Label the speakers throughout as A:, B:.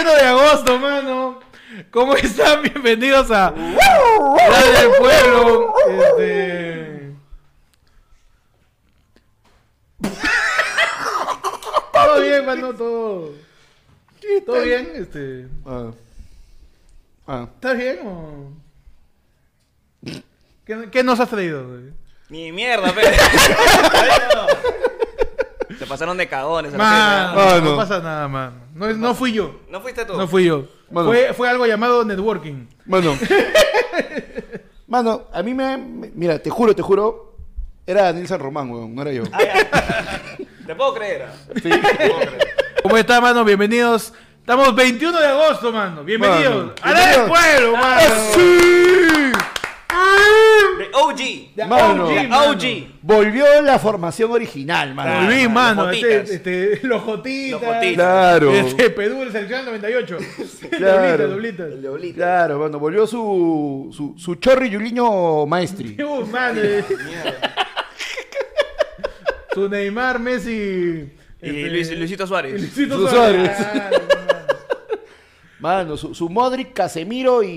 A: agosto, mano. ¿Cómo están? Bienvenidos a Radio del Pueblo. Este... todo bien, mano, todo. Todo bien, este.
B: Ah. Ah.
A: ¿Estás bien o.? ¿Qué, qué nos has traído? güey?
C: Ni mierda, pero. Se pasaron de cagones. se
A: Mano,
B: Ah,
A: no
B: no.
A: pasa nada, mano. No, es- no fui yo.
C: refieren. No fuiste tú.
A: No fui yo.
B: Mano.
A: Fue, fue algo llamado networking.
B: Mano. Mano, a mí me. me- Mira, te juro, te juro. Era Daniel San Román, weón, no era yo.
C: Ah, ya. Te puedo creer. ah? Te puedo creer.
A: ¿Cómo está, mano? Bienvenidos. Estamos 21 de agosto, mano. Bienvenidos.
B: Mano,
A: ¡A la del
B: bienvenidos.
A: pueblo, mano!
B: ¡Sí!
C: The OG.
A: Ya,
B: Mano.
A: OG,
C: La OG.
B: Volvió la formación original, mano.
C: Claro.
A: Volví,
C: los
A: mano. Este,
C: Jotitas.
A: este, los Jotitas.
C: Los Jotitas.
B: Claro.
A: Este, Perú, el seleccionado 98.
B: Claro.
A: Doblitas,
C: El
A: doblitas.
C: de Oblita.
B: Claro, mano, volvió su, su, su chorri Yuliño maestri.
A: Uh, mano. eh. Su Neymar, Messi. Este,
C: Y Luis- Luisito
A: y
C: Suárez.
A: Luisito
B: Luis
A: Suárez.
B: Suárez.
A: Claro, mano.
B: Mano, su, su Modric, Casemiro y,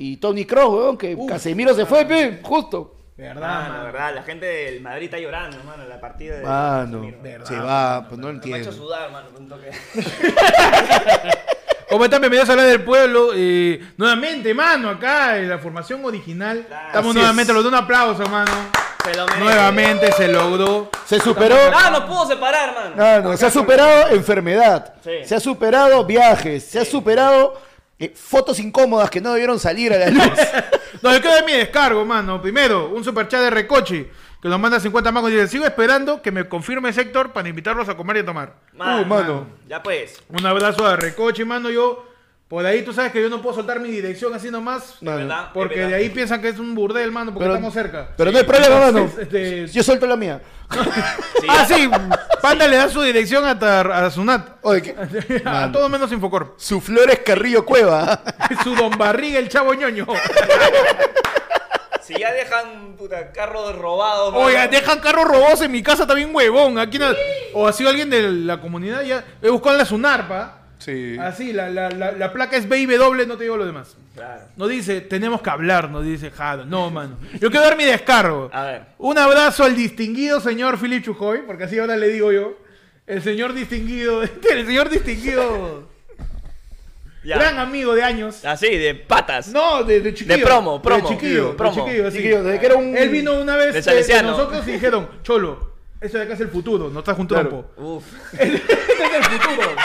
B: y Tony Kroos, weón, que
A: Uf.
B: Casemiro se fue, pe, justo.
A: De verdad,
C: Mano, de
A: mano.
C: verdad. La gente del Madrid está llorando, mano. La partida de.
B: Mano,
A: Verdad,
B: se va, pues no
C: Me ha hecho
B: entiendo.
C: sudar, mano. Un toque.
A: ¿Cómo están? Bienvenidos a la del pueblo. Eh, nuevamente, mano, acá en la formación original.
C: Claro.
A: Estamos
B: Así
A: nuevamente,
B: es.
A: los de un aplauso, mano.
C: Se lo merece.
A: Nuevamente se logró.
B: Se superó.
C: Ah, no pudo separar, mano.
B: Ah, no, se ha superado enfermedad,
C: Sí.
B: se ha superado viajes, se ha superado eh, fotos incómodas que no debieron salir a la luz.
A: No, yo quedo en mi descargo, mano. Primero, un superchat de Recochi que nos manda 50 mangos y dice, sigo esperando que me confirme sector para invitarlos a comer y a tomar.
B: Uh, mano.
C: Ya pues.
A: Un abrazo a Recochi, mano. Yo, por ahí tú sabes que yo no puedo soltar mi dirección así nomás.
B: Mano,
C: verdad.
A: Porque
C: es
A: de ahí piensan que es un burdel, mano, porque
B: Pero-
A: estamos cerca.
B: Pero no hay problema, mano.
A: Entonces, este-
B: Yo suelto la mía.
C: Sí.
A: Ah, sí. Panda le da su dirección hasta a Sunat.
B: Oye, que-
A: A todo menos Infocor.
B: su Flores Carrillo Cueva.
A: Su don barriga, el chavo ñoño.
C: Si ya dejan puta, carros robados.
A: Oiga,
C: mano.
A: dejan carros robados en mi casa también, huevón. Aquí no- O ha sido alguien de la comunidad ya. He buscado en la Sunarpa.
B: Sí.
A: Así, la, la, la, la placa es BIB doble, no te digo lo demás.
C: Claro.
A: No dice, tenemos que hablar, nos dice Jado. No, mano. Yo quiero dar mi descargo.
C: A ver.
A: Un abrazo al distinguido señor Philip Chujoy, porque así ahora le digo yo. El señor distinguido, el señor distinguido,
C: Ya.
A: gran amigo de años.
C: Así, de patas.
A: No, de, de chiquillo.
C: De promo, promo.
A: De chiquillo, de
C: Promo.
A: chiquillo, sí.
B: Chiquillo, desde que era un-
A: Él vino una vez
C: De
A: eh,
C: Salesiano.
A: nosotros y dijeron, Cholo, eso de acá es el futuro, no estás un
B: Claro.
A: trompo.
C: Uf.
A: Este es el futuro.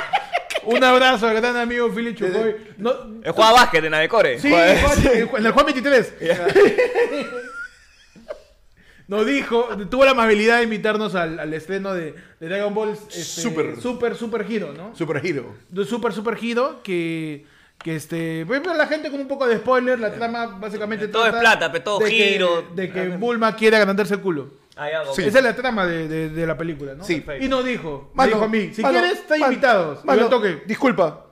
A: un abrazo al gran amigo Philip Chujoy. No,
C: Eh, Juega básquet en Avecore.
A: sí,
B: Joder,
A: Juan-
B: sí.
A: en el Juan 23. Nos dijo, tuvo la amabilidad de invitarnos al, al estreno de, de Dragon Ball este,
B: Super.
A: Super Super Hero, ¿no?
B: Super Hero.
A: de Super Super Hero que que este pues, bueno, la gente con un poco de spoiler la trama básicamente
C: Todo es
A: trata
C: plata, pe, todo
A: de que-
C: giro.
A: de que Bulma quiere agrandarse el culo
C: Hay algo.
B: Sí.
A: esa es la trama de, de- de la película no
B: Sí.
A: Perfecto. y nos dijo me
B: Mano,
A: dijo a mí si
B: mano,
A: quieres está
B: mano,
A: invitados Y
B: mano,
A: yo toque
B: Disculpa,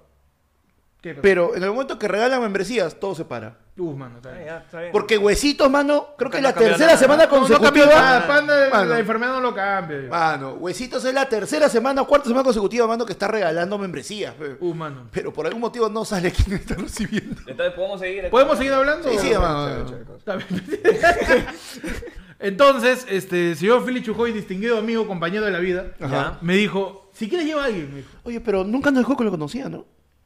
A: ¿Qué cosa?
B: pero en el momento que regalan membresías, todo se para.
A: Uf, mano, está
C: Ah,
A: bien.
C: ya, está bien.
B: Porque Huesitos, mano, creo
C: Nunca
B: que
C: no
B: la
C: ha cambiado
B: tercera
C: nada.
B: semana
A: no, no cambia
B: consecutiva.
A: nada, panda,
B: Mano,
A: la enfermedad no lo cambia. yo.
B: mano, Huesitos es la tercera semana o cuarta semana consecutiva, mano, que está regalando membresías. pe.
A: Uh, mano.
B: Pero por algún motivo no sale quién está recibiendo.
C: Entonces podemos seguir.
A: ¿Podemos seguir hablando?
B: Sí, sí,
A: o-
B: mano.
A: Está bien. Entonces, este, señor Fili Chujoy, distinguido amigo, compañero de la vida,
B: Ajá.
A: me dijo, si quieres lleva a alguien, me dijo.
B: Oye, pero nunca nos dijo que lo conocía, ¿no?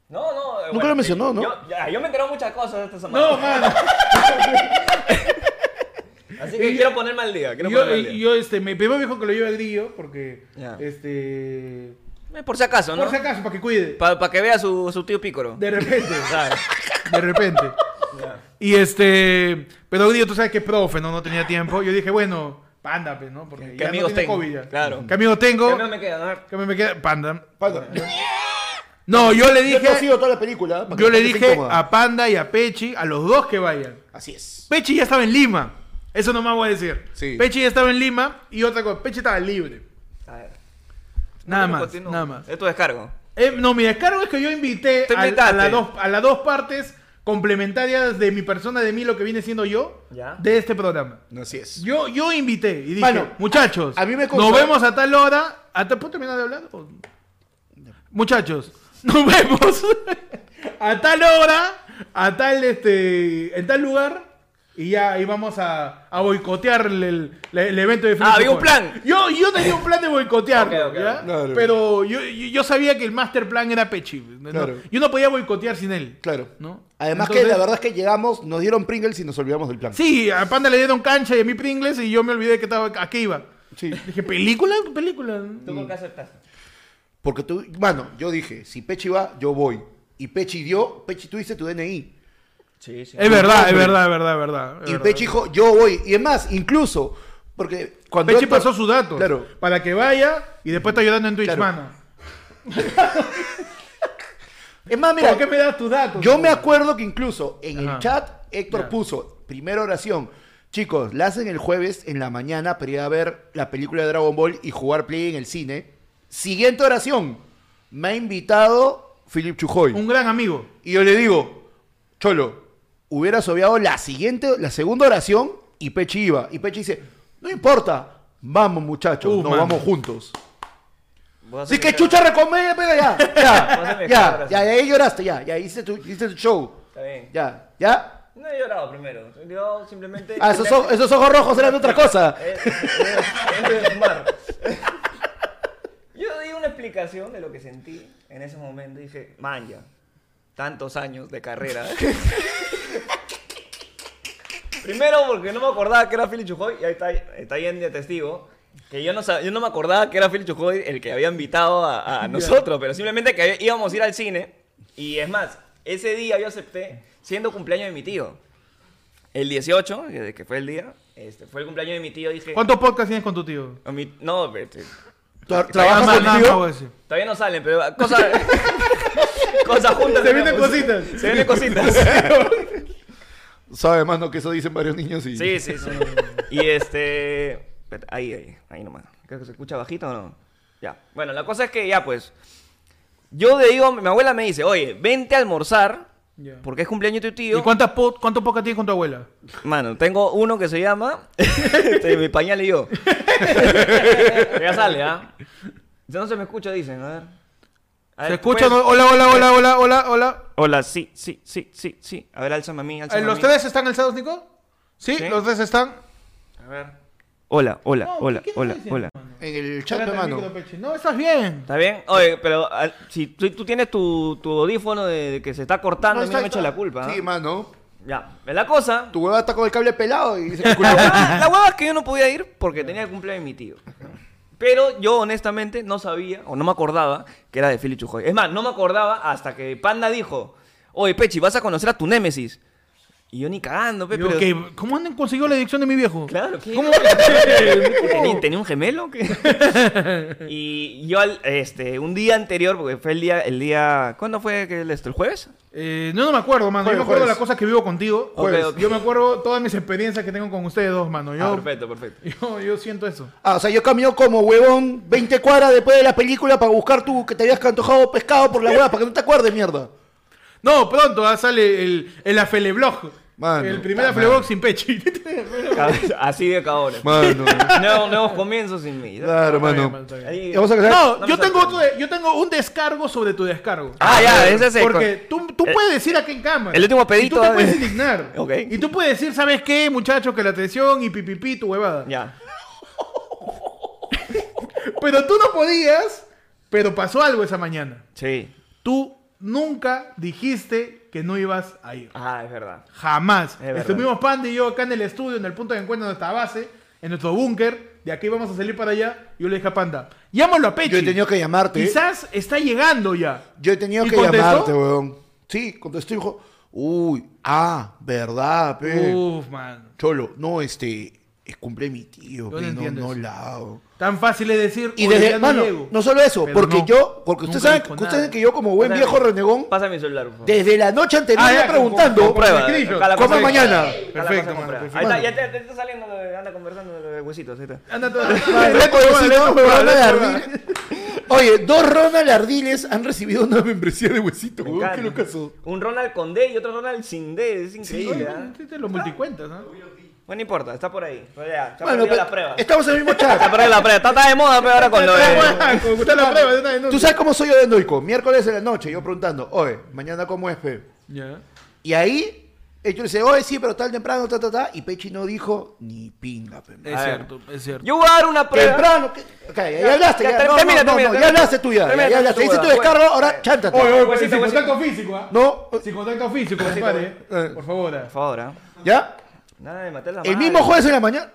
C: No, no. eh,
B: Nunca lo mencionó, ¿no?
C: Yo, ya, yo me enteré muchas cosas esta semana.
A: No, mano.
C: Así que
A: Y-
C: quiero ponerme al día. Quiero
A: Yo,
C: ponerme al día.
A: yo, este, me primero me dijo que lo lleve a Grillo porque,
C: Ya.
A: este,
C: Eh, Por si acaso, ¿no?
A: por si acaso, para que cuide.
C: Para que vea su, su tío Pícoro.
A: De repente,
C: ¿Sabes?
A: de repente.
C: Ya.
A: Y este, pero Grillo, tú sabes que es profe, ¿no? No tenía tiempo. Yo dije, bueno, panda, pues, ¿no? Porque
C: ¿Qué
A: ya no
C: amigos
A: tiene
C: tengo?
A: COVID ya.
C: Claro.
A: ¿Qué amigos tengo?
C: ¿Qué más me queda? A ver.
A: ¿Qué me queda? Panda.
B: Panda.
A: No, yo le
B: Yo he
A: dije,
B: sido toda la película. para que
A: yo le
B: no esté
A: dije
B: incómoda.
A: a Panda y a Pechi, a los dos que vayan.
B: Así es.
A: Pechi ya estaba en Lima. Eso nomás voy a decir.
B: Sí.
A: Pechi ya estaba en Lima y otra cosa, Pechi estaba libre.
C: A ver.
A: Nada
C: Continúa,
A: más,
C: continúa.
A: nada más.
C: Es tu descargo.
A: Eh, no, mi descargo es que yo invité
C: Te
A: a, a
C: invitaste.
A: las dos, a las dos partes complementarias de mi persona, de mí, lo que viene siendo yo,
C: Ya.
A: de este programa.
B: Así es.
A: Yo, yo invité y dije,
B: Mano,
A: muchachos,
B: a mí me
A: nos
B: consola-
A: vemos a tal hora. ¿A tal- ¿Puedo terminar de hablar? o- Muchachos, nos vemos. a tal hora, a tal este, en tal lugar. Y ya ahí vamos a, a boicotear el, el- el evento de Free
C: Ah, había
A: Football.
C: un plan.
A: Yo, yo tenía un plan de boicotear.
C: Ok, ok.
A: ¿ya?
B: Claro.
A: Pero yo, yo, yo sabía que el master plan era Pechi. ¿no?
B: Claro.
A: Yo no podía boicotear sin él.
B: Claro.
A: ¿No?
B: Además que
A: Entonces-
B: la verdad es que llegamos, nos dieron Pringles y nos olvidamos del plan.
A: Sí, a Panda le dieron cancha y a mí Pringles y yo me olvidé que estaba, a qué iba.
B: Sí.
A: Dije, ¿película? ¿Qué película?
C: ¿Tú con qué aceptaste?
B: Porque tú, mano, yo dije, si Pechi va, yo voy. Y Pechi dio, Pechi, tú diste tu DNI.
C: Sí, sí.
A: Es verdad, es verdad, es verdad, es verdad. es
B: Y
A: verdad.
B: Pechi dijo, yo voy. Y es más, incluso, porque cuando...
A: Pechi
B: Héctor-
A: pasó sus datos.
B: Claro.
A: Para que vaya y después está ayudando en Twitch,
B: Claro.
A: mano.
B: Es más, mira,
A: ¿Por qué me das tus datos?
B: yo me acuerdo que incluso en
A: Ajá.
B: el chat Héctor
A: Ya.
B: puso, primera oración, chicos, la hacen el jueves en la mañana para ir a ver la película de Dragon Ball y jugar play en el cine. Siguiente oración, me ha invitado Philip Chujoy.
A: Un gran amigo.
B: Y yo le digo, Cholo, hubieras obviado la siguiente, la segunda oración y Pechi iba. Y Pechi dice, no importa, vamos muchachos,
A: Uh,
B: nos
A: mano.
B: vamos juntos.
C: Voy a
B: Así
C: hacer
B: que
C: mi-
B: chucha recomienda, pero ya,
C: Vas a
B: ya, ya,
C: dejar
B: ya,
C: oración.
B: ya, ahí lloraste, ya, ya, hiciste tu, hiciste tu show.
C: Está bien.
B: Ya, ya.
C: No he llorado primero. Yo simplemente.
B: Ah, esos, ojos- esos ojos rojos eran otra cosa.
C: Eh, eh, eh, eh, fumar. Yo di una explicación de lo que sentí en ese momento. Dije, manja, tantos años de carrera. Primero porque no me acordaba que era Philly Chujoy, y ahí está, está bien de testigo, que yo no, sab- yo no me acordaba que era Philly Chujoy el que había invitado a, a nosotros, pero simplemente que había- íbamos a ir al cine, y es más, ese día yo acepté siendo cumpleaños de mi tío. El 18, que que fue el día, este, fue el cumpleaños de mi tío, dije...
A: ¿Cuántos podcasts tienes con tu tío?
C: a mi- no, este,
B: Tra-
A: Nada
B: ¿Trabajas
A: más, nada más
B: contigo?
A: voy a decir.
C: todavía no salen, pero cosas... cosas juntas.
A: Se vienen
C: digamos.
A: cositas.
C: Se vienen cositas.
B: Sabes, mano, que eso dicen varios niños y...
C: pues. Sí, sí, sí. y este. espérate, Ahí, ahí, ahí nomás. Creo que se escucha bajito o no. Ya. Bueno, la cosa es que ya, pues. Yo le digo, mi abuela me dice, oye, vente a almorzar.
A: Ya.
C: Porque es cumpleaños de tu tío.
A: ¿Y cuántas pod- cuántos podcasts tienes con tu abuela?
C: Mano, tengo uno que se llama. este, mi pañal y yo. ya sale, ¿ah? Ya no se me escucha, dicen, a ver. A
A: ¿Se
C: ver,
A: escucha?
C: pues.
A: no? Hola, hola, hola, hola, hola, hola.
C: Hola, sí, sí, sí, sí, sí. A ver, álzame a mí, álzame
A: Eh,
C: a
A: ¿Los
C: mí.
A: tres están alzados, Nico? ¿Sí?
C: pues, Sí.
A: ¿Los tres están?
C: A ver. Hola, hola,
A: No, ¿qué-
C: hola,
A: qué estás
C: hola,
A: diciendo,
C: hola.
A: mano?
B: En el chat,
A: Espérate,
B: hermano.
A: Nico Pechi. No, estás bien.
C: ¿Está bien? Oye, pero al- si tú, tú tienes tu, tu audífono de, de que se está cortando, a mí no me echa la culpa. ¿ah?
B: Sí, mano.
C: Ya, es la cosa.
B: Tu hueva está con el cable pelado y dice que culo.
C: La hueva, la hueva es que yo no podía ir porque tenía el cumpleaños de mi tío. Pero yo honestamente no sabía o no me acordaba que era de Philip Chujoy. Es más, no me acordaba hasta que Panda dijo, oye Pechi, vas a conocer a tu némesis. Y yo ni cagando, pe,
A: Yo,
C: pero...
A: ¿qué? ¿Cómo han conseguido la adicción de mi viejo?
C: Claro, ¿qué?
A: ¿Cómo?
C: ¿Tenía, tenía un gemelo? ¿Qué? y yo al- este, un día anterior, porque fue el día, el día, ¿cuándo fue que el, esto, el jueves?
A: Eh, no, no me acuerdo, mano. yo
B: Jueves,
A: me acuerdo de
B: jueves.
A: las cosas que vivo contigo.
C: Jueves. Ok, ok.
A: Yo me acuerdo todas mis experiencias que tengo con ustedes dos, mano. Yo,
C: Ah, perfecto, perfecto.
A: yo, yo siento eso.
B: Ah, o sea, yo camino como huevón 20 cuadras después de la película para buscar tú que te habías cantojado pescado por la hueva para que no te acuerdes, mierda.
A: No, pronto ah, sale el, el afeleblog.
B: Mano,
A: el primer
B: ah,
A: afeleblog sin pechi.
C: Así de cabrón.
B: Mano.
C: No, nuevos comienzos sin mí.
B: claro, mano.
A: Está bien, está bien.
C: Ahí-
B: Vamos a crecer.
A: No,
C: No
A: yo
C: me
A: tengo,
C: sorprende.
A: otro de- yo tengo un descargo sobre tu descargo.
C: Ah, ya, ese es el-
A: Porque tú, tú
C: el-
A: puedes decir aquí en cámara.
C: el último
A: Y tú
C: pedito
A: te
C: de-
A: puedes indignar.
C: Ok.
A: Y tú puedes decir, ¿sabes qué, muchachos? Que la atención y pipipi, tu huevada.
C: Ya.
A: Pero tú no podías, pero pasó algo esa mañana.
C: Sí.
A: Tú nunca dijiste que no ibas a ir.
C: Ah, es verdad.
A: Jamás.
C: verdad.
A: Estuvimos Panda y yo acá en el estudio, en el punto de encuentro de nuestra base, en nuestro búnker. De aquí vamos a salir para allá. Yo le dije a Panda, llámalo a Pechi.
B: Yo he tenido que llamarte.
A: Quizás está llegando ya.
B: Yo he tenido
A: ¿Y
B: que
A: contestó?
B: llamarte, huevón. Sí, contestó y dijo, uy, ah, verdad, pe.
A: Uf, man.
B: Cholo, no, este, es cumple de mi tío,
A: no
B: pe, no,
A: entiendo
B: no,
A: eso.
B: la hago.
A: Tan fácil es decir.
B: Y
A: "Oye,
B: desde,
A: ya no
B: mano,
A: llego".
B: no solo eso,
A: Pero
B: porque
A: no,
B: yo, porque ustedes
A: nunca
B: saben,
A: dijo
B: ustedes
A: nada.
B: saben que yo como buen
C: Pásame-
B: viejo renegón,
C: Pásame mi celular, por favor.
B: desde la noche anterior
A: Ah,
B: me
A: ya, con-
B: preguntando,
A: con- con-
C: Prueba.
A: escrito.
C: Acá la
B: ¿Cómo
C: cosa-
B: mañana?
C: acá la cosa
A: Perfecto,
C: comprueba.
A: mano,
C: Ahí está,
A: perfecto.
C: ya te, te está saliendo, de- anda conversando de huesitos, ahí está.
A: Anda todo.
B: Ronald Ardiles, Ronald Ardiles. Oye, dos Ronald Ardiles han recibido una membresía de huesito,
C: Me
B: huevón. Qué
C: encanta.
B: locazo.
C: Un Ronald con D y otro Ronald sin D, es increíble. ¿ah?
A: Te lo multicuentas, ¿no?
C: Bueno, no importa, está por ahí. Pero ya, está
B: Mano,
C: perdida
B: pe-
C: la prueba.
B: Estamos en el mismo
C: Está
B: chat.
C: perdida la prueba. Está, está de moda, pero ahora con lo de...
A: Como que está la prueba de una denuncia.
B: Tú sabes cómo soy yo de Noico. Miércoles en la noche, yo preguntando, oye, mañana cómo es, pe.
A: Ya.
B: Y ahí, ellos dicen, oye, sí, pero tal temprano, ta, ta, ta. Y Pechi no dijo ni pinga, pe.
A: Es
C: A ver.
A: cierto, es cierto.
C: Yo voy a dar una prueba.
B: Temprano, que- ok, ya hablaste,
C: ya,
B: ya,
C: ter-
B: no, no,
C: termina,
B: no, no,
C: termina,
B: ya
C: termina.
B: hablaste tú ya, ya,
C: Termina
B: ya
C: tu
B: hablaste, hiciste tu
C: huevada.
B: descargo,
C: Bueno.
B: ahora chántate.
A: Oye, oye, pero
C: Huesito,
A: sin
C: huesito.
A: contacto físico, ¿ah?
B: No,
A: Sin contacto físico, compadre.
B: eh.
A: Por favor. ah.
C: Por favor, ¿ah?
B: ¿ya?
C: Nada de matar la
B: El
C: madre.
B: mismo jueves en la mañana,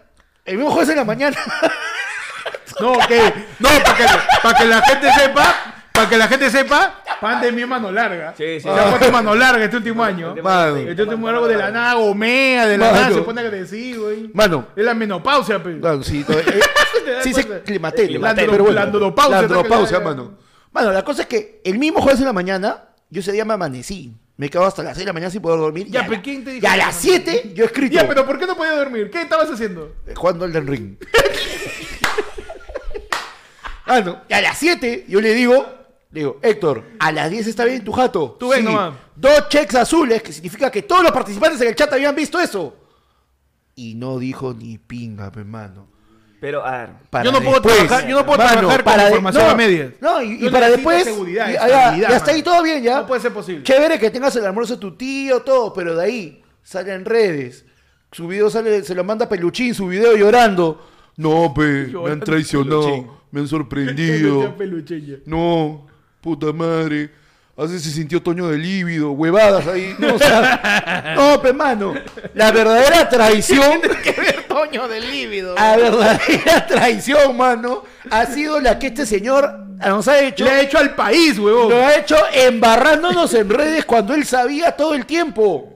B: el mismo jueves en la mañana,
A: No, que, no, para que, pa' que la gente sepa, para que la gente sepa, Pan de mi mano larga.
C: Sí, sí.
A: Se ha puesto mano larga este último año.
B: Mano.
A: Este último año de la nada gomea, de la
B: Mano.
A: nada se pone agresivo, güey.
B: mano,
A: Es la menopausia, pe.
B: Claro, sí, no, eh, eh, sí se
A: cuenta?
B: climaterio.
A: Landro-
B: pero bueno,
A: landropausia,
B: landropausia,
A: ¿no?
B: mano. Mano, la cosa es que el mismo jueves en la mañana, yo ese día me amanecí. Me quedado hasta las 6 de la mañana sin poder dormir.
A: Ya,
B: y a
A: pero
B: la-
A: ¿quién te dijo
B: Y a
A: que
B: las
A: no?
B: 7 yo he escrito
A: Ya, pero ¿por qué no podías dormir? ¿Qué estabas haciendo?
B: eh, jugando Elden Ring.
A: Ah,
B: Mano, y a las 7 yo le digo, le digo, Héctor, a las 10 está bien tu jato.
A: Tú ven nomás.
B: Dos checks azules, que significa que todos los participantes en el chat habían visto eso. Y no dijo ni pinga, hermano.
C: Pero, a ver.
B: Para
A: Yo no puedo trabajar- yo no puedo trabajar con
B: de-
A: información
B: no,
A: a medias.
B: No, y,
A: Yo
B: y para
A: necesito
B: después.
A: seguridad,
B: y- y-
A: estabilidad,
B: y hasta ahí
A: mano.
B: todo bien, ya.
A: No puede ser posible.
B: Chévere que tengas el almuerzo de tu tío, todo, pero de ahí salen redes. Su video sale, se lo manda Peluchín, su video llorando. No, pe, me han
A: Llorando,
B: traicionado,
A: Peluchín.
B: me han
A: Decía
B: sorprendido.
A: pelucheña.
B: no, puta madre. Así se sintió Toño de líbido, huevadas ahí. No, o sea, no, pe, mano. La verdadera traición.
A: Toño del líbido.
B: La verdadera traición, mano, ha sido la que este señor nos ha hecho.
A: Le ha hecho al país, huevón.
B: Lo ha hecho embarrándonos en redes cuando él sabía todo el tiempo.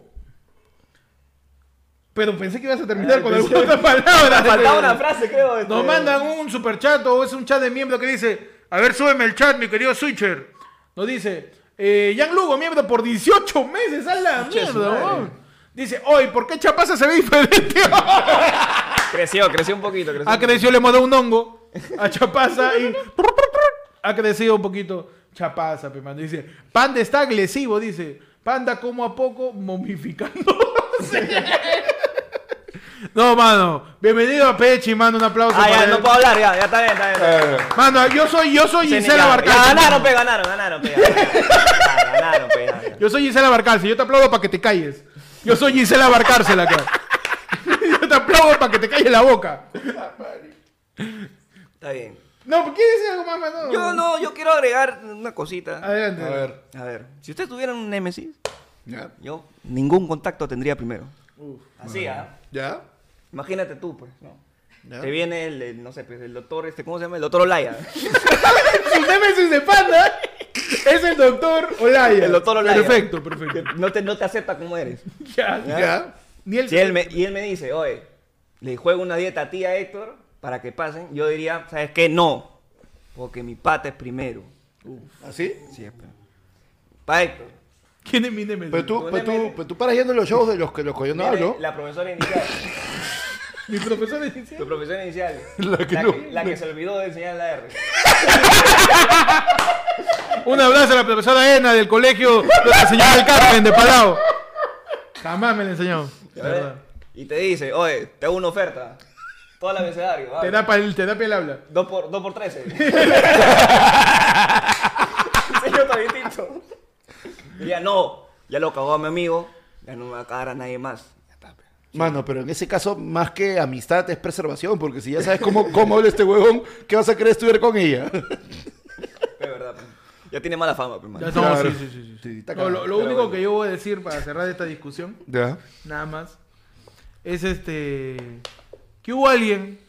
A: Pero pensé que ibas a terminar con alguna otra palabra.
C: Faltaba una frase, creo. este.
A: Nos mandan un superchat o es un chat de miembro que dice, a ver, súbeme el chat, mi querido Switcher. Nos dice, eh, Jan Lugo, miembro por 18 meses, a la mierda, weón. Dice, hoy, ¿por qué Chapaza se ve diferente?
C: Creció, creció un poquito. Creció
A: ha
C: un poquito.
A: crecido, le hemos dado un hongo a Chapaza y... ha crecido un poquito Chapaza, pe, mano. Dice, Panda está agresivo, dice. Panda como a poco momificando. no, mano. Bienvenido a Pechi, mano. Un aplauso.
C: Ah, ya,
A: para él.
C: no puedo hablar, ya, ya está bien, está bien. Está bien.
A: Mano, yo soy, yo soy Gisela
C: Ya, ya,
A: Barcalce.
C: Ganaron, pe, ganaron, ganaron, pe. Ganaron, ganaron, pe. ganaron.
A: Yo soy Gisela Barcalce, yo te aplaudo para que te calles. Yo soy Gisela Barcárcel acá. yo te aplaudo para que te calles la boca.
C: Está bien.
A: No, ¿por qué dice algo más, mano?
C: Yo no, yo quiero agregar una cosita.
A: Adelante.
B: A ver.
C: A ver, si ustedes tuvieran un Némesis, yo ningún contacto tendría primero. Así, ¿ah?
B: ¿Ya?
C: Imagínate tú, pues, ¿no?
B: Ya.
C: Te viene el, el, no sé, pues, el doctor, este, ¿cómo se llama? El doctor Olaya.
A: Su némesis de panda es el doctor Olaya.
C: El doctor Olaya.
A: Perfecto, perfecto.
C: Que no te, no te acepta como eres.
A: ya,
B: ¿Ya?
A: Ni el...
C: Si él me, y él me dice, oye, le juego una dieta a ti, a Héctor, para que pasen, yo diría, ¿sabes qué? No, porque mi pata es primero.
B: ¿Así?
C: Siempre. Para Héctor.
A: ¿Quién es mi némesis?
B: Pero tú, pero tú, pero tú paras yendo a los shows de los que, los que yo Pues no
C: Viene
B: hablo.
C: La profesora inicial.
A: Mi profesor es Gisela.
C: Tu profesora inicial.
B: La que no-
C: la que se olvidó de enseñar la R.
A: Un abrazo a la profesora Ena del colegio de la señora del Carmen de Palau. Jamás me la enseñó. de verdad.
C: Y te dice, oye, te hago una oferta. Todo el abecedario. vale.
A: Terapia, el, terapia el habla.
C: Dos por, dos por 13. Señor Tabitito. Y ya no, ya lo cagó a mi amigo, ya no me va a cagar a nadie más. Ya está, pe.
B: Mano, pero en ese caso, más que amistad es preservación, porque si ya sabes cómo, cómo habla este huevón, ¿qué vas a querer estudiar con ella?
C: Es verdad, pe. ya tiene mala fama, pe, man.
A: Ya, no,
B: Claro.
A: sí, sí, sí, sí.
B: Sí, está
A: No, lo
B: cagado.
A: lo
C: Pero
A: único
C: bueno.
A: que yo voy a decir para cerrar esta discusión,
B: ¿Ya?
A: nada más, es este que hubo alguien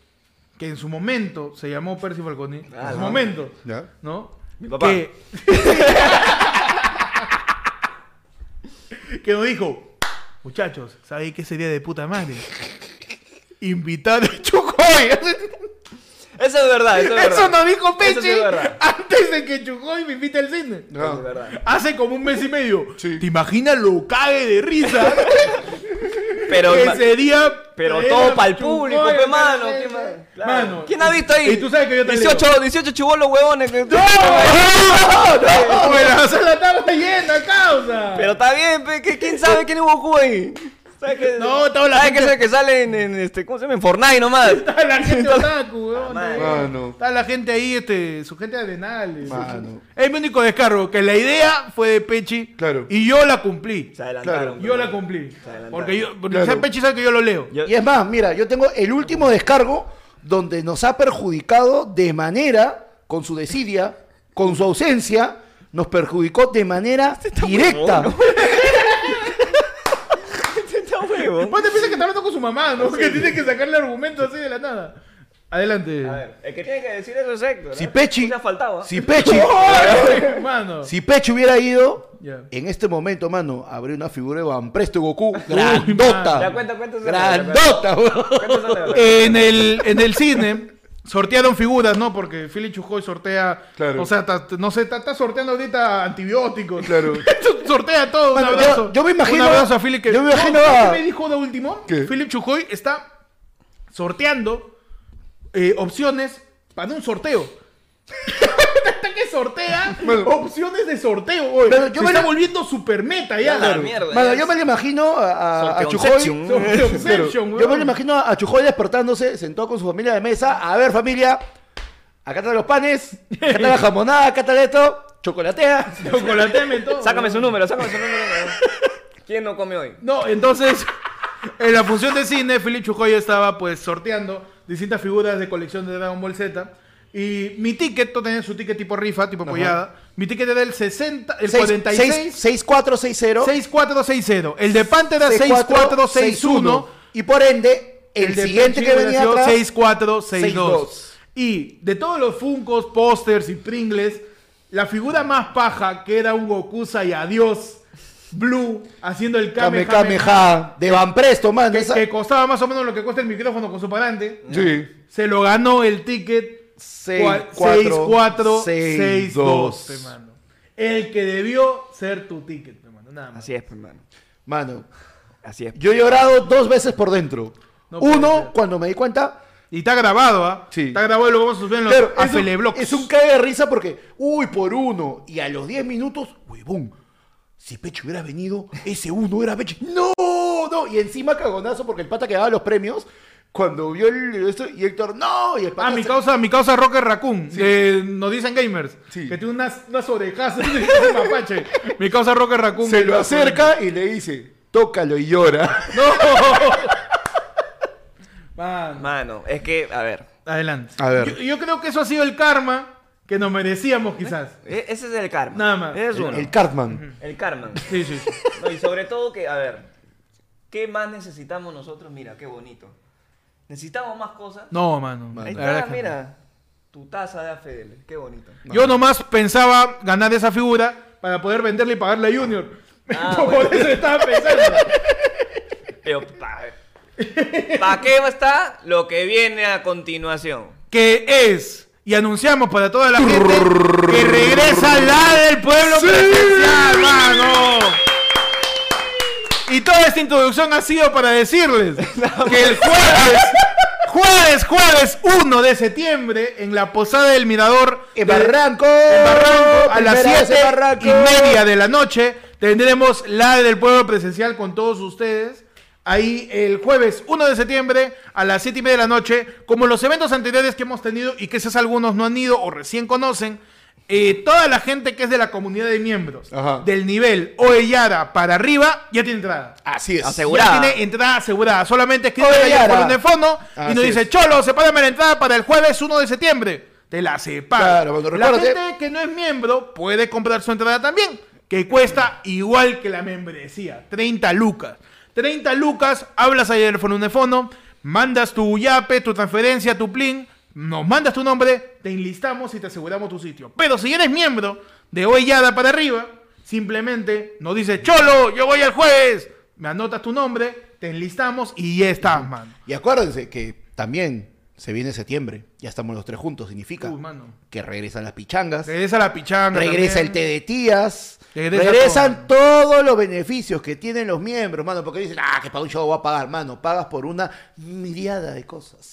A: que en su momento se llamó Percy Falcone,
C: Ah,
A: en su
C: no.
A: momento,
B: ¿Ya?
A: ¿no?
C: Mi papá.
A: Que, que nos dijo, muchachos, ¿sabéis qué sería de puta madre? Invitar a Chucoy.
C: Eso es verdad, eso es verdad.
A: Eso nos dijo
C: Eso sí
A: Peche
C: es verdad.
A: antes de que Chucoy me invite al cine.
C: Eso es verdad.
A: Hace como un mes y medio.
B: Sí.
A: ¿Te imaginas lo cague de risa?
C: Pero,
A: que
C: ma-
A: sería.
C: pero
A: traer
C: todo
A: a
C: pa'l
A: Chucoy,
C: público, pe, mano.
A: cara,
C: ¿Qué
A: eh,
C: más? Claro.
A: Mano.
C: ¿Quién ha visto ahí?
A: Y tú sabes que yo te
C: 18,
A: leo.
C: 18 chubolos huevones. que-
B: ¡Ah,
A: No, pero la sala estaba llena, causa.
C: Pero está bien, pe, que- ¿quién sabe quién hubo Cuba ahí? ¿Sabes qué?
A: No, toda la
C: ¿Sabes
A: gente-
C: qué es el que sale en, en este, ¿cómo se llama? En Fortnite nomás.
A: Está la gente otaku, weón.
C: madre.
B: Mano.
A: Está la gente ahí, este, su gente de Arenales.
B: Mano.
A: Es mi único descargo, que la idea fue de Pechi.
B: Claro.
A: Y yo la cumplí.
C: Se
B: Claro,
C: adelantaron. pero-
A: Yo la cumplí.
C: Se adelantaron.
A: Porque yo, porque
B: Claro.
A: Pechi sabe que yo lo leo.
C: Yo-
B: Y es más, mira, yo tengo el último descargo donde nos ha perjudicado de manera, con su desidia, con su ausencia, nos perjudicó de
C: Este
B: manera directa.
C: Está huevo.
A: Después te piensas que está hablando con su mamá, ¿no? Que tiene que sacarle argumentos así de la nada. Adelante.
C: A ver, el que tiene que decir eso es Héctor. ¿eh?
B: Si Pechi,
C: Se ha faltado. ¿eh?
B: si Pechi,
C: ¡Oh!
A: Mano.
B: si Pechi hubiera ido,
A: Ya.
B: en este momento, mano, habría una figura de Van Presto Goku
C: Ya
B: grandota.
C: cuenta, cuenta. esa-
B: Grandota, weón.
C: cuenta esa-
A: En el, en el cine sortearon figuras, ¿no? Porque Philly Chujoy sortea.
B: Claro.
A: O sea, ta- no sé, está está sorteando ahorita antibióticos.
B: Claro.
A: Sortea todo.
B: Mano,
A: un
B: yo-
A: abrazo.
B: yo me imagino-
A: Un abrazo a Philip que.
B: yo me
A: No,
B: imagino
A: ¿sabes
B: a-
A: qué me dijo de último?
B: ¿Qué?
A: Philip Chujoy está sorteando eh, opciones para un sorteo. Está que sortea
B: Mano.
A: opciones de sorteo, hoy.
B: Pero yo
A: Se
B: me
A: está
B: la-
A: volviendo super meta ya.
C: Ya la
A: Claro.
C: mierda.
B: Mano, yo me lo imagino a, a, a
C: Sorteonception.
B: Chujoy.
A: Sorteoception,
B: Yo
A: weón.
B: me lo imagino a Chujoy despertándose, sentado con su familia de mesa. A ver, familia, acá están los panes, acá está la jamonada, acá está esto, chocolatea.
A: Chocolateme todo.
C: Sácame su número, sácame su número. ¿Quién no come hoy?
A: No, entonces, en la función de cine, Philip Chujoy estaba pues sorteando distintas figuras de colección de Dragon Ball Z. Y mi ticket, tú tenías su ticket tipo rifa, tipo apoyada. Mi ticket era el 60, el 46,
B: 6460.
A: 6460. El de Panther era 6461.
B: 6461. Y por ende, el,
A: El de
B: siguiente
A: Pepsi
B: que venía
A: nació
B: atrás.
A: 6462.
B: 62.
A: Y de todos los Funcos, pósters y Pringles, la figura más paja que era un Goku y adiós Blue haciendo el
B: Kame,
A: Kamehameha.
B: Kamehameha, de Van Presto, man.
A: que,
B: esa-
A: que costaba más o menos lo que cuesta el micrófono con su parante.
B: Sí.
A: Se lo ganó el ticket
B: Seis,
A: cua-
B: cuatro,
A: 6462,
B: seis, dos.
A: hermano. El que debió ser tu ticket, hermano. Nada más.
C: Así es, hermano.
B: Mano,
C: Así es.
B: yo he llorado dos veces por dentro.
A: No puede ser.
B: Uno, cuando me di cuenta.
A: Y está grabado, ¿ah?
B: Sí.
A: Está grabado y lo vamos a subir en los
B: Claro,
A: a
B: es, un,
A: Feleblocks.
B: es un cague de risa porque, uy, por uno. Y a los 10 minutos, huevón, si Pecho hubiera venido, ese uno era Pecho. ¡No! No, y encima cagonazo porque el pata que daba los premios, cuando vio el, esto, y Héctor, ¡no! Y el pata
A: Ah, mi
B: se-
A: causa, mi causa Rocker Raccoon, de Nos Dicen Gamers,
B: Sí.
A: que tiene unas, unas orejas de mapache. Mi causa Rocker Raccoon.
B: se
A: mi
B: lo
A: causa-
B: acerca y le dice, tócalo y llora.
A: ¡No! Man.
C: Mano, es que, a ver.
A: Adelante.
B: A ver.
A: Yo, yo creo que eso ha sido el karma que nos merecíamos, quizás.
C: e- Ese es el karma.
A: Nada más.
C: Ese Es uno.
B: El Cartman.
C: El karma.
A: Sí, sí. sí.
C: No, y sobre todo que, a ver, ¿qué más necesitamos nosotros? Mira, qué bonito. Necesitamos más cosas.
A: No, mano.
B: Mano.
A: La
C: Ahí
A: verdad es
C: está,
A: que no.
C: Ah, mira. Tu taza de AFDL, qué bonito.
A: Yo nomás pensaba ganar esa figura para poder venderla y pagarle a Junior.
C: Ah,
A: Por
C: bueno.
A: eso estaba pensando.
C: Pero, ¿para qué está lo que viene a continuación?
A: que es, y anunciamos para toda la gente, que regresa la del pueblo presencial, mano. Y toda esta introducción ha sido para decirles que el
C: pues.
A: jueves, jueves, jueves 1 de septiembre, en la Posada del Mirador
B: En
A: de-
B: Barranco.
A: en Barranco, a las
B: Primera vez en
A: 7
B: Barranco.
A: y media de la noche tendremos la del pueblo presencial con todos ustedes. Ahí el jueves 1 de septiembre a las 7 y media de la noche, como los eventos anteriores que hemos tenido y que quizás algunos no han ido o recién conocen, eh, toda la gente que es de la comunidad de miembros,
B: Ajá.
A: del nivel Oellada para arriba, ya tiene entrada.
B: Así es.
C: Asegura- Asegurada.
A: Ya tiene entrada asegurada. Solamente escribe allá
B: Oellada.
A: por un fondo y
B: Así
A: nos dice,
B: es.
A: Cholo, sepárame la entrada para el jueves 1 de septiembre. Te la separo.
B: Claro, cuando
A: la
B: recuerde-
A: gente que no es miembro puede comprar su entrada también, que cuesta igual que la membresía, 30 lucas. 30 lucas, hablas ahí del fononefono, mandas tu yape, tu transferencia, tu plin, nos mandas tu nombre, te enlistamos y te aseguramos tu sitio. Pero si eres miembro de Oellada para arriba, simplemente nos dice Cholo, yo voy el jueves, me anotas tu nombre, te enlistamos y ya estás, man.
B: Y acuérdense que también se viene septiembre. Ya estamos los tres juntos. Significa
A: Uy, mano.
B: que regresan las pichangas.
A: Uh, Regresa la pichanga.
B: Regresa
A: también.
B: el té de tías.
A: Regresa
B: regresan todos los beneficios que tienen los miembros, mano. Porque dicen, ah, que para un show voy a pagar, mano. Pagas por una miriada de cosas.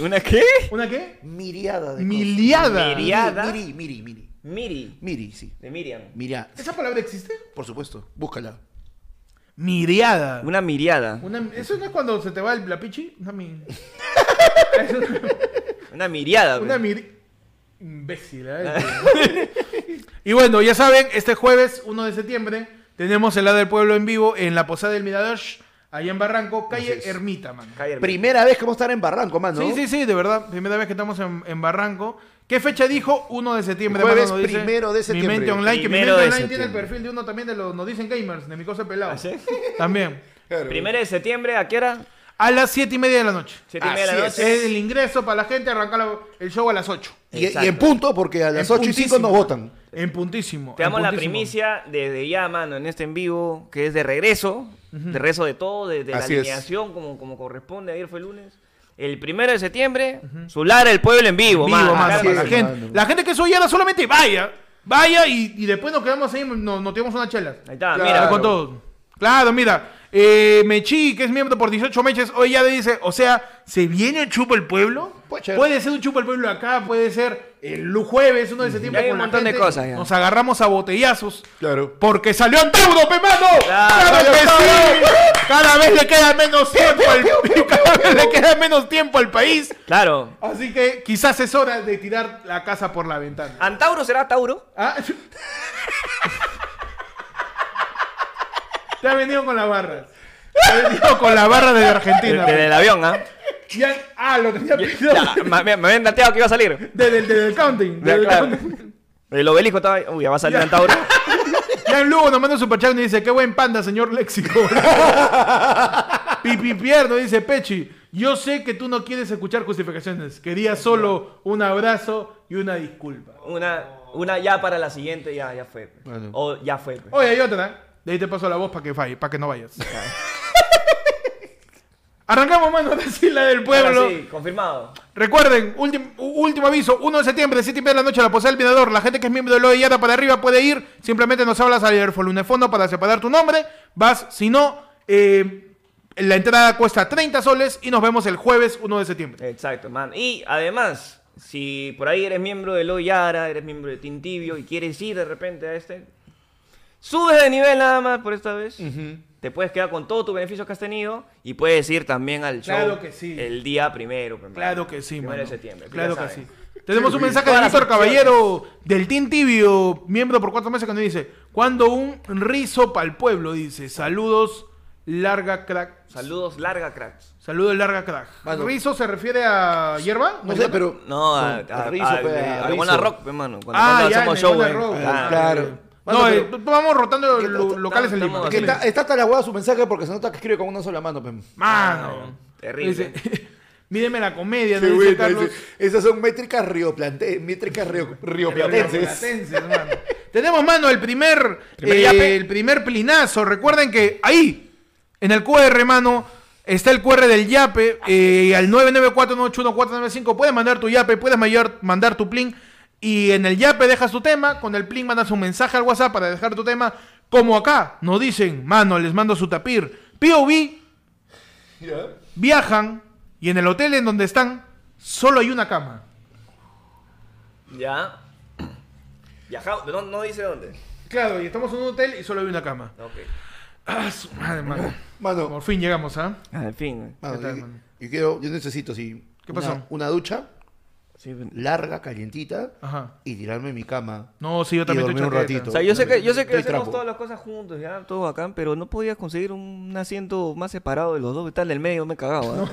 C: ¿Una qué?
A: ¿Una qué?
B: Miriada de
A: Miliada.
B: cosas.
C: Miri- Miriada.
B: Miri, miri, miri.
C: Miri,
B: Miri, sí.
C: de Miriam.
B: Miriada.
A: ¿Esa palabra existe?
B: Por supuesto, búscala.
A: Miriada.
C: Una miriada.
A: Una- ¿Eso no es cuando se te va el, la pichi? Una, mi- Es una-
C: Una miriada.
A: una
C: pues.
A: miri- Imbécil, ¿eh? y bueno, ya saben, este jueves 1 de septiembre tenemos el lado del pueblo en vivo en la Posada del Mirador, allá en Barranco, calle
B: es.
A: Ermita, man.
C: Cállate.
B: Primera vez que vamos a estar en Barranco, mano.
A: Sí, sí, sí, de verdad. Primera vez que estamos en, en Barranco. ¿Qué fecha dijo? 1 de septiembre.
B: Jueves
A: mano, nos dice
B: primero de septiembre.
A: Mi mente online, que mi mente
C: Primero de
A: online tiene el
C: septiembre.
A: perfil de uno también de los, nos dicen gamers, de mi cosa pelada.
C: ¿Ah, sí?
A: También.
B: Claro.
C: Primero de septiembre, ¿a qué hora?
A: A las 7 y media de la noche.
C: Siete y media de
B: Así
C: la
B: es.
C: noche.
A: Es el ingreso para la gente, arrancar la- el show a las 8.
B: Y, y en
C: Exacto.
B: punto, porque a las 8 y 5 nos votan.
A: En puntísimo.
C: Te
A: en
C: damos la
A: puntísimo.
C: primicia desde ya, mano, en este en vivo, que es de regreso, de regreso de todo, desde la
B: Así es.
C: alineación, como, como corresponde, ayer fue lunes. El primero de septiembre, Solar el Pueblo en vivo,
A: Vivo,
C: mano.
A: mano,
C: Acá
B: así
A: para
B: es,
A: la, gente,
B: mano.
A: la gente que es oyera solamente vaya. Vaya y, y después nos quedamos ahí, nos, nos tiramos unas chelas.
C: Ahí
B: Claro.
C: está,
A: Claro.
C: mira.
A: con todo. Claro, mira. Eh, Mechi, que es miembro por 18 meches, hoy ya le dice, o sea, ¿se viene el chupa el pueblo?
B: Puede ser.
A: Puede ser un chupa el pueblo acá, puede ser el jueves, uno de septiembre.
C: Ya hay
A: con
C: un
A: la
C: montón de
A: gente.
C: cosas ya.
A: Nos agarramos a botellazos.
B: Claro.
A: Porque salió Anteudo, pe mano. Claro que sí. Cada vez le queda menos tiempo al cada vez le queda menos tiempo al país.
C: Claro.
A: Así que quizás es hora de tirar la casa por la ventana.
C: ¿Antauro será Tauro?
A: Ah. Te ha venido con las barras. Te ha venido con la barra de Argentina.
C: Desde el avión, ¿ah?
A: Ya- ah, lo tenía pensado.
C: Ya, ma- Me me habían dateado que iba a salir.
A: Desde el desde el counting.
C: Ya,
A: desde el
C: claro.
A: counting.
C: El obelisco estaba ahí. Uy, ya va a salir Antauro.
A: Jan Lugo nos manda un superchat y dice, qué buen panda, señor léxico. Pipi Pierno dice, Pechi, yo sé que tú no quieres escuchar justificaciones. Quería solo un abrazo y una disculpa.
C: Una, una ya para la siguiente, ya, ya fue.
B: Bueno.
C: O ya fue. pues.
A: Oye, hay otra. ¿eh? De ahí te paso la voz para que falle, para que no vayas. Arrancamos, mano, ahora sí, la del pueblo.
C: Ahora sí, confirmado.
A: Recuerden, ultim- u- último aviso, 1 de septiembre, 7 y media de la noche, a la posada del Mirador. La gente que es miembro de Loe Yata para arriba puede ir. Simplemente nos hablas al Erfolunefondo para separar tu nombre. Vas, si no, eh, la entrada cuesta 30 soles y nos vemos el jueves 1 de septiembre.
C: Exacto, man. Y además, si por ahí eres miembro de Lo Yara, eres miembro de Tintibio y quieres ir de repente a este, subes de nivel nada más por esta vez. Te puedes quedar con todos tus beneficios que has tenido y puedes ir también al show
A: Claro que sí.
C: el día primero. pues, man.
A: Claro que sí,
C: Primero
A: mano.
C: de septiembre. tú
A: Claro que
C: ya
A: sí.
C: sabes.
A: Tenemos un mensaje de
C: Todas las
A: Víctor Caballero del Team Tibio, miembro por cuatro meses, que nos dice: Cuando un rizo para el pueblo, dice: Saludos, larga crack.
C: Saludos, larga cracks.
A: Saludos, larga crack.
B: Mano.
A: ¿Rizo se refiere a hierba?
B: No sé, pero.
C: No, a,
B: el
C: a,
B: rizo,
C: a-
B: pe,
C: de-
B: a
C: a
B: rizo.
C: Buena Rock, hermano. Cuando,
A: pues, Ah,
C: cuando
A: ya,
C: hacemos
A: en
C: show,
A: Buena
C: güey.
A: Rock,
C: Ah,
B: claro.
A: No,
B: Mano,
A: eh,
B: pero-
A: vamos rotando
B: que-
A: lo-
B: que-
A: locales en
C: estamos
A: Lima.
B: Que
C: así.
B: está, está hasta la hueá su mensaje porque se nota que escribe con una sola mano, pe.
A: Mano.
C: Terrible.
A: Dice, Mídeme la comedia,
B: Qué
A: nos dice
B: bueno,
A: Carlos.
B: ese- esas son métricas rioplante, métricas rio- rioplatenses.
A: Platenses, mano. Tenemos, mano, el primer,
C: Primer
A: eh,
C: yape.
A: el primer plinazo. Recuerden que ahí, en el QR, mano, está el QR del yape.
C: Ah,
A: eh, al 994981495 puedes mandar tu yape, puedes mayor- mandar tu plin. Y en el yape dejas tu tema, con el plin mandas un mensaje al WhatsApp para dejar tu tema. Como acá, nos dicen, mano, les mando su tapir. POV,
B: Ya.
A: viajan y en el hotel en donde están solo hay una cama.
C: Ya. Viajamos. No, no dice dónde.
A: Claro, y estamos en un hotel y solo hay una cama.
C: Ok.
A: Ah, su madre, mano.
B: Mano,
A: Por fin llegamos, ¿ah?
C: En fin.
B: mano,
A: ¿Qué tal,
B: yo,
A: mano?
B: yo quiero, yo necesito, sí.
A: ¿Qué
B: una-
A: pasó?
B: Una, ducha
C: Sí,
B: larga, calientita,
A: Ajá.
B: y tirarme en mi cama.
A: No, sí, yo
B: Y
A: también
B: dormí un
A: chaqueta.
B: ratito.
C: O sea, yo sé que, yo sé que
B: Estoy
C: hacemos
B: trapo.
C: todas las cosas juntos, ya, todo bacán, pero no podías conseguir un asiento más separado de los dos, que está en el medio, me cagaba. ¿no?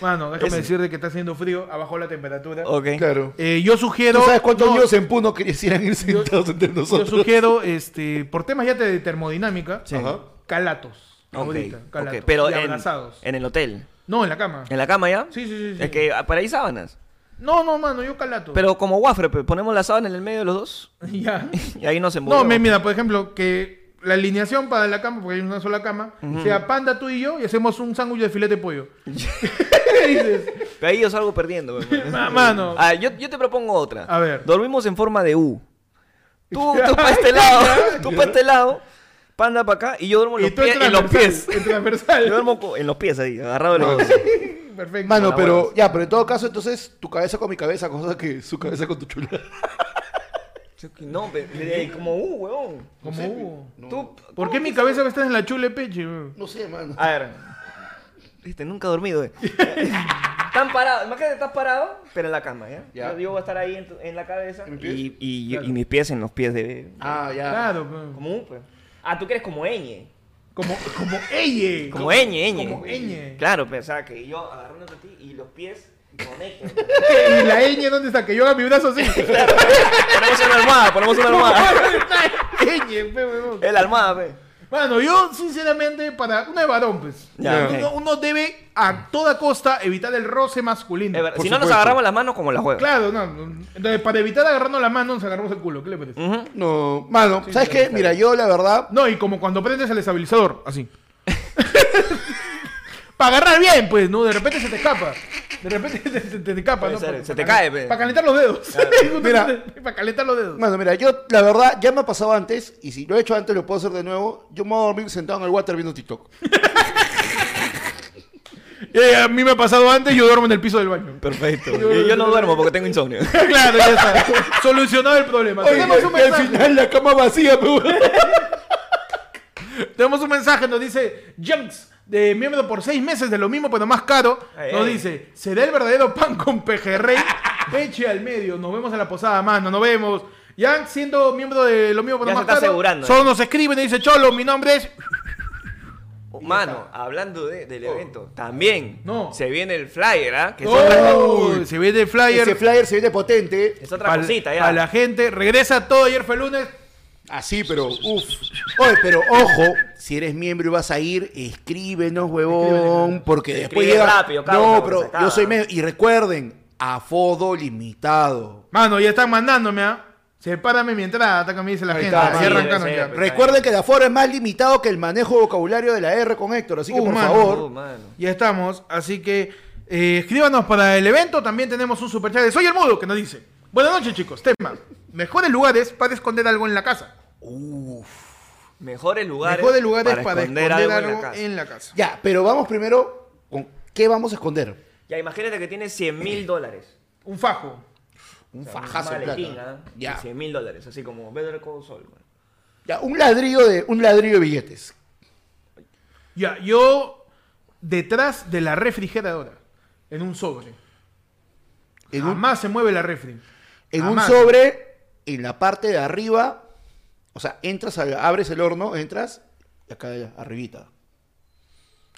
A: Mano, déjame
C: Ese.
A: decirte que está haciendo frío, abajo la temperatura.
C: Ok.
B: Claro.
A: Eh, yo
B: ¿Tú
A: sugiero...
B: sabes cuántos
A: no,
B: niños en Puno quisieran ir sentados entre
A: Yo
B: nosotros?
A: sugiero, este, por temas ya de termodinámica,
C: Sí.
B: Ajá.
A: calatos.
C: Ok,
A: Ahorita,
C: ok,
A: calatos.
C: Pero
A: y
C: en,
A: abrazados.
C: en el hotel,
A: No, en la cama.
C: en la cama ya.
A: Sí, sí, sí, sí.
C: Es que ah, para ahí sábanas.
A: No, no, mano, yo calato.
C: Pero como waffle, pe, ponemos la sábana en el medio de los dos
A: ya.
C: y ahí nos
A: No,
C: envolvemos.
A: me- mira, por ejemplo, que la alineación para la cama, porque hay una sola cama, sea panda tú y yo y hacemos un sándwich de filete de pollo. ¿Qué dices?
C: Pero ahí yo salgo perdiendo. pe, mano.
A: Ma- Mano.
C: Ah, yo, yo te propongo otra.
A: A ver.
C: Dormimos en forma de U. Tú, tú para este lado, tú para este lado, panda para acá y yo duermo en los,
A: tú en
C: pie- en los pies.
A: transversal, en transversal.
C: Yo duermo co- en los pies ahí, agarrado de los dos.
A: Perfecto.
B: Mano,
C: Con
B: pero
C: abuelos.
B: ya, pero en todo caso, entonces tu cabeza con mi cabeza, cosa que su cabeza con tu chula.
C: No, pe- de- como uh, weón.
A: Como
B: sé,
A: Hugo.
B: No,
C: Tú,
A: ¿Por qué mi cabeza va a estar en la chule peche? weón?
B: no sé, mano.
C: A ver. Viste, nunca he dormido, eh. Están parados, imagínate, estás parado, pero en la cama, ¿ya?
B: Ya.
C: Yo, yo voy a estar ahí en, tu- en la cabeza.
B: ¿En mis pies?
C: Y, y, yo- y mis pies en los pies de.
B: Ah, ya.
A: Claro, weón.
C: Como un, pues. Ah, tú que eres como Eñe.
A: como como ella.
C: Como Eñe, Eñe.
A: como Eñe.
C: Claro, pero o sea, que yo agarrándote a ti y los pies conectan.
A: ¿Y la ñ dónde está? Que yo haga mi brazo así.
C: ponemos una almohada, ponemos una almohada.
A: Ñ, pe, weón.
C: Es la almohada, pues. pe.
A: Bueno, yo sinceramente, para uno de varón, pues,
C: Ya,
A: uno,
C: ok.
A: uno debe a toda costa evitar el roce masculino.
C: Es verdad, Si
A: Por
C: no nos
A: supuesto.
C: agarramos las manos como la juega.
A: Claro, no. no. Entonces, para evitar agarrarnos las manos, nos agarramos el culo. ¿Qué le parece?
C: Ujú.
B: No, mano, ¿sabes qué? Mira, yo la verdad.
A: No, y como cuando prendes el estabilizador, así. para agarrar bien, pues, ¿no? De repente se te escapa. De repente se te, se te escapa,
C: Puede
A: ¿no?
C: ser,
A: Pa-
C: se
A: pa-
C: te cae, pues. pe.
A: Para calentar los dedos.
B: Mira.
A: para calentar los dedos.
B: Mano, mira, yo la verdad ya me ha pasado antes y si lo he hecho antes lo puedo hacer de nuevo. Yo me voy a dormir sentado en el water viendo TikTok.
A: Eh, a mí me ha pasado antes, yo duermo en el piso del baño.
C: Perfecto. Yo, yo no duermo porque tengo insomnio.
A: claro, ya está. Solucionado el problema. Tenemos un
B: y al
A: mensaje.
B: final la cama vacía, pero
A: Tenemos un mensaje, nos dice Junks, de miembro por seis meses, de lo mismo pero más caro.
C: Ay,
A: Nos
C: ay.
A: dice, ¿será el verdadero pan con pejerrey? Peche al medio, nos vemos en la posada, mano, nos vemos. Junks, siendo miembro de lo mismo pero
C: Ya se
A: más
C: está
A: caro,
C: asegurando,
A: solo
C: eh.
A: nos escribe y nos dice, Cholo, mi nombre es...
C: Mano, hablando de- del evento, también
A: Oh. No.
C: se viene el flyer, ¿ah? Que son-
A: Oh, se viene el flyer.
B: Ese flyer se viene potente.
C: es otra
A: Pa'l-
C: cosita
A: pa'
C: ya.
A: la gente, regresa todo, ayer fue lunes.
B: Así, pero uff. Oye, pero ojo, si eres miembro y vas a ir, escríbenos, huevón. Porque después
C: Escribe
B: llega.
C: rápido, causa,
B: no,
C: porque se
B: pero
C: acaba.
B: yo soy medio. Y recuerden, afodo limitado.
A: Mano, ya están mandándome, ¿ah? Sepárame mi entrada, ataca me dice la gente.
B: está,
A: Así
B: sí,
A: arrancaron
C: debe
A: ya.
C: ser.
B: Recuerden que el aforo es más limitado que el manejo de vocabulario de la R con Héctor. Así que,
A: Uh,
B: por
A: mano.
B: favor.
C: Oh, mano.
A: Ya estamos, así que eh, escríbanos para el evento. También tenemos un superchat de Soy el Mudo que nos dice: Buenas noches, chicos. Tema: Mejores lugares para esconder algo en la casa.
C: Mejores lugares,
A: Mejores lugares para, esconder, algo, en, la
C: casa.
A: casa.
B: Ya, pero vamos primero con qué vamos a esconder.
C: Ya, imagínate que tienes 100 mil dólares.
A: Un fajo.
B: Un
C: O sea,
B: fajazo
C: un
B: de plata.
C: maletín, ¿ah?
B: Ya.
C: 100 mil dólares, así como Better Call Saul. man.
B: Ya, un ladrillo de un ladrillo de billetes.
A: Ya, yo detrás de la refrigeradora, en un sobre.
B: En un,
A: Jamás se mueve la refri.
B: en un
A: jamás.
B: sobre, en la parte de arriba, o sea, entras, al- abres el horno, entras, y acá arribita.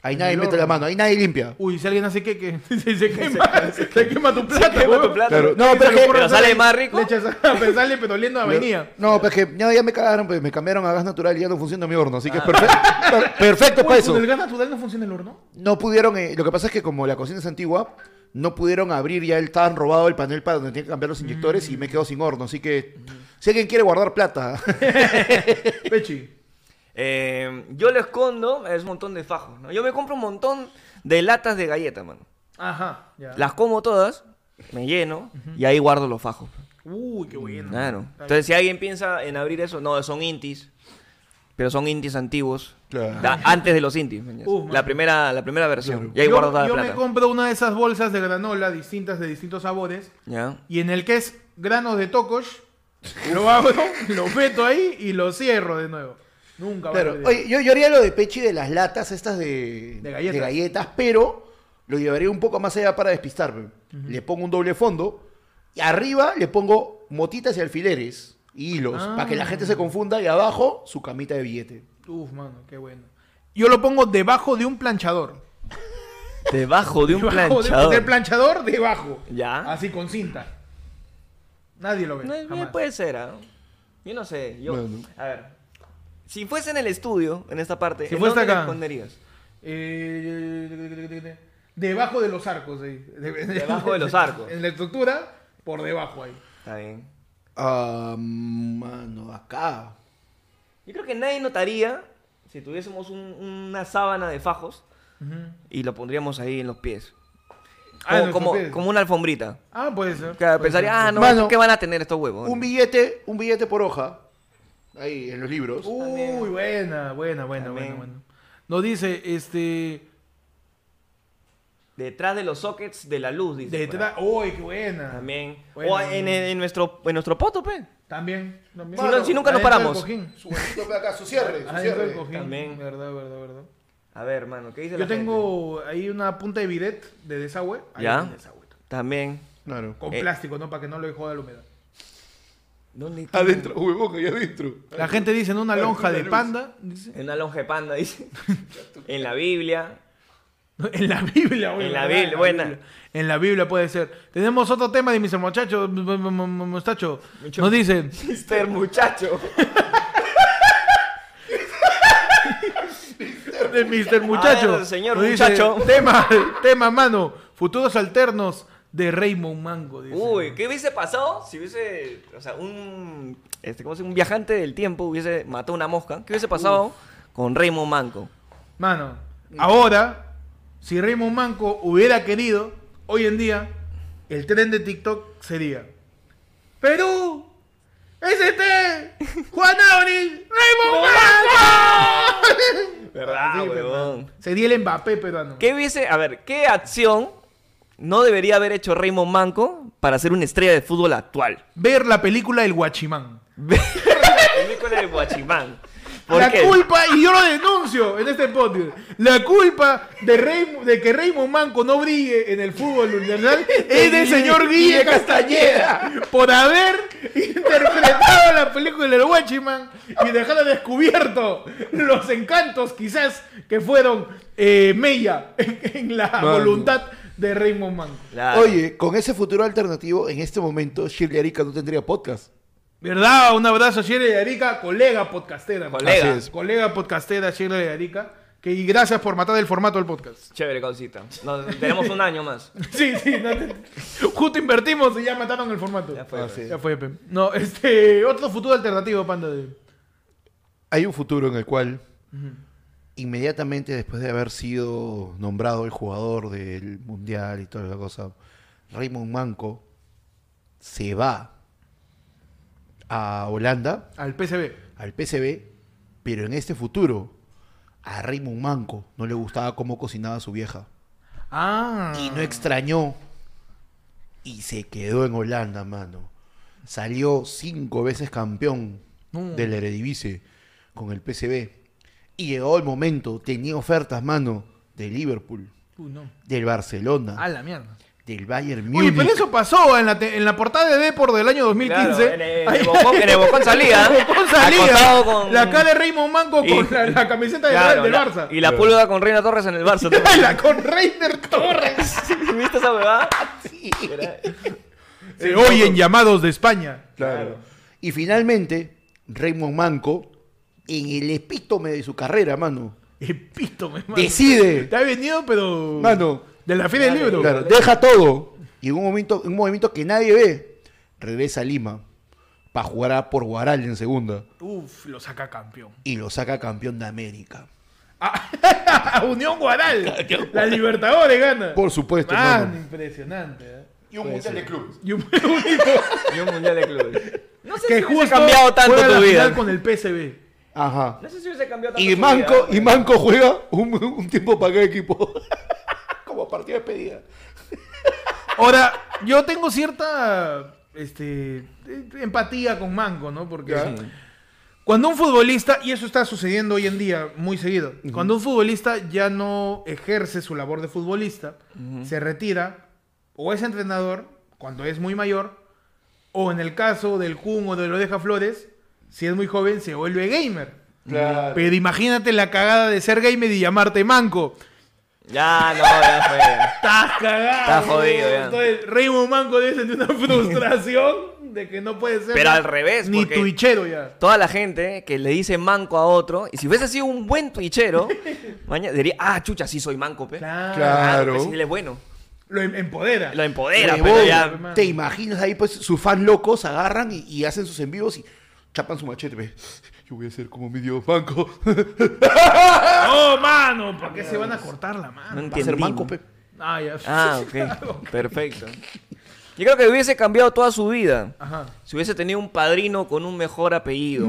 B: Ahí
A: En
B: nadie
A: el
B: mete
A: horno.
B: la mano, ahí nadie limpia.
A: Uy, si alguien hace que, que se, se quema, se, quema tu plata.
C: quema tu
A: huevón.
C: plata.
B: Claro.
A: Se
B: No,
A: le
B: pero es que-
A: ocurre
C: Pero sale
A: hacerle-
C: más rico.
A: Le echas a pero sale, pero oliendo a avenida.
B: No, pues que ya, ya me cagaron, pues me cambiaron a gas natural y ya no funciona mi horno, así que es
A: Ah.
B: perfe- per- perfecto para eso.
A: ¿Con el gas natural no funciona el horno?
B: No pudieron, eh, lo que pasa es que como la cocina es antigua, no pudieron abrir, ya estaban robado el panel para donde tienen que cambiar los inyectores y me quedo sin horno, así que si alguien quiere guardar plata,
A: Pechi.
C: Eh, yo lo escondo, es un montón de fajos. ¿no? Yo me compro un montón de latas de galletas, mano.
A: Ajá, ya.
C: Las como todas, me lleno y ahí guardo los fajos.
A: Uy, qué bueno.
C: Claro. Entonces, si alguien piensa en abrir eso, no, son intis. Pero son intis antiguos.
B: Claro.
C: Da- antes de los intis. mañas.
A: Uh, man.
C: la, primera, la primera versión. Y ahí
A: yo
C: guardo toda la
A: yo
C: plata.
A: me compro una de esas bolsas de granola distintas de distintos sabores
C: ¿Ya?
A: y en el que es granos de tocos, lo abro, lo meto ahí y lo cierro de nuevo. Nunca va a
B: Claro,
A: perder.
B: oye, yo, yo haría lo de Pechi de las latas estas de,
A: De galletas.
B: pero lo llevaría un poco más allá para despistarme. Le pongo un doble fondo y arriba le pongo motitas y alfileres y hilos
A: Ah.
B: para que la gente se confunda y abajo su camita de billete.
A: Uf, mano, qué bueno. Yo lo pongo debajo de un planchador.
C: Debajo de un
A: Debajo de-
C: planchador.
A: del planchador, debajo.
C: Ya.
A: Así con cinta. Nadie lo ve.
C: No, eh,
A: Pues, jamás.
C: puede ser, ¿ah? Yo no sé. Yo,
B: Bueno.
C: A ver. Si fuese en el estudio, en esta parte,
A: Si
C: ¿en
A: fuese
C: dónde
A: acá.
C: lo esconderías?
A: Eh, debajo de los arcos. ahí. De-
C: Debajo de los arcos.
A: En la estructura, por debajo ahí.
C: Está bien.
B: Ah, mano, acá.
C: Yo creo que nadie notaría si tuviésemos un- una sábana de fajos y lo pondríamos ahí en los pies.
A: Ah, en
C: Como,
A: los
C: como,
A: pies.
C: como una alfombrita.
A: Ah, puede ser.
C: Claro,
A: puede
C: pensaría,
A: ser.
C: ah, no,
B: Mano,
C: ¿esto ¿qué van a tener estos huevos?
B: Un billete, un billete por hoja. Ahí, en los libros.
A: Uy, buena, buena, buena, buena,
C: También.
A: buena. Nos dice, este.
C: Detrás de los sockets de la luz, dice.
A: Detrás. Uy, qué buena.
C: También.
A: Bueno.
C: O en, en- en nuestro, en nuestro poto, pe.
A: También. también.
C: Si no- si nunca nos
A: Adentro del
C: paramos.
A: cojín.
B: Su bolsito acá, su cierre, su
A: Adentro del
B: cierre.
A: cojín.
C: También.
A: Verdad, verdad, verdad.
C: A ver, mano, ¿qué dice la
A: Yo tengo ahí una punta de bidet de desagüe. Ahí
C: ¿Ya?
A: tiene desagüe.
C: gente? También.
B: Claro.
A: Con
C: Eh.
A: plástico, ¿no? Para que no lo joda la humedad.
C: ¿Dónde tiene?
B: Adentro, huevón, ahí adentro.
A: La gente dice en una
B: Ahí
A: lonja
B: tiene
A: de
B: luz.
A: panda. dice.
C: En una lonja de panda, dice. en la Biblia.
A: En la Biblia, güey.
C: En la
A: ¿verdad?
C: Biblia, buena.
A: En la Biblia puede ser. Tenemos otro tema de mis muchachos. m- m- m- Muchacho.
C: Mucho.
A: Nos dicen.
C: Mister muchacho.
A: De Mr. Muchacho.
C: A ver, señor
A: nos dice,
C: muchacho.
A: Tema, tema, mano. Futuros alternos de Raymond Mango. dice.
C: Uy, ¿qué hubiese pasado si hubiese, o sea, un, este, ¿cómo se dice? un viajante del tiempo hubiese matado una mosca? ¿Qué hubiese pasado con Raymond Manco?
A: Mano, ahora, si Raymond Manco hubiera querido, hoy en día, el tren de TikTok sería Perú, ST, Juan Auril, Raymond Manco.
C: ¿Verdad,
A: Sí,
C: Ah, huevón?
A: Sería el Mbappé peruano.
C: ¿Qué hubiese, a ver, qué acción no debería haber hecho Raymond Manco para ser una estrella de fútbol actual?
A: Ver la película El Guachimán.
C: Ver la película del Guachimán. ¿Por
A: La
C: qué?
A: culpa, y yo lo denuncio en este podcast, la culpa de, Raymond- de que Raymond Manco no brille en el fútbol universal es del señor Guille Castañeda por haber interpretado la película del Watchman y dejar al descubierto los encantos quizás que fueron eh, Mella en, en la
B: Mano.
A: voluntad de Raymond Manco.
C: Claro.
B: Oye, con ese futuro alternativo, en este momento, Shirley Arica no tendría podcast.
A: ¿Verdad? Un abrazo a Shirley de Arica, colega podcastera.
C: Colega.
B: Así es.
A: Colega podcastera Shirley de Arica. Que, y gracias por matar el formato del podcast.
C: Chévere, causita. No, tenemos un año más.
A: Sí, sí, no te- justo invertimos y ya mataron el formato.
C: Ya fue.
B: Ah, sí.
A: Ya fue, Pem. No, este, otro futuro alternativo, panda. De...
B: Hay un futuro en el cual, inmediatamente después de haber sido nombrado el jugador del Mundial y toda la cosa, Raymond Manco se va a Holanda,
A: Al PCB.
B: al PCB, pero en este futuro, a Raymond Manco no le gustaba cómo cocinaba su vieja.
A: Ah.
B: Y no extrañó. Y se quedó en Holanda, mano. Salió cinco veces campeón
A: No.
B: del Eredivisie con el PCB. Y llegó el momento, tenía ofertas, mano, de Liverpool,
A: Uy, no.
B: del Barcelona,
A: A la mierda.
B: del Bayern
A: Uy,
B: Múnich.
A: pero eso pasó en la, te- en la portada de Depor del año 2015.
C: Claro, en el- en el
A: Ahí-
C: Bocón- en el Bocón salía. ¿eh?
A: En el Bocón salía.
C: Acostado con-
A: La cara de Raymond Manco
C: Y-
A: con la, la camiseta de
C: Claro,
A: del
C: la-
A: Barça.
C: Y la pulga con Reina Torres en el Barça. ¿tú?
A: la con Reiner Torres.
C: ¿Viste esa huevada?
B: Sí.
C: Era-
A: Se oyen llamados de España.
B: Claro. Y finalmente, Raymond Manco, en el epítome de su carrera, mano,
A: Epítome, mano.
B: decide,
A: Te ha venido, pero.
B: mano,
A: De la fe del libro.
B: Claro, deja todo. Y en un momento, en un movimiento que nadie ve, regresa a Lima para jugar a por Guaral en segunda.
A: Uf, lo saca campeón.
B: Y lo saca campeón de América.
A: Ah, Unión Guaral. La Libertadores gana.
B: Por supuesto,
A: Man,
B: mano.
A: impresionante. ¿eh?
B: Y un mundial de clubes.
A: Y un único
C: Y un mundial de clubes. No sé
A: que
C: si hubiese
A: justo
C: cambiado tanto
A: juega
C: tu
A: la
C: vida.
A: final con el PSV.
B: Ajá.
C: No sé si hubiese cambiado tanto
B: Y
C: tu
B: Manco,
C: vida.
B: y Manco juega un, un tiempo para cada equipo. Como partido de despedida.
A: Ahora, yo tengo cierta este, eh, empatía con Manco, ¿no? Porque cuando un futbolista, y eso está sucediendo hoy en día muy seguido, cuando un futbolista ya no ejerce su labor de futbolista, se retira, o es entrenador, cuando es muy mayor, o en el caso del Kun o de lo deja Flores, si es muy joven, se vuelve gamer.
B: Claro.
A: Pero imagínate la cagada de ser gamer y llamarte Manco.
C: ¿eh? Ya, no, ya fue.
A: Estás cagado.
C: Estás jodido, ya.
A: Entonces, Raymond Manco debe sentir una frustración de que no puede ser.
C: Pero al revés,
A: Ni
C: porque-
A: tuichero ya.
C: Toda la gente que le dice manco a otro, y si hubiese sido un buen tuichero, mañana diría, ah, chucha, sí soy manco, pe.
A: Claro.
B: Claro.
C: pues, sí, él es bueno.
A: Lo em- empodera.
C: Lo empodera,
B: Huevón,
C: pero ya.
A: mano.
B: Te imaginas ahí, pues, sus fans locos agarran y, y hacen sus envíos y chapan su machete. ve. Yo voy a ser como mi dios Manco.
A: ¡Oh, mano! ¿Por qué se van a cortar la
C: No
A: mano?
B: Va a ser
C: entendí.
B: Manco,
C: ¿no?
B: pe.
A: Ah, ya.
C: Ah, ok. Perfecto. Yo creo que hubiese cambiado toda su vida.
A: Ajá.
C: Si hubiese tenido un padrino con un mejor apellido.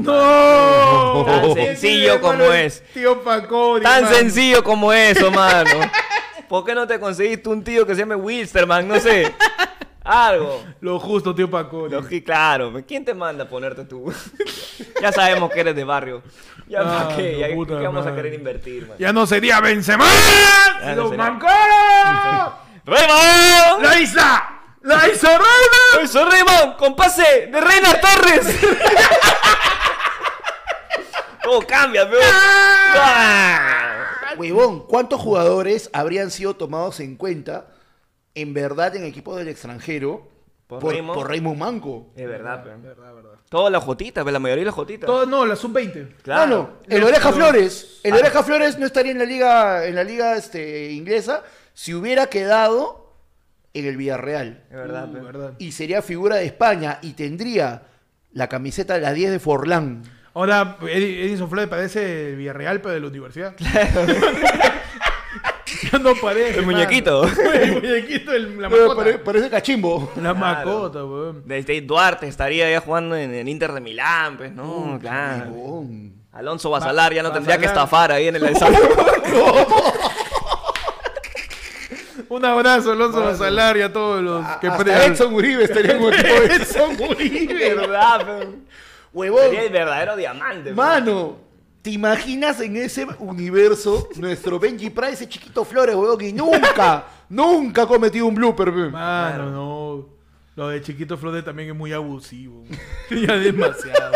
A: ¡No!
C: mano. Tan
A: Ese
C: sencillo
A: hermano
C: como es.
A: Tío Pacori.
C: Tan
A: mano.
C: sencillo como eso, mano. ¿Por qué no te conseguiste un tío que se llame Wilsterman? No sé. Algo.
A: Lo justo, tío Paco.
C: Lo que- claro, ¿quién te manda a ponerte tú? ya sabemos que eres de barrio. Ya
A: Ah,
C: pa' qué,
A: tu
C: ya ¿qué
A: puta
C: vamos a
A: madre.
C: querer invertir, man.
A: Ya no sería Benzema.
C: Ya no
A: ¡Los
C: será.
A: Mancó!
C: ¡Raymond!
A: ¡La isla! ¡La isla Reina!
C: ¡Soy Raymond! ¡Con pase de Reina Torres! Todo cambia, veo.
A: Ah.
B: Huevón, ¿cuántos jugadores habrían sido tomados en cuenta en verdad en equipos del extranjero
C: Por
B: por,
C: Raymond.
B: por Raymond Manco?
C: Es verdad, pe. Todas las jotitas, pe, la mayoría de las jotitas.
A: Todo- no, la sub-20.
C: Claro.
B: Mano, el
A: Los-
B: Oreja
A: los-
B: Flores, el Oreja Flores no estaría en la liga en la liga este, inglesa si hubiera quedado en el Villarreal
C: Es verdad,
A: Uh,
C: pe.
A: verdad.
B: y sería figura de España y tendría la camiseta de la 10 de Forlán.
A: Ahora, Edi- Edison Flores parece el Villarreal, pero de la universidad. Ya no parece.
C: El
A: mano.
C: muñequito.
A: El muñequito, el- la mascota.
B: Eh, Pare- parece cachimbo.
A: La
C: Claro.
A: mascota, weón.
C: Desde este, Duarte estaría ya jugando en el Inter de Milán, pues, ¿no?
A: Ah,
C: claro.
B: Huevón.
C: Alonso Basalar ya no tendría que
A: Basalar.
C: estafar ahí en el Alzado.
A: Un abrazo, Alonso Basalar y a todos los que
B: Hasta
A: pre-
B: Edson Uribe estaría en un equipo de-
A: Edson Uribe.
C: verdad, pe.
B: Huevón.
C: Sería el verdadero diamante, pe.
B: Mano, ¿te imaginas en ese universo nuestro Benji Price, ese chiquito Flores, huevón, que nunca, nunca ha cometido un blooper, pe?
A: Mano, no. Lo de Chiquito Flores también es muy abusivo. weón. ya demasiado.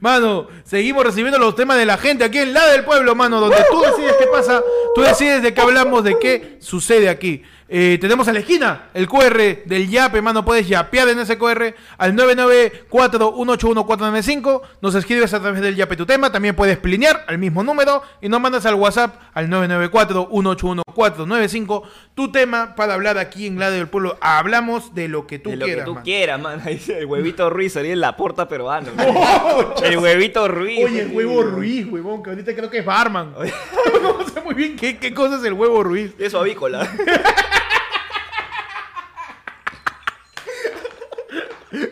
A: Mano, seguimos recibiendo los temas de la gente aquí en La del Pueblo, mano, donde tú decides qué pasa, tú decides de qué hablamos, de qué sucede aquí. Eh, tenemos a la esquina el QR del Yape, mano, puedes yapear en ese QR al 994181495, nos escribes a través del Yape tu tema, también puedes plinear al mismo número y nos mandas al WhatsApp al 994181495 tu tema para hablar aquí en La del Pueblo. Hablamos de lo que tú
C: de lo
A: quieras,
C: que tú
A: mano.
C: quieras, man. Ahí dice, el huevito Ruiz sería el Laporta peruano. man. el huevito Ruiz.
A: Oye, el huevo Ruiz, huevón, que ahorita creo que es barman. no sé muy bien qué, qué cosa es el huevo Ruiz.
C: Es su avícola.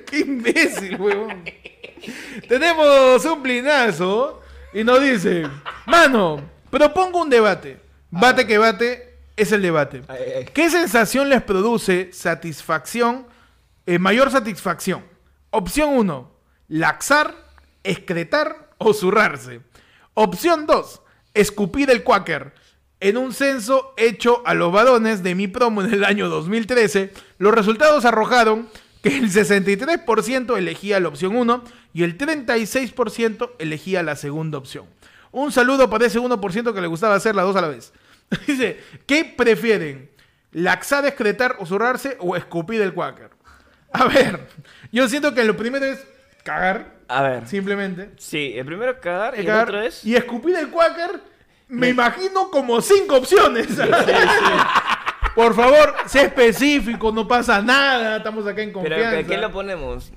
A: Qué imbécil, huevón. Tenemos un plinazo y nos dice, mano, propongo un debate. Bate que bate es el debate.
C: Ay, ay, ay.
A: ¿Qué sensación les produce satisfacción, eh, mayor satisfacción? Opción 1, laxar, excretar o zurrarse. Opción 2, escupir el cuáquer. En un censo hecho a los varones de mi promo en el año 2013, los resultados arrojaron que el 63% elegía la opción 1 y el 36% elegía la segunda opción. Un saludo para ese 1% que le gustaba hacer las dos a la vez. Dice, ¿qué prefieren? ¿Laxar, excretar o zurrarse o escupir el cuáquer? A ver, yo siento que lo primero es cagar,
C: A ver. Sí,
A: simplemente.
C: el primero es cagar y
A: Cagar.
C: el otro es...
A: Y escupir el cuáquer, me imagino como cinco opciones. Por favor, sé específico, no pasa nada, estamos acá en
C: Pero
A: confianza.
C: ¿a quién lo ponemos?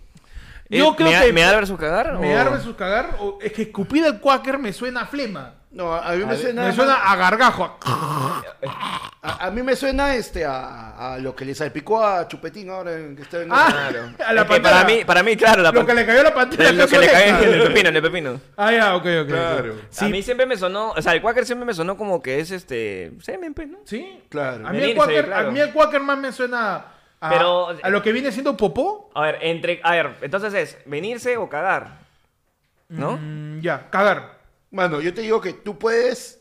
A: Yo
C: Eh,
A: creo
C: ¿mea-
A: que-
C: ¿Mear versus cagar? o-
A: ¿Mear versus cagar? O, es que escupir el cuáquer me suena a flema.
B: No, a a mí me
C: ver,
B: suena.
A: Me suena a gargajo. a-
B: A, a mí me suena este a, a lo que le salpicó a Chupetín ahora en que está en
A: Ah,
B: Claro.
A: a la
C: Es que para
A: pantera.
C: mí, para mí, claro, la
A: Lo que
C: pan-
A: le cayó Ah. a la pantalla.
C: lo que le cae en el pepino, en el pepino.
A: Ah, ya, ok, ok.
B: Claro.
A: Sí,
C: A mí siempre me sonó, o sea, el Quaker siempre me sonó como que es este, semen, pues, ¿no?
A: sí.
B: Claro.
A: A mí, el
C: Venirse,
A: quaker,
C: claro.
A: a mí el quaker más me suena a,
C: Pero-
A: a lo que viene siendo popó.
C: A ver, entre, a ver, entonces es venirse o cagar, ¿no?
A: Mm, ya, cagar.
B: Mano, yo te digo que tú puedes.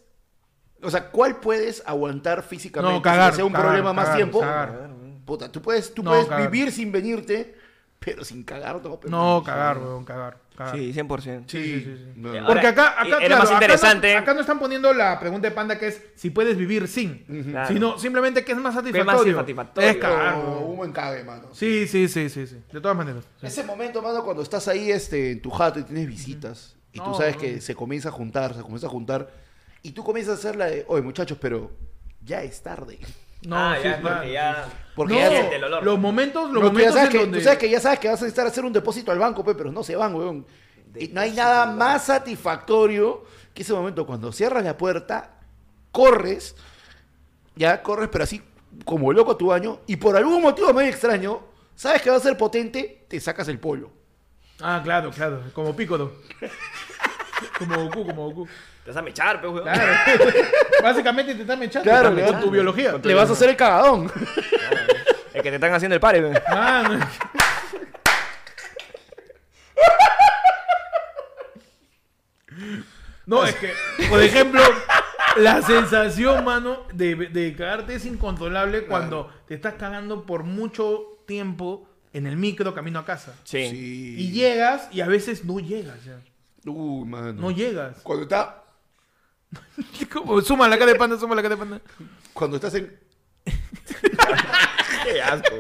B: O sea, ¿cuál puedes aguantar físicamente?
A: No, cagar,
B: Sin que sea un
A: cagar,
B: problema más
A: cagar,
B: tiempo.
A: cagar.
B: Puta, tú puedes, tú
A: No,
B: puedes
A: cagar.
B: vivir sin venirte, pero sin cagar, no. pe,
A: No, cagar, weón, cagar. cagar.
C: Sí,
A: Sí,
C: 100%.
A: sí, sí, sí.
B: No.
C: Ahora,
A: Porque acá,
C: y-
A: acá,
C: era
A: claro,
C: más
A: acá no-
C: interesante.
A: Acá no, están poniendo la pregunta de panda que es si puedes vivir sin,
C: Claro.
A: sino simplemente que es más
C: es más
A: satisfactorio.
C: satisfactorio.
A: Es cagar.
B: Oh,
A: weón.
B: un buen cague, mano.
A: Sí, sí, sí, sí, sí. De todas maneras. sí.
B: Ese momento, mano, cuando estás ahí este, en tu jato y tienes visitas y tú
A: No,
B: sabes
A: no.
B: que se comienza a juntar, se comienza a juntar y tú comienzas a hacer la de, oye, muchachos, pero ya es tarde.
A: No,
C: ah,
A: sí,
C: ya,
A: claro.
C: porque ya...
B: Porque
A: No,
B: ya
C: siente el olor.
A: los momentos, los
B: No, tú, ya
A: momentos
B: sabes
A: en
B: que,
A: donde...
B: tú sabes que ya sabes que vas a necesitar hacer un depósito al banco, pe, pero no se van, weón. Y no hay nada más satisfactorio que ese momento cuando cierras la puerta, corres, ya corres, pero así como loco a tu baño, y por algún motivo medio extraño, sabes que va a ser potente, te sacas el polo.
A: Ah, claro, claro. Como Piccolo. como Goku, como Goku.
C: Te vas a mechar, pues, weón.
A: Claro. Básicamente intentarme echar
B: Claro,
A: con
B: claro.
A: tu biología.
B: Le vas a hacer el cagadón.
C: Claro. El que te están haciendo el pare, pe.
A: Mano. No, es que, por ejemplo, la sensación, mano, de, de cagarte es incontrolable cuando te estás cagando por mucho tiempo en el micro camino a casa.
C: Sí.
A: Y llegas y a veces no llegas ya.
B: Uy, mano.
A: No llegas.
B: Cuando está.
A: Como, suma la cara de panda, suma la cara de panda.
B: Cuando estás en.
C: Qué asco.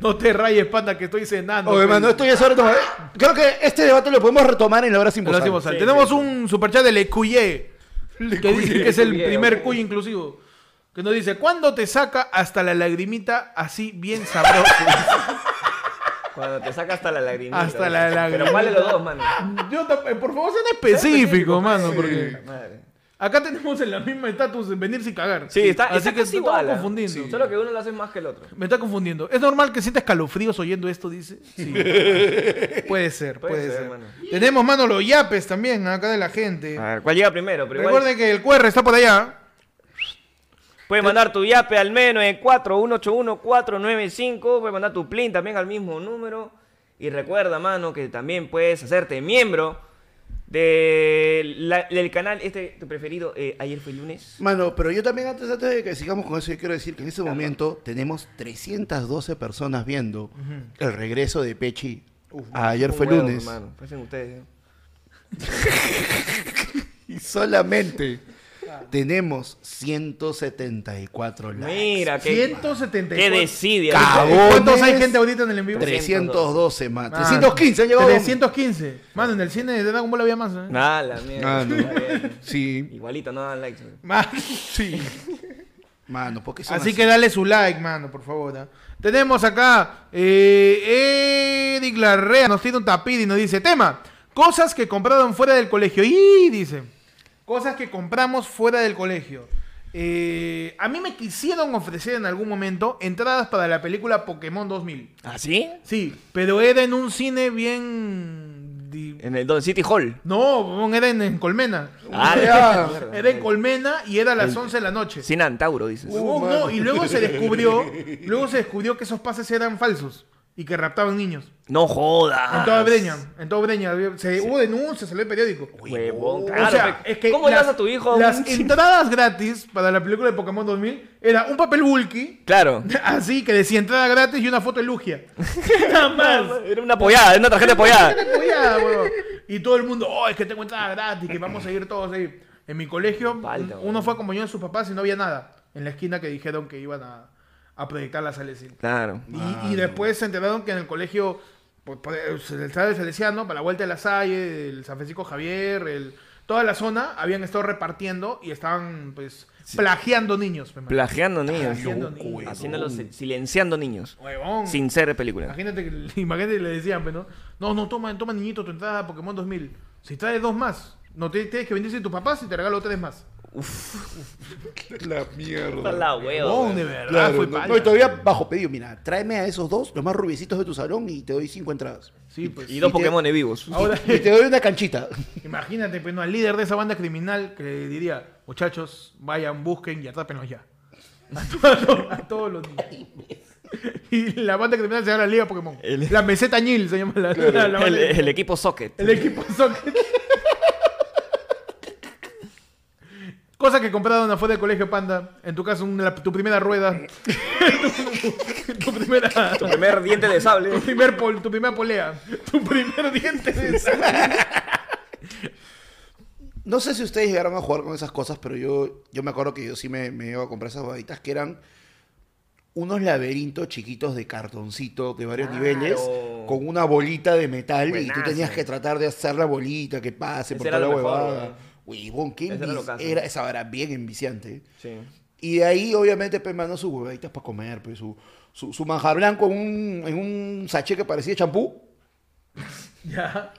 A: No te rayes, panda, que estoy cenando.
B: Oye,
A: pe.
B: mano, esto ya es hora de tomar- Creo que este debate lo podemos retomar en la hora sin
A: Lo
B: posar.
A: hacemos al- Tenemos un superchat de Le Cuyer, que dice que es el
C: Cuyer,
A: primer
C: ok.
A: cuy inclusivo. Que nos dice, ¿cuándo te saca hasta la lagrimita así bien sabroso?
C: Cuando te saca hasta la lagrimita.
A: Hasta
C: pe.
A: la lagrimita.
C: Pero vale los dos, mano.
A: Yo tam- eh, por favor, sean específicos, mano, porque
C: Madre.
A: acá tenemos en la misma estatus de venirse y cagar.
C: Sí, está,
A: Así
C: está
A: que
C: casi
A: te estaba
C: igual, ¿ah?
A: confundiendo.
C: Sí. Solo que uno lo hace más que el otro.
A: Me está confundiendo. ¿Es normal que sientas calofríos oyendo esto, dice? Sí. puede ser, puede,
C: Puede ser,
A: ser.
C: mano.
A: Tenemos, mano, los yapes también acá de la gente.
C: A ver, ¿cuál llega primero? Ah, Pero igual-
A: Recuerden que el QR está por allá.
C: Puedes mandar tu yape al menos en 4181495. Puedes mandar tu plin también al mismo número. Y recuerda, mano, que también puedes hacerte miembro de la- del canal, este tu preferido, eh, ayer fue lunes.
B: Mano, pero yo también antes, antes de que sigamos con eso, yo quiero decir que en este momento tenemos 312 personas viendo el regreso de Pechi. a ayer fue
C: Huevos,
B: lunes.
C: hermano, parecen ustedes. ¿eh?
B: Y solamente tenemos 174 likes.
C: Mira, qué,
A: 174.
C: qué desidia.
B: Cabo.
A: ¿Cuántos hay
B: Bones.
A: gente ahorita en el en vivo?
B: 312 más.
A: Mano,
B: 315 han llegado.
A: 315. Mano, en el cine de Dragon Ball había más. ¿eh?
C: Nada, la mierda.
B: Ah, no.
C: Está bien.
B: Sí.
C: Igualito, no dan likes. güey.
A: Más. Sí.
B: Mano, porque son
A: Así que dale su like, mano, por favor. ¿ah? Tenemos acá eh, Eric Larrea, nos tiene un tapiz y nos dice, tema, cosas que compraron fuera del colegio. Y dice, cosas que compramos fuera del colegio. Eh, a mí me quisieron ofrecer en algún momento entradas para la película Pokémon 2000.
C: ¿Ah, sí?
A: Sí, pero era en un cine bien... di-
C: En el Don City Hall.
A: No, huevón, era en, en Colmena.
C: Ah,
B: ya.
C: la mierda.
A: Era en Colmena y era a las 11 de la noche.
C: Sin Antauro, dices.
A: Huevón,
B: mano.
A: no, y luego se descubrió, luego se descubrió que esos pases eran falsos y que raptaban niños.
C: No jodas.
A: En toda Breña, en toda Breña. había- se- Hubo denuncia, salió el periódico.
C: Huevón,
A: o sea,
C: claro, pe-
A: es que
C: ¿Cómo
A: las-
C: llevas a tu hijo? a un
A: Las
C: cine?
A: entradas gratis para la película de Pokémon 2000 era un papel bulky,
C: Claro.
A: así que decía entrada gratis y una foto de Lugia. Nada más.
C: Era una apoyada, era una tarjeta apoyada.
A: Apoyada, huevón. Y todo el mundo, oh, es que tengo entrada gratis, que vamos a ir todos ahí. En mi colegio,
C: Falta,
A: un- uno
C: huevón.
A: fue acompañado de sus papás y no había nada. En la esquina que dijeron que iban a, a proyectar la salecita.
C: Claro.
A: Y, y después se enteraron que en el colegio, pues, por- se- el Estadio Feliciano, para la vuelta de la Salle, el San Francisco Javier, el- toda la zona, habían estado repartiendo y estaban, pues, plagiando niños. pe, man.
C: Plagiando niños.
A: Plagiando niños.
C: Haciéndolos, silenciando niños.
A: Huevón.
C: Sin ser de película.
A: Imagínate que, imagínate que le decían, pero no, no, no, toma, toma niñito tu entrada a Pokémon 2000. Si traes dos más, no te- tienes que venir sin tus papás y te regalo tres más.
B: La mierda.
C: la
A: Huevón, Oh, de verdad,
B: Claro,
A: fue
B: no,
A: palo.
B: no, y todavía bajo pedido. Mira, tráeme a esos dos, los más rubiecitos de tu salón, y te doy cinco entradas.
A: Sí, pues.
C: Y dos
B: Y te-
C: Pokémon vivos.
A: Ahora,
B: Y te doy una canchita.
A: imagínate, pues, no, al líder de esa banda criminal que le diría, muchachos, vayan, busquen y atrápenlos ya. A, todos- a todos los niños. Y la banda criminal se llama la Liga Pokémon.
C: El-
A: La meseta Ñil se llama la, la- la banda
C: El,
A: criminal.
C: el equipo Socket.
A: El equipo Socket. Cosa que compraron afuera del colegio Panda. En tu caso, un- la- tu primera rueda. tu, tu primera.
C: Tu primer diente de sable.
A: Tu, primer pol- tu primera polea. Tu primer diente de sal.
B: No sé si ustedes llegaron a jugar con esas cosas, pero yo, yo me acuerdo que yo sí me, me iba a comprar esas bobaditas que eran unos laberintos chiquitos de cartoncito de varios
C: Claro.
B: niveles con una bolita de metal y
C: Buenazo.
B: tú tenías que tratar de hacer la bolita que pase
C: Ese
B: por
C: era
B: toda la
C: lo mejor,
B: huevada. Huevón, qué
C: Ese era
B: envi-
C: lo caso.
B: era, esa vara bien enviciante.
C: Sí.
B: Y de ahí, obviamente, pues, mandó sus huevaditas para comer, pues, su, su, su manjar blanco en un, en un sachet que parecía champú.
A: Ya.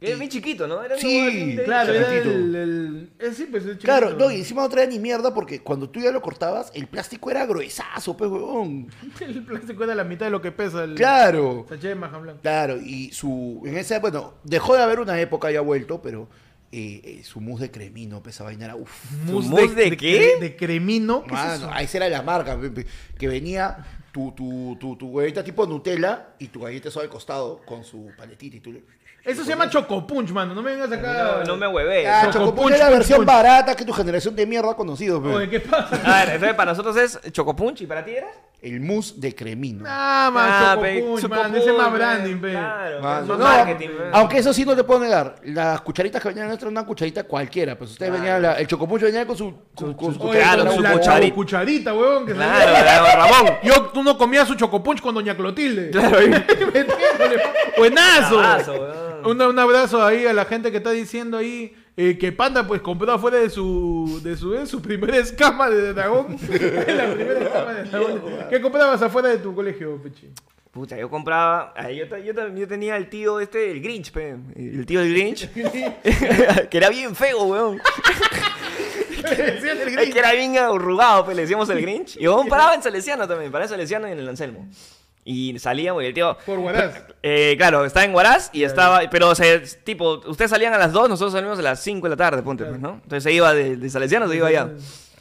C: Es bien chiquito, ¿no? Era
B: Sí,
C: un- de-
A: Claro, era
B: Chiquitito.
A: el. el- eh, sí, pues, el chiquito.
B: Claro, no, y encima no traía ni mierda porque cuando tú ya lo cortabas, el plástico era gruesazo, pues, huevón.
A: El plástico era la mitad de lo que pesa el.
B: Claro.
A: Sachet de maja blanca.
B: Claro, y su. En esa, bueno, dejó de haber una época ya vuelto, pero eh, eh, su mousse de cremino, pues, esa vaina era uff.
C: ¿Su mousse de qué?
A: De, cremino. ¿Qué es
B: Mano,
A: eso?
B: ahí era la marca, pe- pe- que venía tu, tu, tu, tu galleta tipo Nutella y tu galleta eso al costado con su paletita y tú le...
A: Eso se llama chocopunch, mano. No me vengas acá.
C: No, no me huevé.
B: Ah,
A: Choco
B: Chocopunch
A: Eh, Punch,
B: era la
A: Punch,
B: versión
A: Punch.
B: barata que tu generación de mierda ha conocido, pe.
A: Oye, ¿qué pasa?
C: A ver, entonces para nosotros es chocopunch y para ti era.
B: El mousse de cremino.
A: Ah, man,
C: pe,
A: chocopunch,
C: Choco
A: man. Ese es más
C: Punch,
A: branding, pe.
C: Claro,
B: Mano,
C: es más
B: no,
C: marketing. pe.
B: aunque eso sí no te puedo negar. Las cucharitas que venían nuestras eran una cucharita cualquiera. Pues ustedes venían, la- el chocopucho venía con su, con, con su
A: Oye,
C: Claro,
A: con
C: su
A: la
C: cucharita.
A: cucharita, huevón. Que salía.
C: Claro, claro, Ramón.
A: Yo, tú no comías su chocopunch con Doña Clotilde.
C: Claro, ahí.
A: Metiéndole. Buenazo.
C: Bravazo, weón.
A: Un, un abrazo ahí a la gente que está diciendo ahí eh, que Panda pues compró afuera de su de su, de su primera escama de dragón. la primera escama de dragón. ¿Qué comprabas afuera de tu colegio, Pechi?
C: Puta, yo compraba. ah, yo, ta- yo ta- yo tenía el tío este, el Grinch, pe. El tío del Grinch. que era bien feo, weón. Es que era bien arrugado, pues le decíamos el Grinch. Y yo paraba en Salesiano también, paraba en Salesiano y en el Anselmo. Y salíamos y el tío.
A: Por Guaraz.
C: Eh, claro, estaba en Huaraz y estaba. Pero, o sea, es tipo, ustedes salían a las 2, nosotros salíamos a las 5 de la tarde, ponte, pues, ¿no? Entonces se iba de, de Salesiano, se iba allá.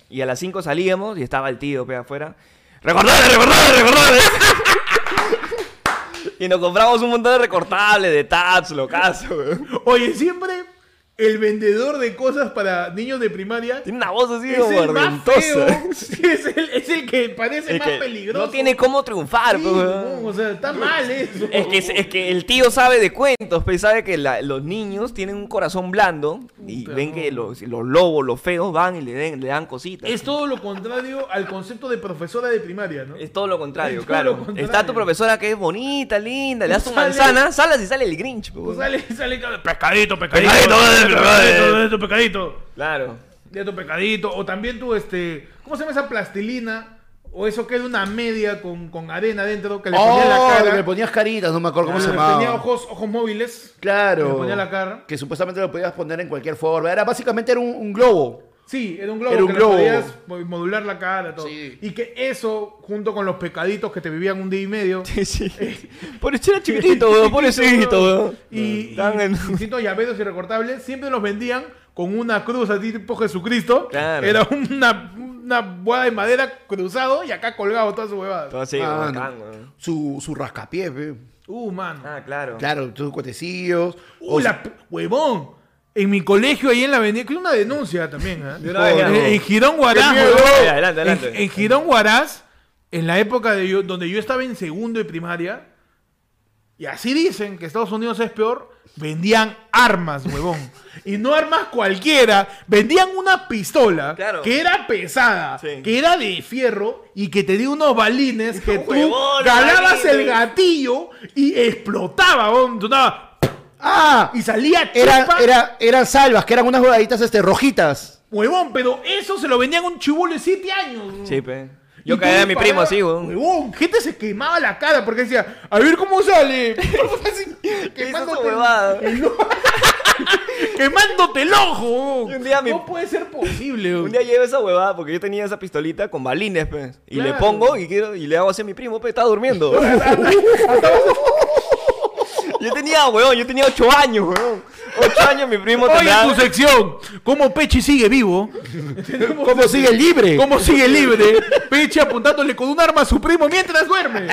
C: Y a las 5 salíamos y estaba el tío, pe, afuera. ¡Recordale, recordale, recordale! y nos compramos un montón de recortables, de tabs, locazo, weón.
A: Oye, siempre el vendedor de cosas para niños de primaria
C: Tiene una voz así,
A: es el más feo.
C: gordentosa.
A: Es el, es el que parece
C: Es
A: más
C: que
A: peligroso.
C: No tiene cómo triunfar,
A: Sí,
C: pues, weón.
A: huevón, O sea, está mal eso.
C: Es que, es que el tío sabe de cuentos, pero sabe que la- los niños tienen un corazón blando y
A: Puta,
C: ven
A: no.
C: que los, los lobos, los feos, van y le, den- le dan cositas.
A: Es todo lo contrario al concepto de profesora de primaria, ¿no?
C: Es todo lo contrario,
A: Es todo
C: claro.
A: lo contrario.
C: Está tu profesora que es bonita, linda, le das tu
A: Sale-
C: manzana, salas y sale el Grinch. pues,
A: Pues
C: weón.
A: Sale, sale, cada- pescadito, pescadito.
C: Pescadito, eh,
A: Pescadito,
C: vale,
A: pescadito, tu pescadito.
C: Claro.
A: De tu pescadito. O también tu, este, ¿cómo se llama esa plastilina? O eso que era una media con, con arena adentro que le ponía en
B: Oh,
A: la cara.
B: le ponías caritas, no me acuerdo cómo se
A: Claro,
B: llamaba.
A: Tenía ojos, ojos móviles.
B: Claro.
A: Le ponía la cara.
B: Que supuestamente lo podías poner en cualquier forma. Era básicamente era un, un globo.
A: Sí, era un globo
B: Era un
A: que le
B: globo.
A: podías mo- modular la cara, todo.
B: Sí.
A: Y que eso, junto con los pescaditos que te vivían un día y medio.
C: Sí, sí. Por eso era chiquitito, weón. Pobrecito, weón.
A: Y, y,
C: Estaban en-
A: y distintos llaveros y recortables siempre los vendían con una cruz así tipo Jesucristo.
C: Claro.
A: Era una, una boda de madera cruzado y acá colgado toda su huevada.
C: Todo así,
B: Ah,
C: bacán,
B: no.
C: weón.
B: Su, su rascapié, pe.
A: Uh, mano.
C: Ah, claro.
B: Claro, tus cuetecillos.
A: Uh, la p- huevón. En mi colegio ahí en la avenida, que una denuncia también, ¿ah?
C: De una vez,
A: En,
C: ya.
A: en Girón Guaraz.
B: ¡Qué miedo!
A: huevón.
C: Adelante, adelante.
A: En, en Girón Guaraz, en la época de yo, donde yo estaba en segundo de primaria, y así dicen que Estados Unidos es peor, vendían armas, huevón. y no armas cualquiera, vendían una pistola
C: Claro.
A: que era pesada,
C: Sí.
A: que era de fierro y que tenía unos balines que tú
C: Huevón,
A: galabas el
C: balines.
A: gatillo y explotaba, huevón. Sonaba
B: ¡Ah!
A: y salía
B: Era,
A: chupa,
B: era, eran salvas, que eran unas jugaditas este, rojitas.
A: huevón, pero eso se lo vendían a un chibolo de 7 años.
C: Sí, pe. Yo
A: Y tú
C: caí a mi primo
A: disparabas,
C: así, weón.
A: Huevón, gente se quemaba la cara porque decía, a ver cómo sale. Así,
C: esa huevada?
A: el ojo. quemándote el ojo. huevón.
C: Y un día mi-
A: No puede ser posible.
C: Un
A: huevón.
C: día llevo esa huevada porque yo tenía esa pistolita con balines, pues. Y le
A: Claro.
C: pongo y, quiero, y le hago así a mi primo, pues, estaba durmiendo. yo tenía, huevón, yo tenía 8 años, huevón. 8 años mi primo
A: Hoy
C: tenía.
A: en tu sección, ¿cómo Pechi sigue vivo? Tenemos-
B: ¿Cómo sigue libre?
A: ¿Cómo sigue libre? Pechi apuntándole con un arma a su primo mientras duerme.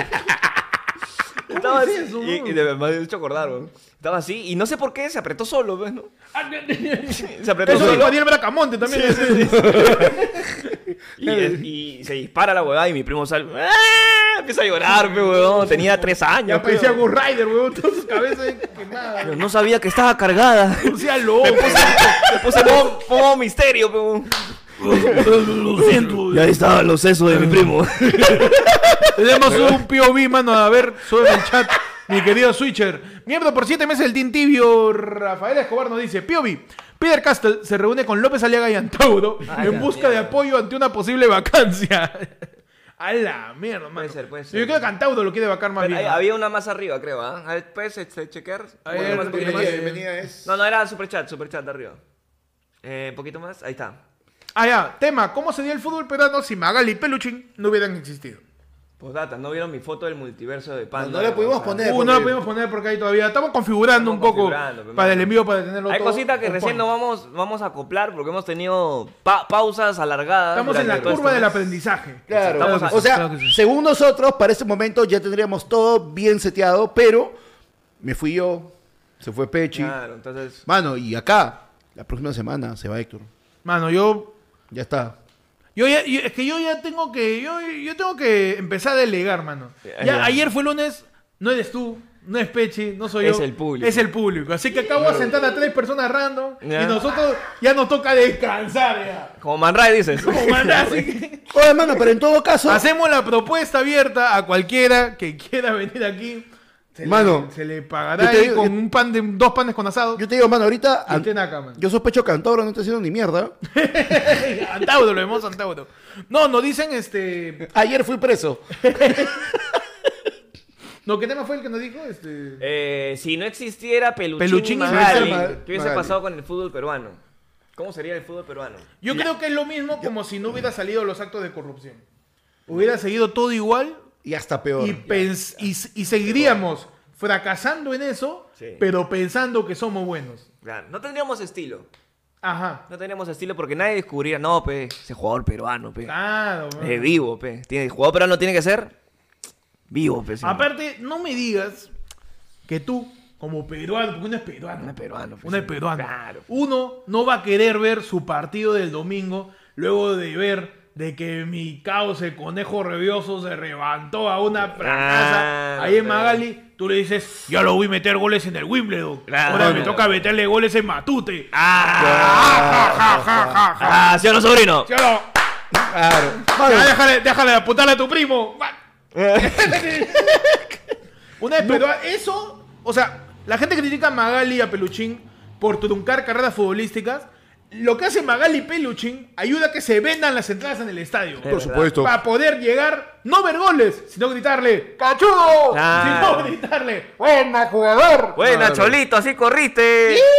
A: ¿Cómo
C: Estaba
A: es
C: así,
A: eso,
C: y,
A: huevón?
C: y de- me has hecho acordar, huevón. Estaba así y no sé por qué se apretó solo, ¿ves? ¿no? Se apretó
A: Eso dijo
C: solo.
A: Daniel Bracamonte también.
C: Y, y se dispara la huevada y mi primo sale. ¡Ah! Empieza a llorar, pe, huevón. Tenía 3
A: Ya
C: años. pe,
A: parecía
C: huevón.
A: Ghost Rider, huevón, todas sus cabezas quemadas.
C: Yo No sabía que estaba cargada.
A: No sea loco.
C: Le puse modo, modo misterio, pe, huevón.
A: Lo siento.
C: Y ahí estaban los sesos de mi primo.
A: Tenemos un POV, mano. A ver, sube el chat. Mi querido Switcher. Miembro por siete meses del Team Tibio. Rafael Escobar nos dice: POV. Peter Castle se reúne con López Aliaga y Antauro en
C: la
A: busca de
C: mierda.
A: apoyo ante una posible vacancia. A la mierda, mano.
C: ser, puede
A: Yo
C: ser.
A: creo que Antauro lo quiere vacar más
C: Pero ahí
A: bien.
C: había una más arriba, creo, ¿ah? A ver, ¿puedes este, chequear?
A: A
C: Un poquito
A: ver,
C: más, un poquito
A: eh,
C: más.
B: venía es.
C: No, no, era superchat, superchat de arriba. Eh, un poquito más, ahí está.
A: Ah, ya. Tema: ¿Cómo sería el fútbol peruano si Magali y Peluchín no hubieran existido?
C: Postdata, no vieron mi foto del multiverso de
B: No,
C: Panda.
B: no la pudimos poner.
C: Gonzalo.
A: Uh, no lo pudimos poner porque ahí todavía estamos configurando
C: Estamos
A: un poco
C: configurando, pero
A: para el
C: mano.
A: envío, para tenerlo
C: Hay
A: todo
C: cositas que
A: on
C: recién
A: point.
C: no vamos, vamos a acoplar porque hemos tenido pa- pausas alargadas.
A: Estamos en la
C: durante todo
A: curva
C: este
A: del
C: mes.
A: aprendizaje.
B: Claro,
C: Estamos
A: que
C: a-
A: sí,
B: o sea,
A: claro que sí.
B: según nosotros, para ese momento ya tendríamos todo bien seteado, pero me fui yo, se fue Pechi.
C: Claro, entonces.
B: Mano, y acá, la próxima semana se va Héctor.
A: Mano, yo,
B: Ya está.
A: yo ya, yo- es que yo ya tengo que, yo, yo tengo que empezar a delegar, mano.
C: Ya,
A: Ya,
C: ya.
A: ayer fue lunes, no eres tú, no es Pechi, no soy
C: Es
A: yo.
C: el público.
A: Es el público. Así que acabo de sentar a tres personas random y
C: Ya.
A: nosotros ya nos toca descansar ya.
C: Como Man Ray dices.
A: Como manda, así que-
B: Oye, mano, pero en todo caso,
A: Hacemos la propuesta abierta a cualquiera que quiera venir aquí. Se le-
B: Mano,
A: se le
B: yo
A: pagará
B: te
A: ahí
B: digo-
A: con un pan de, dos panes con asado.
B: yo te digo, mano, ahorita.
A: Y usted naca, mano.
B: Yo sospecho que Antoro no está haciendo ni mierda.
A: Antauro, lo vemos Antauro. No, nos dicen este.
B: Ayer fui preso.
A: No, ¿qué tema fue el que nos dijo? Este.
C: Eh, si no existiera Peluchín,
A: Peluchín
C: Peluchín
A: y
C: y
A: Magali.
C: Magali, ¿qué hubiese
B: Magali.
C: pasado con el fútbol peruano? ¿Cómo sería el fútbol peruano?
A: Yo creo que es lo mismo como si no hubiera salido los actos de corrupción. Hubiera seguido todo igual
B: Y hasta peor.
A: y, pens- y, s- y seguiríamos fracasando en eso,
C: Sí.
A: pero pensando que somos buenos.
C: Claro, no tendríamos estilo.
A: Ajá.
C: No tendríamos estilo porque nadie descubriría, no, pe, ese jugador peruano, pe.
A: Claro. man.
C: Es vivo, pe. Tiene, el jugador peruano tiene que ser vivo, pe. si no.
A: Aparte, no me digas que tú, como peruano, porque uno es peruano.
C: Uno es peruano, pues,
A: Uno es
C: sí.
A: peruano.
C: Claro.
A: Uno no va a querer ver su partido del domingo luego de ver de que mi causa, el conejo revioso, se levantó a una fracasa
C: Claro,
A: ahí en
C: claro.
A: Magali. Tú le dices, ya lo voy a meter goles en el Wimbledon.
C: Claro.
A: Ahora me toca meterle goles en Matute.
C: ¡Ah!
A: Ja, ja, ja, ja.
C: ¡Ah! ¿Sí o no, sobrino?
A: ¿Sí o no?
B: Claro. Mano,
A: Ya, déjale, déjale de apuntarle a tu primo. Va. Una vez, pero eso, o sea, la gente critica a Magali y a Peluchín por truncar carreras futbolísticas. Lo que hace Magali y Peluchín ayuda a que se vendan las entradas en el estadio.
B: por supuesto.
A: Para poder llegar, no ver goles, sino gritarle, ¡Cachudo!
C: Claro.
A: Sino gritarle,
B: Buena jugador.
C: Buena,
B: Claro.
C: Cholito, así corriste. Claro.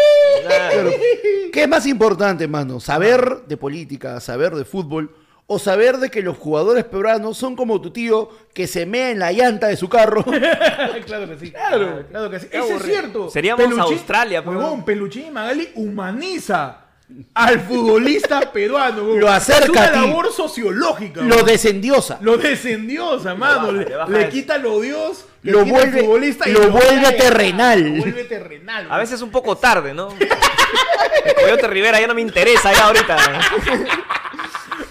B: Claro. ¿Qué es más importante, mano? ¿Saber de política, saber de fútbol o saber de que los jugadores peruanos son como tu tío que se mea en la llanta de su carro?
A: claro que sí. Claro, que sí. Eso es
C: aburrido.
A: cierto.
C: Seríamos Australia, pues,
A: huevón.
C: huevón.
A: Peluchín y Magali humaniza al futbolista peruano. huevón.
B: Lo acerca
A: Es una
B: a ti.
A: labor sociológica.
B: Lo
A: huevón.
B: descendiosa.
A: Lo descendió, o sea, mano.
C: baja,
A: Le,
C: le baja
A: le
C: el-
A: quita lo Dios, le
B: Lo
A: quita el
B: vuelve-
A: futbolista y
B: lo vuelve
A: trae
B: terrenal.
A: Lo vuelve terrenal.
C: A veces un poco tarde, ¿no? El Coyote Rivera ya no me interesa ya ahorita.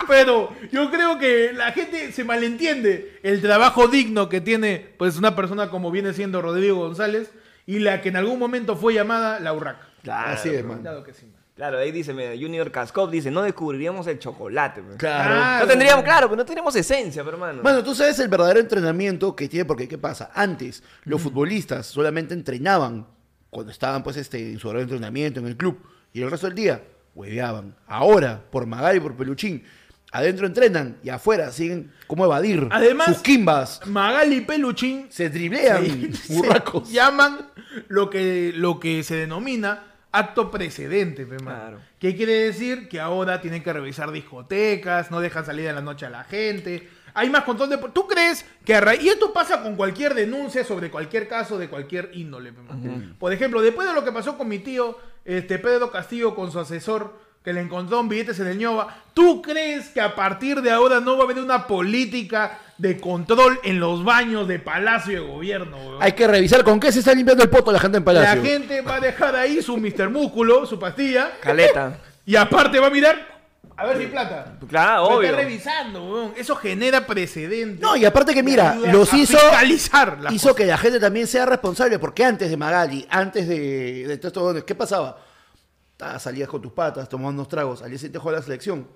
A: Pero yo creo que la gente se malentiende el trabajo digno que tiene pues una persona como viene siendo Rodrigo González y la que en algún momento fue llamada la Urraca.
C: Claro,
B: Así es, mano.
A: Claro que sí, man.
C: Claro, ahí dice, mira, Junior Cascop dice, no descubriríamos el chocolate. pe".
A: Ah,
B: Claro.
C: No tendríamos, claro, pero no tenemos esencia, pero, hermano.
B: Mano, tú sabes el verdadero entrenamiento que tiene, porque ¿qué pasa? Antes, los futbolistas solamente entrenaban cuando estaban pues este, en su horario de entrenamiento en el club y el resto del día hueveaban. Ahora, por Magali y por Peluchín, adentro entrenan y afuera siguen cómo evadir
A: Además-
B: sus quimbas.
A: Magali y Peluchín
B: Se driblean
A: se
B: burracos.
A: llaman lo que, lo que se denomina acto precedente, pe, man.
C: Claro.
A: ¿Qué quiere decir? Que ahora tienen que revisar discotecas, no dejan salir en la noche a la gente. Hay más control de... ¿Tú crees que a raíz... Y esto pasa con cualquier denuncia sobre cualquier caso de cualquier índole. pe, man. Por ejemplo, después de lo que pasó con mi tío, este Pedro Castillo, con su asesor, que le encontró un billetes en el ñoba, ¿tú crees que a partir de ahora no va a haber una política de control en los baños de Palacio de Gobierno? weón?
B: Hay que revisar con qué se está limpiando el poto la gente en Palacio.
A: La gente va a dejar ahí su Mr. Músculo, su pastilla,
C: Caleta.
A: y aparte va a mirar a ver si hay plata.
C: Claro,
A: Lo
C: obvio.
A: Está revisando, weón. Eso genera precedentes.
B: No, y aparte que mira,
A: Ayuda
B: los
A: a
B: hizo,
A: fiscalizar la
B: hizo
A: cosa.
B: que la gente también sea responsable, porque antes de Magali, antes de, de todo esto, ¿dónde- ¿qué pasaba? Ta, salías con tus patas, tomabas unos tragos, al día siguiente jugabas la selección.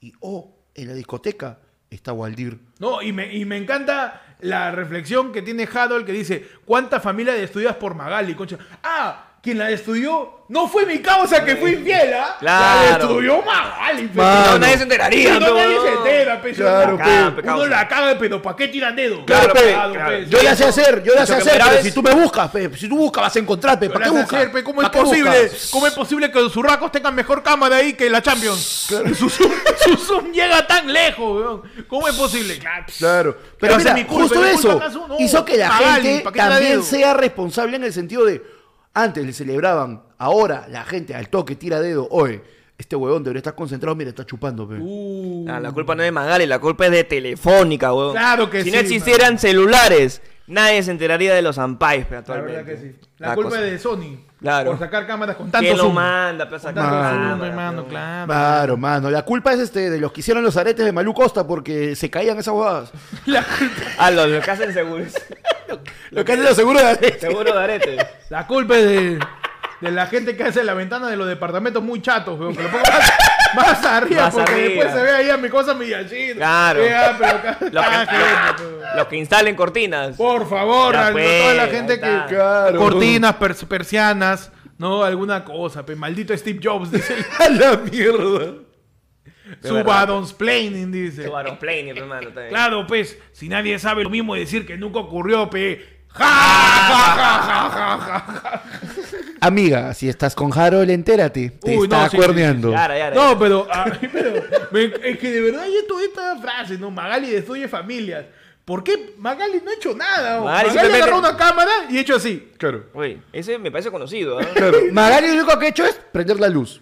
B: Y oh, en la discoteca está Waldir.
A: No, y me, y me encanta la reflexión que tiene Haddle que dice, ¿cuántas familias de estudias por Magali, concha? Ah, quien la destruyó no fue mi causa que fui infiel, ¿ah?
C: Claro.
A: La destruyó Magali, pe.
B: Mano.
A: No,
C: No, nadie se enteraría,
A: no,
C: no,
A: nadie
C: no.
A: se entera, pe.
B: Claro,
A: Uno la caga,
C: pe.
A: Uno la caga, pero ¿para qué tiran dedo?
B: Claro, pe.
A: cagado, pe.
C: Claro.
A: Sí.
B: Yo la sé hacer, yo la sé
C: Lo que
B: hacer.
C: me
B: pero
C: es-
B: si tú me buscas, pe, si tú buscas vas a encontrar, pe. ¿Para qué
A: Lo hace
B: buscas?
A: hacer, pe. ¿Cómo es
B: ¿Para qué
A: posible?
B: buscas?
A: ¿Cómo es posible que los surracos tengan mejor cámara ahí que la Champions? Su, zoom, su zoom llega tan lejos, weón. ¿Cómo es posible? Claro.
B: Claro.
A: Pero
B: Pero
A: hace
B: mira,
A: mi culpa,
B: justo
A: ¿mi culpa
B: eso
A: acaso? No.
B: hizo que la
A: Magali,
B: gente
A: ¿pa' qué te la
B: también
A: dedo?
B: sea responsable en el sentido de antes le celebraban, ahora la gente al toque tira dedo, oye, este huevón debería estar concentrado, mira, está chupando, pe.
A: Uh.
C: Ah, la culpa no es de Magali, la culpa es de Telefónica, weón.
A: Claro que
C: si no
A: sí,
C: existieran celulares, nadie se enteraría de los Ampais, pe,
A: La
C: actualmente.
A: verdad que sí. La, culpa
C: cosa.
A: es de Sony.
C: Claro.
A: Por sacar cámaras con tanto
C: ¿Quién lo
A: zoom.
C: manda, pe, a sacar
A: Tanto
B: Mano.
A: zoom,
C: cámara,
A: hermano,
C: pe,
A: claro.
B: Claro, mano. La culpa es este de los que hicieron los aretes de Malú Costa porque se caían esas bodas.
A: La, culpa-
C: Ah, lo, lo que hacen seguros.
B: Lo que hacen los seguros de aretes.
C: Seguro de arete.
A: la culpa es de, de la gente que hace la ventana de los departamentos muy chatos, weón. Que lo pongo más, más arriba
C: Más
A: porque
C: arriba.
A: después se ve ahí a mi cosa millachita.
C: Claro.
A: Ya, pero acá-
C: Los
A: Ah,
C: que,
A: gente, weón.
C: lo- los que instalen cortinas.
A: Por favor,
C: Ya
A: a
C: fue,
A: toda la
C: ahí
A: gente que. ah.
C: está.
B: Claro.
A: Cortinas, pers- persianas, ¿no? Alguna cosa, pe. Maldito Steve Jobs, dice. el-
B: A la mierda.
A: Su
C: verdad.
A: Badon's Planning, dice.
C: Subaru Plane, pe, hermano, también.
A: Claro, pues, si nadie sabe lo mismo de decir que nunca ocurrió, pe. Ja,
C: Ah.
A: ja, ja, ja, ja, ja, ja.
B: Amiga, si estás con Harold, entérate. Te
A: Uy, no,
B: está
A: sí, sí,
B: cuerneando.
C: sí. Claro, ya, ya.
A: No, pero, a mí, pero me- es que de verdad yo tuve esta frase, ¿no? Magali destruye familias. ¿Por qué Magali no ha hecho nada? o? Magali,
C: Magali simplemente-
A: agarró una cámara y ha hecho así.
B: Claro.
C: Uy, ese me parece conocido, ¿ah?
B: Claro. Magali lo único que ha hecho es prender la luz.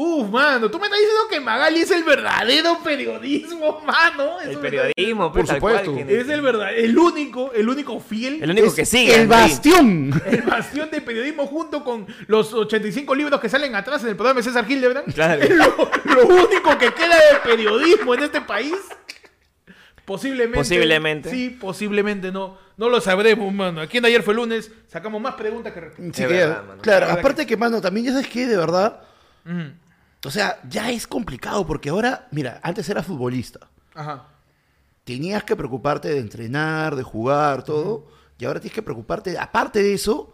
A: Uf, mano, tú me estás diciendo que Magali es el verdadero periodismo, mano.
C: El
A: Eso me está-
C: periodismo,
B: Por
C: pe, tal
B: supuesto.
C: cual, que-
A: Es el verdad, el único, el único fiel.
C: El único
B: Es
C: que sigue.
B: El
C: en fin.
B: bastión.
A: El bastión de periodismo junto con los 85 libros que salen atrás en el programa de César Hildebrand.
C: Claro.
A: Es lo, lo único que queda de periodismo en este país. Posiblemente.
C: Posiblemente.
A: Sí, posiblemente no. No lo sabremos, mano. Aquí en ayer fue lunes. Sacamos más preguntas que respuestas.
B: Sí,
C: Es
B: que-
C: verdad, mano.
B: claro,
A: La verdad
B: aparte que, mano, también ya sabes que de verdad. O sea, ya es complicado porque ahora, mira, antes era futbolista.
A: Ajá.
B: Tenías que preocuparte de entrenar, de jugar, todo. Y ahora tienes que preocuparte, aparte de eso,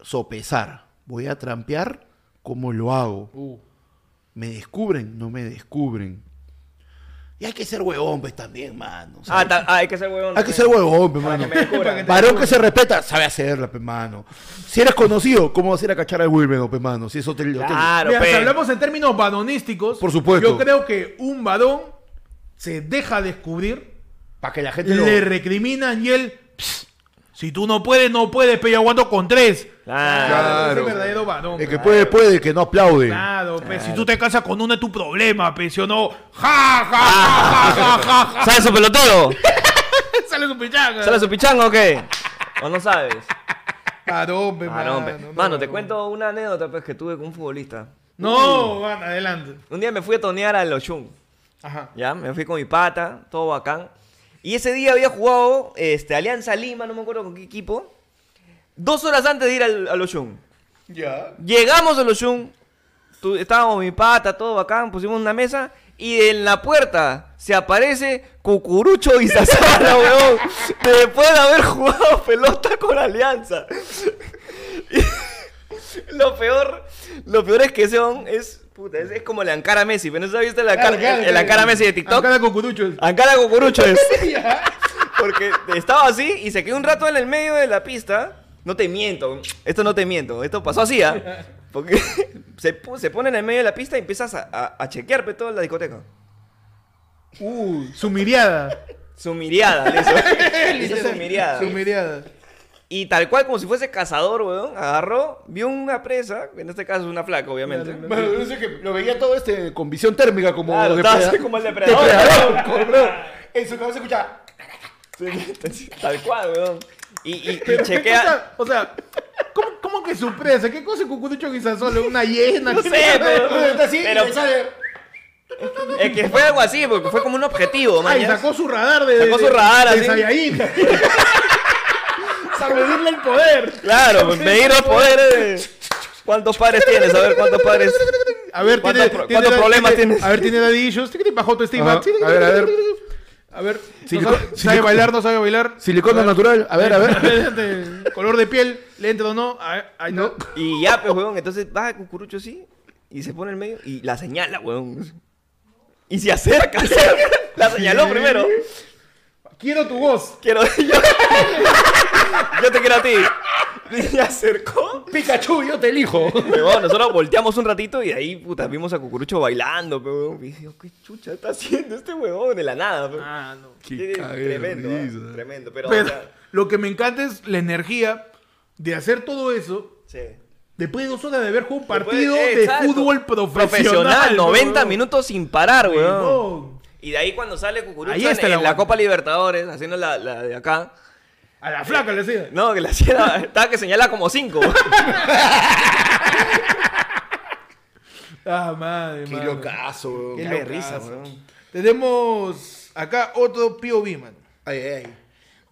B: sopesar. Voy a trampear cómo lo hago.
A: Uh.
B: ¿Me descubren? No me descubren. Y hay que ser huevón, pues también, mano. O sea,
C: Ah, ta- ah, hay que ser huevón.
B: hay que
C: también.
B: ser huevón, pues,
C: Para que
B: mano.
C: me descubran.
B: Varón que se respeta, sabe hacerla, pe mano. Si eres conocido, ¿cómo vas a ir a cachar al Wilmedo, pe mano? Si eso te lo te-
C: Claro,
A: Mira, si
C: pe.
A: hablamos en términos varonísticos,
B: Por supuesto.
A: yo creo que un varón se deja descubrir,
B: Para que la gente lo.
A: le recriminan y él, "Pss, si tú no puedes, no puedes, pero yo aguanto con tres. Ese
C: Claro.
A: Es el verdadero varón.
B: El que puede, puede, el que no aplaude.
A: Claro, pe, si tú te casas con una es tu problema, pe, si o no, ja, ja, ja, ja, ja, ja,
C: ¿Sabes su pelotero?
A: sale su pichanga.
C: ¿Sale su pichango o qué? ¿O no sabes?
A: Varón, pe,
C: Ah, no, pe.
A: no,
C: Mano, te
A: varón.
C: cuento una anécdota pues, que tuve con un futbolista.
A: No, van, adelante.
C: Un día me fui a tonear a los Chung,
A: Ajá.
C: ¿ya? Me fui con mi pata, todo bacán. Y ese día había jugado este, Alianza Lima, no me acuerdo con qué equipo. Dos horas antes de ir al- a los Chung.
A: Ya.
C: Llegamos a los Chung, tu- estábamos mi pata, todo bacán, pusimos una mesa y en la puerta se aparece Cucurucho y Sazana, weón. Después de haber jugado pelota con Alianza. Y lo peor, lo peor es que ese weón es, puta, es, es como el Ankara Messi, pero no sabes viste el Ankara, el, el Ankara Messi de TikTok.
A: Ankara cucurucho.
C: Ankara Cucurucho es.
A: Ya.
C: Porque estaba así y se quedó un rato en el medio de la pista. No te miento, esto no te miento, esto pasó así, ¿ah? Porque se, pu- se pone en el medio de la pista y empiezas a, a, a chequear pe, toda la discoteca.
A: Uy, uh, su miriada.
C: Su miriada, le hizo. Le hizo su miriada.
A: Su miriada.
C: Y tal cual, como si fuese cazador, weón, agarró, vio una presa, en este caso es una flaca, obviamente.
B: Mano, yo sé que lo veía todo este con visión térmica como
C: Claro, estaba así como el depredador.
B: Depredador, cabrón. En su cabeza escuchaba.
C: Tal cual, weón. Y, y- y
A: Pero ¿qué
C: chequea.
A: cosa? O sea, ¿cómo, cómo que su presa? ¿Qué cosa es cucurucho quizás solo? ¿Una hiena?
C: No
A: ¿Qué-
C: sé, pero-
B: Está así y
C: Pero-
B: le sale.
C: Es que fue algo así, porque fue como un objetivo, man.
A: Ay, sacó su radar de.
C: Sacó
A: de-
C: su radar,
A: de
C: así.
A: Saiyajin. Para medirle el poder.
C: Claro, pues, medir los poderes. ¿Cuántos padres tienes? A ver, ¿cuántos padres?
A: A ver, tiene.
C: ¿Cuántos pro-
A: tiene
C: cuántos
A: la-
C: problemas
A: tiene-
C: tienes?
A: A ver, tiene daddy issues. Bajo tu estima.
B: Ajá, a ver, a ver.
A: A ver,
B: Silicon-
A: no sabe, sabe
B: silicon-
A: bailar, no sabe bailar.
B: Silicona natural. A ver, a ver.
A: Este, color de piel, le entra o no. a ver, ahí está.
C: Y ya, pues, huevón, entonces va Cucurucho así y se pone en medio y la señala, huevón. Y se acerca, se acerca. la señaló primero.
A: Quiero tu voz.
C: Quiero yo, yo te quiero a ti. Y se acercó.
B: Pikachu, yo te elijo.
C: Huevón, nosotros volteamos un ratito y ahí, puta, vimos a Cucurucho bailando, pues, huevón. Y dije, "Oh, qué chucha está haciendo este huevón de la nada, pues.
A: Ah, no.
C: Qué tremendo, ah, tremendo, pero, o
A: Pero
C: sea,
A: lo que me encanta es la energía de hacer todo eso
C: sí.
A: después de dos horas de haber jugado un
C: Después-
A: partido
C: eh,
A: de
C: exacto.
A: fútbol profesional. ¿no?
C: 90 minutos sin parar, weón.
A: Huevón.
C: Y de ahí cuando sale Cucurucho
A: Ahí
C: en-
A: está
C: en,
A: la
C: la
A: buena.
C: Copa Libertadores, haciendo la, la de acá.
A: A la flaca le hacía.
C: No, que la hacía, estaba que señala como 5.
A: Ah, madre,
B: Qué
A: mano.
B: locazo, weón.
A: Qué
C: Cae de
A: locazo.
C: risa, weón.
A: Tenemos acá otro POV, mano.
B: Ay, ay.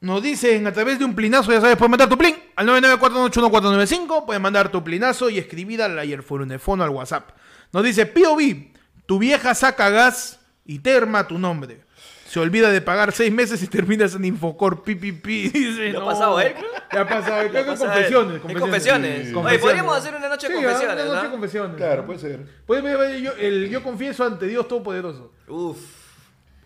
A: Nos dicen a través de un plinazo, ya sabes, puedes mandar tu plin al 994181495, puedes mandar tu plinazo y escribir al ayer4unefono al WhatsApp. Nos dice POV, tu vieja saca gas y terma tu nombre. Se olvida de pagar seis meses y terminas en Infocor pipipi. Dice,
C: ¿Le ha
A: no.
C: pasado a él, creo?
A: Le ha pasado a él. Creo que
C: Le ha pasado a él.
A: confesiones.
C: En confesiones. Oye, podríamos hacer una noche de
A: Sí, ah,
C: confesiones,
A: Una noche
C: ¿no?
A: de confesiones.
B: Claro, puede ser.
A: Puede- puede- puede- yo, el yo confieso ante Dios Todopoderoso.
C: Uf,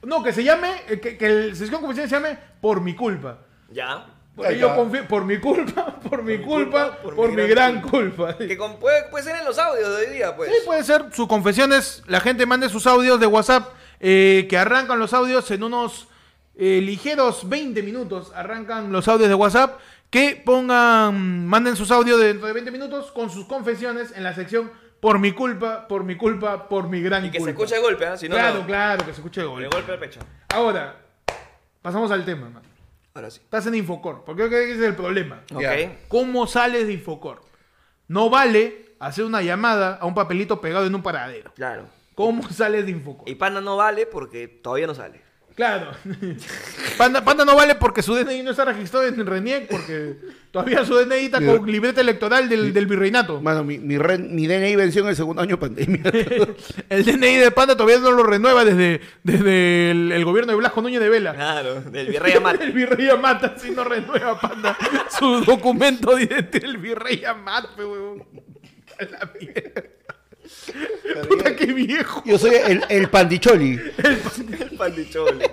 A: No, que se llame, eh, que, que el sesión de confesiones se llame Por mi culpa.
C: ya.
A: Porque
B: Ahí
A: yo
B: está.
A: confío- por mi culpa, por mi culpa, por, mi gran culpa.
C: Que con- puede, puede ser en los audios de hoy día, pues.
A: Sí, puede ser. Sus confesiones, la gente mande sus audios de WhatsApp, eh, que arrancan los audios en unos eh, ligeros 20 minutos. Arrancan los audios de WhatsApp, que pongan, manden sus audios dentro de 20 minutos con sus confesiones en la sección por mi culpa, por mi culpa, por mi gran
C: y que se
A: culpa.
C: escuche de golpe, ¿ah? Si no,
A: claro,
C: no.
A: claro, que se escuche el
C: De
A: golpe.
C: golpe al pecho.
A: Ahora, pasamos al tema, man.
C: Ahora sí.
A: Estás en Infocor, porque creo que ese es el problema.
C: Ok.
B: Ya.
A: ¿Cómo sales de Infocor? No vale hacer una llamada a un papelito pegado en un paradero.
C: Claro.
A: ¿Cómo sales de Infocor?
C: Y Panda no vale porque todavía no sale.
A: Claro. Panda, Panda no vale porque su DNI no está registrado en RENIEC, porque todavía su DNI está con libreta electoral del, del virreinato.
B: Mano, mi, mi, ren- mi DNI venció en el segundo año de pandemia.
A: El DNI de Panda todavía no lo renueva desde, desde el, el gobierno de Blasco Núñez de Vela.
C: Claro, del virrey Amate.
A: El virrey Amata si no renueva Panda su documento de identidad. El virrey Amata, weón. A la mierda. Puta, qué viejo.
B: Yo soy el, el pandicholi.
C: El pandichole.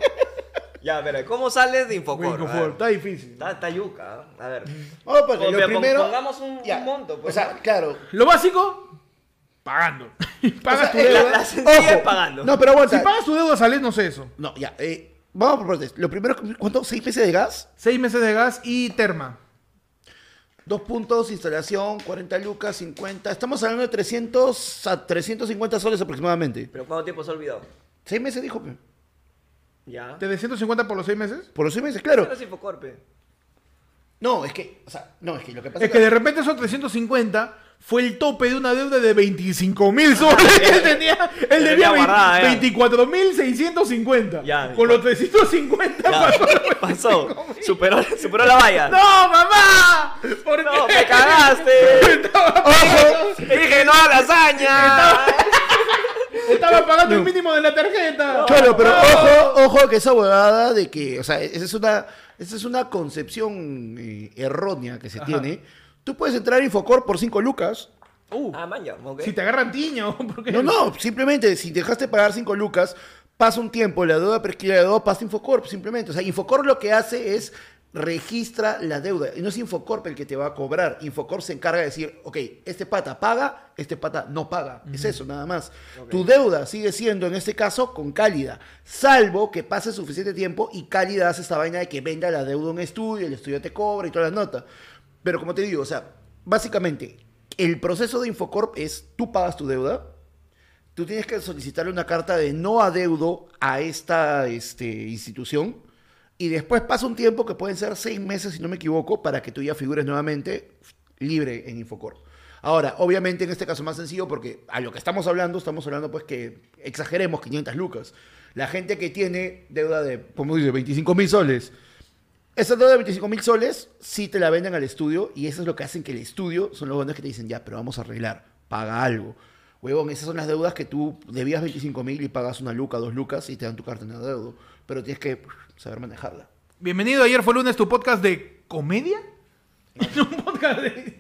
C: ya, pero ¿cómo sales de Infocor?
A: Güey,
C: A
A: confort,
C: ver.
A: está difícil.
C: Está, está yuca, ¿ah? a ver.
B: Oh, porque
C: O
B: lo
C: sea, pon-
B: primero.
C: Pues, Pongamos un,
B: Ya.
C: un monto, pues.
B: O sea, claro.
A: Lo básico, pagando. Pagas
B: O sea,
A: tu
B: es
A: deuda.
C: la- la sencilla es pagando.
B: No, pero aguanta.
A: Si pagas tu deuda, sales, no sé eso.
B: No, ya. eh, vamos por partes. Lo primero, ¿cuánto? ¿Seis meses de gas?
A: Seis meses de gas y terma.
B: Dos puntos, instalación, 40 lucas, 50. Estamos hablando de 300 a 350 soles aproximadamente.
C: Pero ¿cuánto tiempo se ha olvidado?
B: Seis meses, dijo. pe.
C: Ya.
A: ¿Te de 150 por los seis meses?
B: Por los seis meses, claro.
C: Pero es Infocorpe.
B: No, es que, o sea, no, es que lo que pasa
A: Es que de repente esos 350 fue el tope de una deuda de 25 mil soles. él tenía, él debía
C: Ya tenía guardada, ya.
A: 24 mil 650.
C: Ya,
A: Con
C: ya.
A: los 350 pasó.
C: Pasó. Superó, superó la valla.
A: ¡No, ¡Oh, mamá! ¿Por
C: No,
A: qué?
C: me cagaste. Dije no a lasaña.
A: Estaba pagando el mínimo de la tarjeta.
B: Cholo, pero
A: No.
B: ojo, ojo que esa huevada de que, o sea, esa es una, esa es una concepción eh, errónea que se tiene. Tú puedes entrar a Infocor por 5 lucas.
A: Uh,
C: Ah, man, ya, ok.
A: si te agarran tiño, porque
B: No, no, simplemente si dejaste de pagar 5 lucas, pasa un tiempo, la deuda prescribe, la deuda pasa a Infocorp, simplemente. O sea, Infocorp lo que hace es registra la deuda. Y no es Infocorp el que te va a cobrar. Infocorp se encarga de decir, ok, este pata paga, este pata no paga. Es eso, nada más. Tu deuda sigue siendo, en este caso, con Cálida. Salvo que pase suficiente tiempo y Cálida hace esta vaina de que venda la deuda a un estudio, el estudio te cobra y todas las notas. Pero como te digo, o sea, básicamente, el proceso de Infocorp es, tú pagas tu deuda, tú tienes que solicitarle una carta de no adeudo a esta este, institución y después pasa un tiempo que pueden ser seis meses, si no me equivoco, para que tú ya figures nuevamente libre en Infocorp. Ahora, obviamente en este caso es más sencillo porque a lo que estamos hablando, estamos hablando pues que exageremos 500 lucas. La gente que tiene deuda de, como dice, 25 mil soles, esa deuda de 25 mil soles sí te la venden al estudio y eso es lo que hacen que el estudio son los buenos que te dicen, ya, pero vamos a arreglar, paga algo. Huevón, esas son las deudas que tú debías 25 mil y pagas una luca, dos lucas y te dan tu cartera de deuda. Pero tienes que saber manejarla.
A: Bienvenido, ayer fue lunes tu podcast de comedia. un podcast de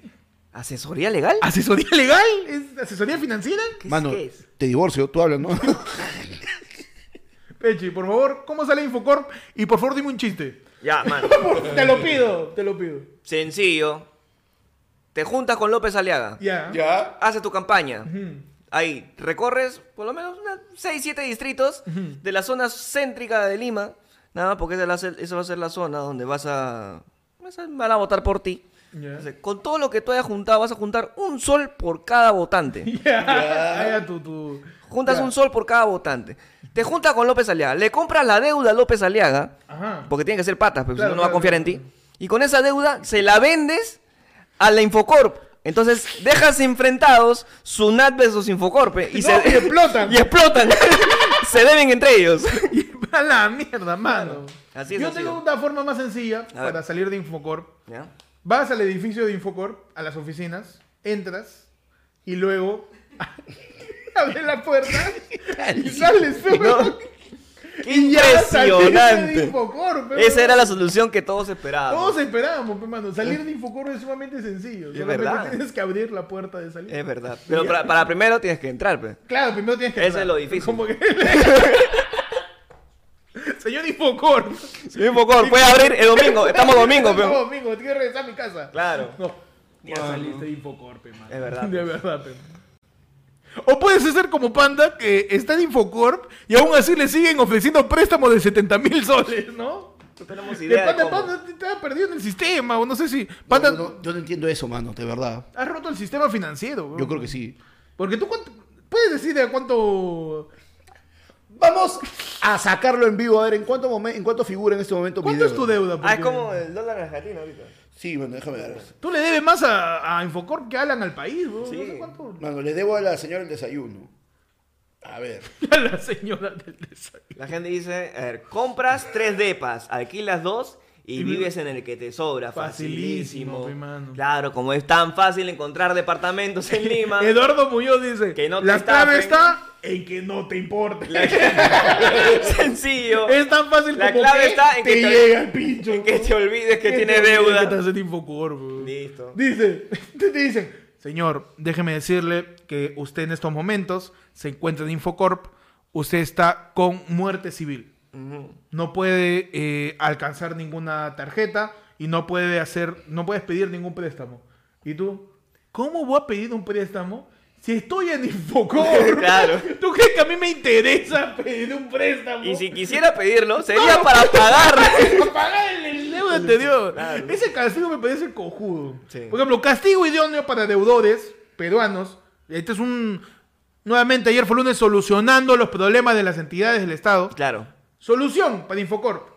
C: ¿Asesoría legal?
A: asesoría legal, ¿Es asesoría financiera.
C: ¿Qué es-
B: Mano,
C: qué es?
B: te divorcio, tú hablas, ¿no?
A: Pechi, por favor, ¿cómo sale Infocorp? Y por favor, dime un chiste.
C: Ya, mano.
A: te lo pido, te lo pido.
C: Sencillo. Te juntas con López Aliaga.
A: Ya. Mm.
B: ya.
C: Haces tu campaña.
A: Ujú.
C: Ahí recorres por lo menos 6, 7 distritos de la zona céntrica de Lima. Nada más porque esa, la- esa va a ser la zona donde vas a... vas a- Van a votar por ti.
A: Ya.
C: Entonces, con todo lo que tú hayas juntado, vas a juntar un sol por cada votante.
A: Ya. Ah, ya, tu- tu-
C: Juntas un sol por cada votante. Te juntas con López Aliaga. Le compras la deuda a López Aliaga.
A: Ajá.
C: Porque tiene que ser patas, porque
A: Claro,
C: si no, no va a
A: claro,
C: confiar en ti. Y con esa deuda se la vendes a la Infocorp. Entonces dejas enfrentados Sunat versus Infocorp. eh, Y,
A: No,
C: se,
A: y explotan.
C: y explotan. se deben entre ellos.
A: A la mierda, mano.
C: Así es,
A: Yo
C: así
A: tengo
C: es.
A: una forma más sencilla
C: A ver.
A: para salir de Infocorp.
C: ¿Ya?
A: Vas al edificio de Infocorp, a las oficinas, entras y luego abres la puerta y sales. pe, weón.
C: ¡Qué
A: Y ya saliste de
C: impresionante!
A: Infocorp, pe,
C: Esa
A: weón.
C: era la solución que todos esperábamos.
A: Todos esperábamos, pe, mano. Salir de Infocorp es sumamente sencillo.
C: Es
A: Solamente
C: verdad. Eh,
A: tienes que abrir la puerta de salida.
C: Es verdad. Pero para, para primero tienes que entrar, pe.
A: Claro, primero tienes que
C: Eso
A: entrar.
C: es lo difícil.
A: Como que- Señor Infocorp.
C: Infocorp, puede abrir el domingo. Estamos domingo,
A: Estamos
C: pe.
A: domingo, tienes que regresar a mi casa.
C: Claro.
A: No. Ya saliste de Infocorpe, man.
C: Es verdad. pues.
A: De verdad, pe. O puedes ser como Panda, que está en Infocorp y aún así le siguen ofreciendo préstamos de 70 mil soles, ¿no?
C: No tenemos
A: De
C: idea. de
A: Panda,
C: cómo.
A: Panda te- te ha perdido en el sistema, o no sé si.
B: No,
A: Panda,
B: no, no, yo no entiendo eso, mano, de verdad.
A: has roto el sistema financiero, weón.
B: Yo creo que sí.
A: Porque tú, cuánto- ¿puedes decir de cuánto.
B: Vamos a sacarlo en vivo, a ver en cuánto, momen- en cuánto figura en este momento mi
A: ¿Cuánto es tu deuda?
C: Ah, es
A: Porque
C: como el dólar argentino ahorita.
B: Sí, mano, déjame ver.
A: Tú le debes más a, a Infocorp que Alan al país, weón.
C: Sí.
A: No sé cuánto.
B: Mano, le debo a la señora el desayuno. A ver.
A: A la señora del desayuno.
C: La gente dice, a ver, compras tres depas, alquilas dos y vives en el que te sobra.
A: Facilísimo,
C: Facilísimo.
A: pe, mano.
C: Claro, como es tan fácil encontrar departamentos en Lima.
A: Eduardo Muñoz dice
C: Que no te
A: la clave
C: estafen".
A: está en que no te importe.
C: Sencillo.
A: es tan fácil
C: La
A: como
C: clave
A: que
C: está en
A: te
C: que te-
A: llega el pincho.
C: Que te olvides que
A: Que
C: tienes
A: te olvides que
C: deuda.
A: estás en Infocorp, weón.
C: Listo.
A: Dice, te dicen, señor, déjeme decirle que usted en estos momentos se encuentra en Infocorp, usted está con muerte civil.
C: Ujú.
A: No puede eh, alcanzar ninguna tarjeta y no puede hacer, no puedes pedir ningún préstamo. ¿Y tú? ¿Cómo voy a pedir un préstamo si estoy en Infocorp?
C: Claro.
A: ¿Tú crees que a mí me interesa pedir un préstamo?
C: Y si quisiera pedirlo, sería para pagar.
A: Pagar el, el deuda anterior.
C: Claro.
A: Ese castigo me parece cojudo.
C: Sí.
A: Por ejemplo, castigo idóneo para deudores peruanos. Este es un. Nuevamente, ayer fue lunes solucionando los problemas de las entidades del Estado.
C: Claro.
A: Solución para Infocorp.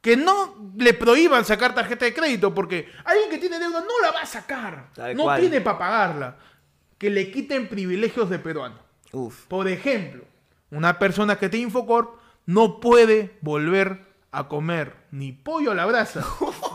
A: Que no le prohíban sacar tarjeta de crédito porque alguien que tiene deuda no la va a sacar.
C: Tal
A: no
C: cual.
A: tiene para pagarla. Que le quiten privilegios de peruano.
C: Uf.
A: Por ejemplo, una persona que tiene Infocorp no puede volver a comer ni pollo a la brasa,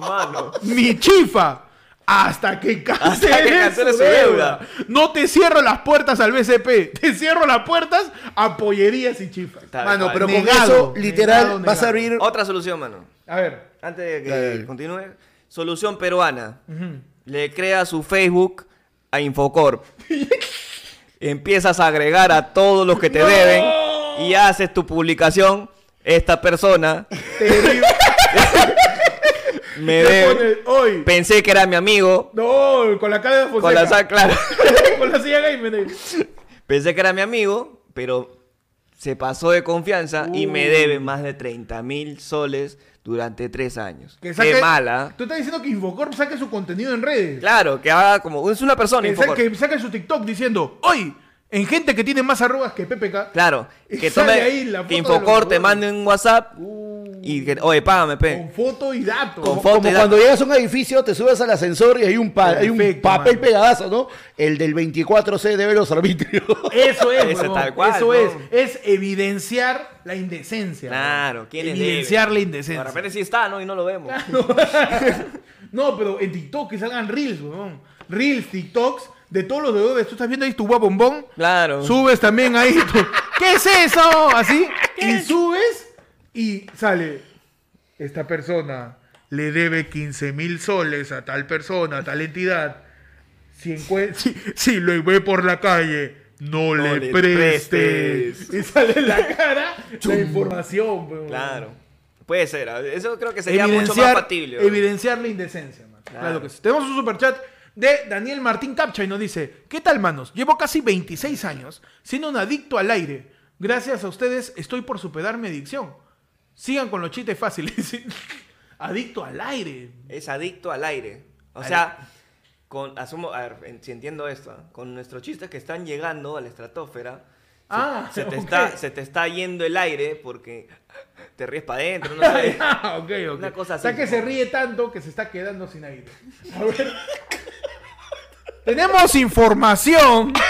C: Mano.
A: ni chifa, hasta que cancele,
C: Hasta que cancele
A: su,
C: su
A: deuda.
C: deuda.
A: No te cierro las puertas al BCP, te cierro las puertas a pollerías y chifas.
C: Tal
B: Mano,
C: cual.
B: pero con
A: Negado,
B: eso, literal,
A: negado,
B: vas
A: negado.
B: a abrir.
C: Otra solución, mano.
A: A ver.
C: Antes de que
B: Dale.
C: continúe. Solución peruana.
A: Ujú.
C: Le crea su Facebook a Infocorp. Empiezas a agregar a todos los que te deben y haces tu publicación. Esta persona
A: Terrible.
C: me
A: Te
C: debe.
A: pones hoy.
C: Pensé que era mi amigo.
A: No, con la cara de Fonseca.
C: Con la sa- claro.
A: Con la silla gamer.
C: Pensé que era mi amigo, pero se pasó de confianza y me
A: Uh.
C: debe más de 30 mil soles durante tres años.
A: Que saque-
C: Qué mala.
A: Tú estás diciendo que Infocorp saque su contenido en redes.
C: Claro, que haga como. Es una persona,
A: que, sa-
C: Infocorp.
A: que saca su TikTok diciendo, hoy, en gente que tiene más arrugas que PPK.
C: Claro,
A: Y
C: que
A: sale
C: tome
A: ahí la foto
C: que
A: de
C: Infocor
A: los Uh.
C: te mande un WhatsApp y que, oye, págame,
A: Con
C: pe.
A: foto y datos.
C: Con
B: Como
C: foto y da-
B: cuando llegas a un edificio, te subes al ascensor y hay un, pa- hay un
A: Perfecto,
B: papel
A: mano.
B: pegadazo, ¿no? El del 24C debe los arbitrios.
A: Eso es,
C: Eso
A: huevón,
C: tal cual,
A: eso
C: ¿no?
A: es. Es evidenciar la indecencia.
C: Claro,
A: huevón.
C: ¿quién es
A: Evidenciar la
C: De
A: indecencia.
C: repente sí está, ¿no? Y no lo vemos.
A: No, pero en TikTok que salgan reels, weón. Reels, TikToks de todos los deudores. Tú estás viendo ahí tu guapo bombón.
C: Claro.
A: Subes también ahí tu- ¿Qué es eso? Así. Y subes y sale. Esta persona le debe 15 mil soles a tal persona, a tal entidad. Si, encue- si, si lo ve por la calle, no, le,
C: le
A: prestes.
C: prestes.
A: Y sale en la cara la información. weón.
C: Claro. Puede ser. ah, Eso creo que sería mucho más
A: Evidenciar-
C: factible. weón.
A: Evidenciar la indecencia, man. Claro.
C: Claro
A: que sí. Tenemos un superchat de Daniel Martín Capcha y nos dice: ¿Qué tal, manos? Llevo casi 26 años siendo un adicto al aire. Gracias a ustedes estoy por superar mi adicción. Sigan con los chistes fáciles. adicto al aire.
C: Es adicto al aire. O
A: Al-
C: sea, con, asumo, a ver, en- si entiendo esto, ¿ah? con nuestros chistes que están llegando a la estratosfera, se-
A: Ah,
C: se, te
A: ok.
C: está, se te está yendo el aire porque te ríes para adentro, no sé.
A: Ah, ok, ok.
C: Una cosa
A: O sea
C: así.
A: que se ríe tanto que se está quedando sin aire. A ver. Tenemos información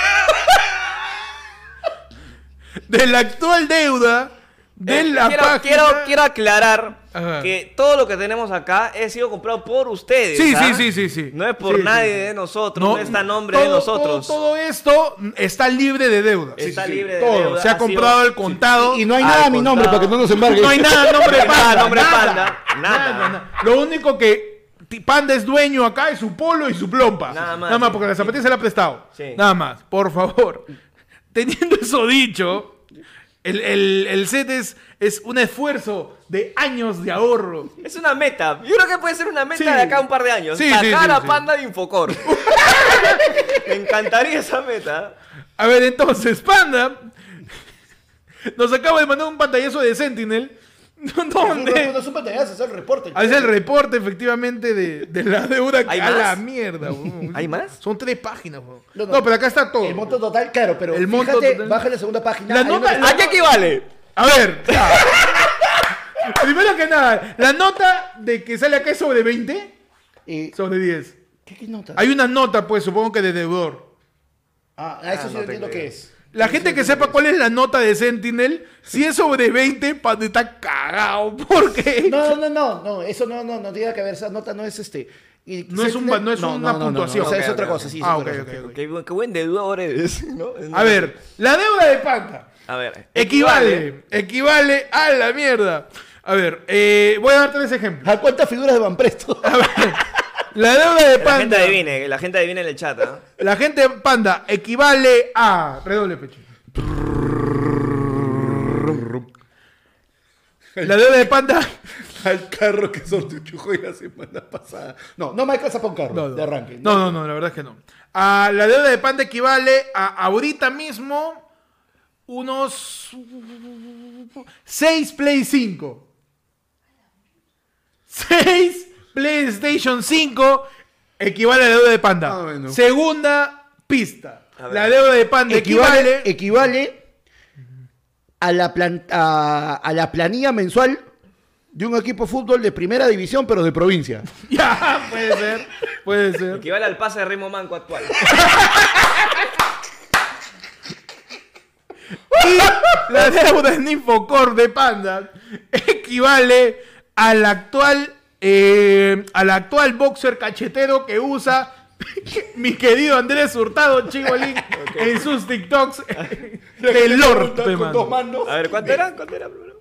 A: de la actual deuda de
C: Eh,
A: la
C: quiero,
A: página.
C: quiero, quiero aclarar
A: Ajá.
C: que todo lo que tenemos acá ha sido comprado por ustedes.
A: Sí,
C: ¿ah?
A: sí, sí, sí, sí.
C: No es por
A: Sí,
C: nadie
A: sí.
C: de nosotros, no, está a nombre de
A: todo-
C: nosotros.
A: Todo, todo esto está libre de deuda.
C: Está libre de
A: Todo.
C: deuda,
A: Se ha
C: ha sido-
A: comprado el contado.
B: Y no hay
C: Al
B: nada a mi
C: contado.
B: nombre para que no nos embarguen.
A: No hay nada, nombre
C: No hay
A: panda.
C: nada, nombre
A: nada,
C: Panda, nada.
A: Lo único que ti- panda es dueño acá es su polo y su plompa.
C: Nada más.
A: porque la zapatilla se la ha prestado.
C: Sí.
A: Nada más, por favor. Teniendo eso dicho, el, el, el set es, es un esfuerzo de años de ahorro.
C: Es una meta. Yo creo que puede ser una meta
A: Sí.
C: de acá a un par de años.
A: Sí, sí,
C: Sacar
A: sí,
C: a
A: sí.
C: Panda de Infocor. Me encantaría esa meta.
A: A ver, entonces, Panda nos acaba de mandar un pantallazo de Sentinel.
B: No, no
A: ¿Dónde?
B: son pantallas, es el reporte.
A: Hace el reporte, efectivamente, de, de la deuda
C: ¿Hay
A: a la
C: más?
A: mierda. weón.
C: ¿Hay más?
A: Son tres páginas. weón. No,
B: No, no.
A: pero acá está todo.
B: El monto total, claro, pero
A: El
B: el
A: monto
B: fíjate,
A: total.
B: baja la segunda página.
A: La
B: hay uno
A: nota-
B: que-
C: ¿A qué equivale?
A: A ver, ya. primero que nada, la nota de que sale acá es sobre 20,
B: eh,
A: sobre 10.
B: ¿qué, qué nota?
A: Hay una nota, pues, supongo que de deudor.
B: Ah, ah, eso sí
C: no
B: no entiendo
C: tengo
B: qué
C: idea.
B: es.
A: La gente que sepa cuál es la nota de Sentinel, si es sobre 20, Panda está cagado. Porque
B: No, no, no, no, eso no, no, no tiene que ver, esa nota no es este. y-
A: No es un ba- no es una puntuación.
B: o sea, es
C: Ok,
B: otra
C: ok,
B: cosa, sí, es
A: Ah,
B: otra
A: ok,
B: cosa.
A: ok, ok.
C: Qué, bu- qué buen deudor eres, ¿no?
A: A ver, la deuda de Panda
C: A ver.
A: equivale, equivale a la mierda. A ver, eh, voy a dar tres ejemplos.
B: ¿A Ah, cuántas figuras de Van Presto?
A: A ver, la deuda de
C: Que La gente
A: Panda.
C: adivine, que la gente adivine en el chat, ¿ah?
A: La gente de Panda equivale a. Redoble pecho. La deuda de Panda.
B: Al carro que sorteó Chujoy la semana pasada. No, no me alcanza para un carro
A: No no.
B: de arranque.
A: no, no, no, la verdad es que no. A la deuda de Panda equivale a ahorita mismo unos 6 Play 5. 6 PlayStation 5 equivale a la deuda de Panda.
B: Ah, bueno.
A: Segunda pista.
C: A ver.
A: La deuda de Panda
B: Equivale,
A: equivale,
B: equivale a, la plan- a, a la planilla mensual de un equipo de fútbol de primera división, pero de provincia.
A: e Ya, puede ser. Puede ser.
C: Equivale al pase de Remo Manco actual.
A: Y la deuda en Infocor de Panda equivale al actual eh, al actual boxer cachetero que usa mi querido Andrés Hurtado Chigolín en sus TikToks del Lord. pe, mano.
B: manos.
C: A ver, ¿cuánto era? ¿Cuánto era, Bruno?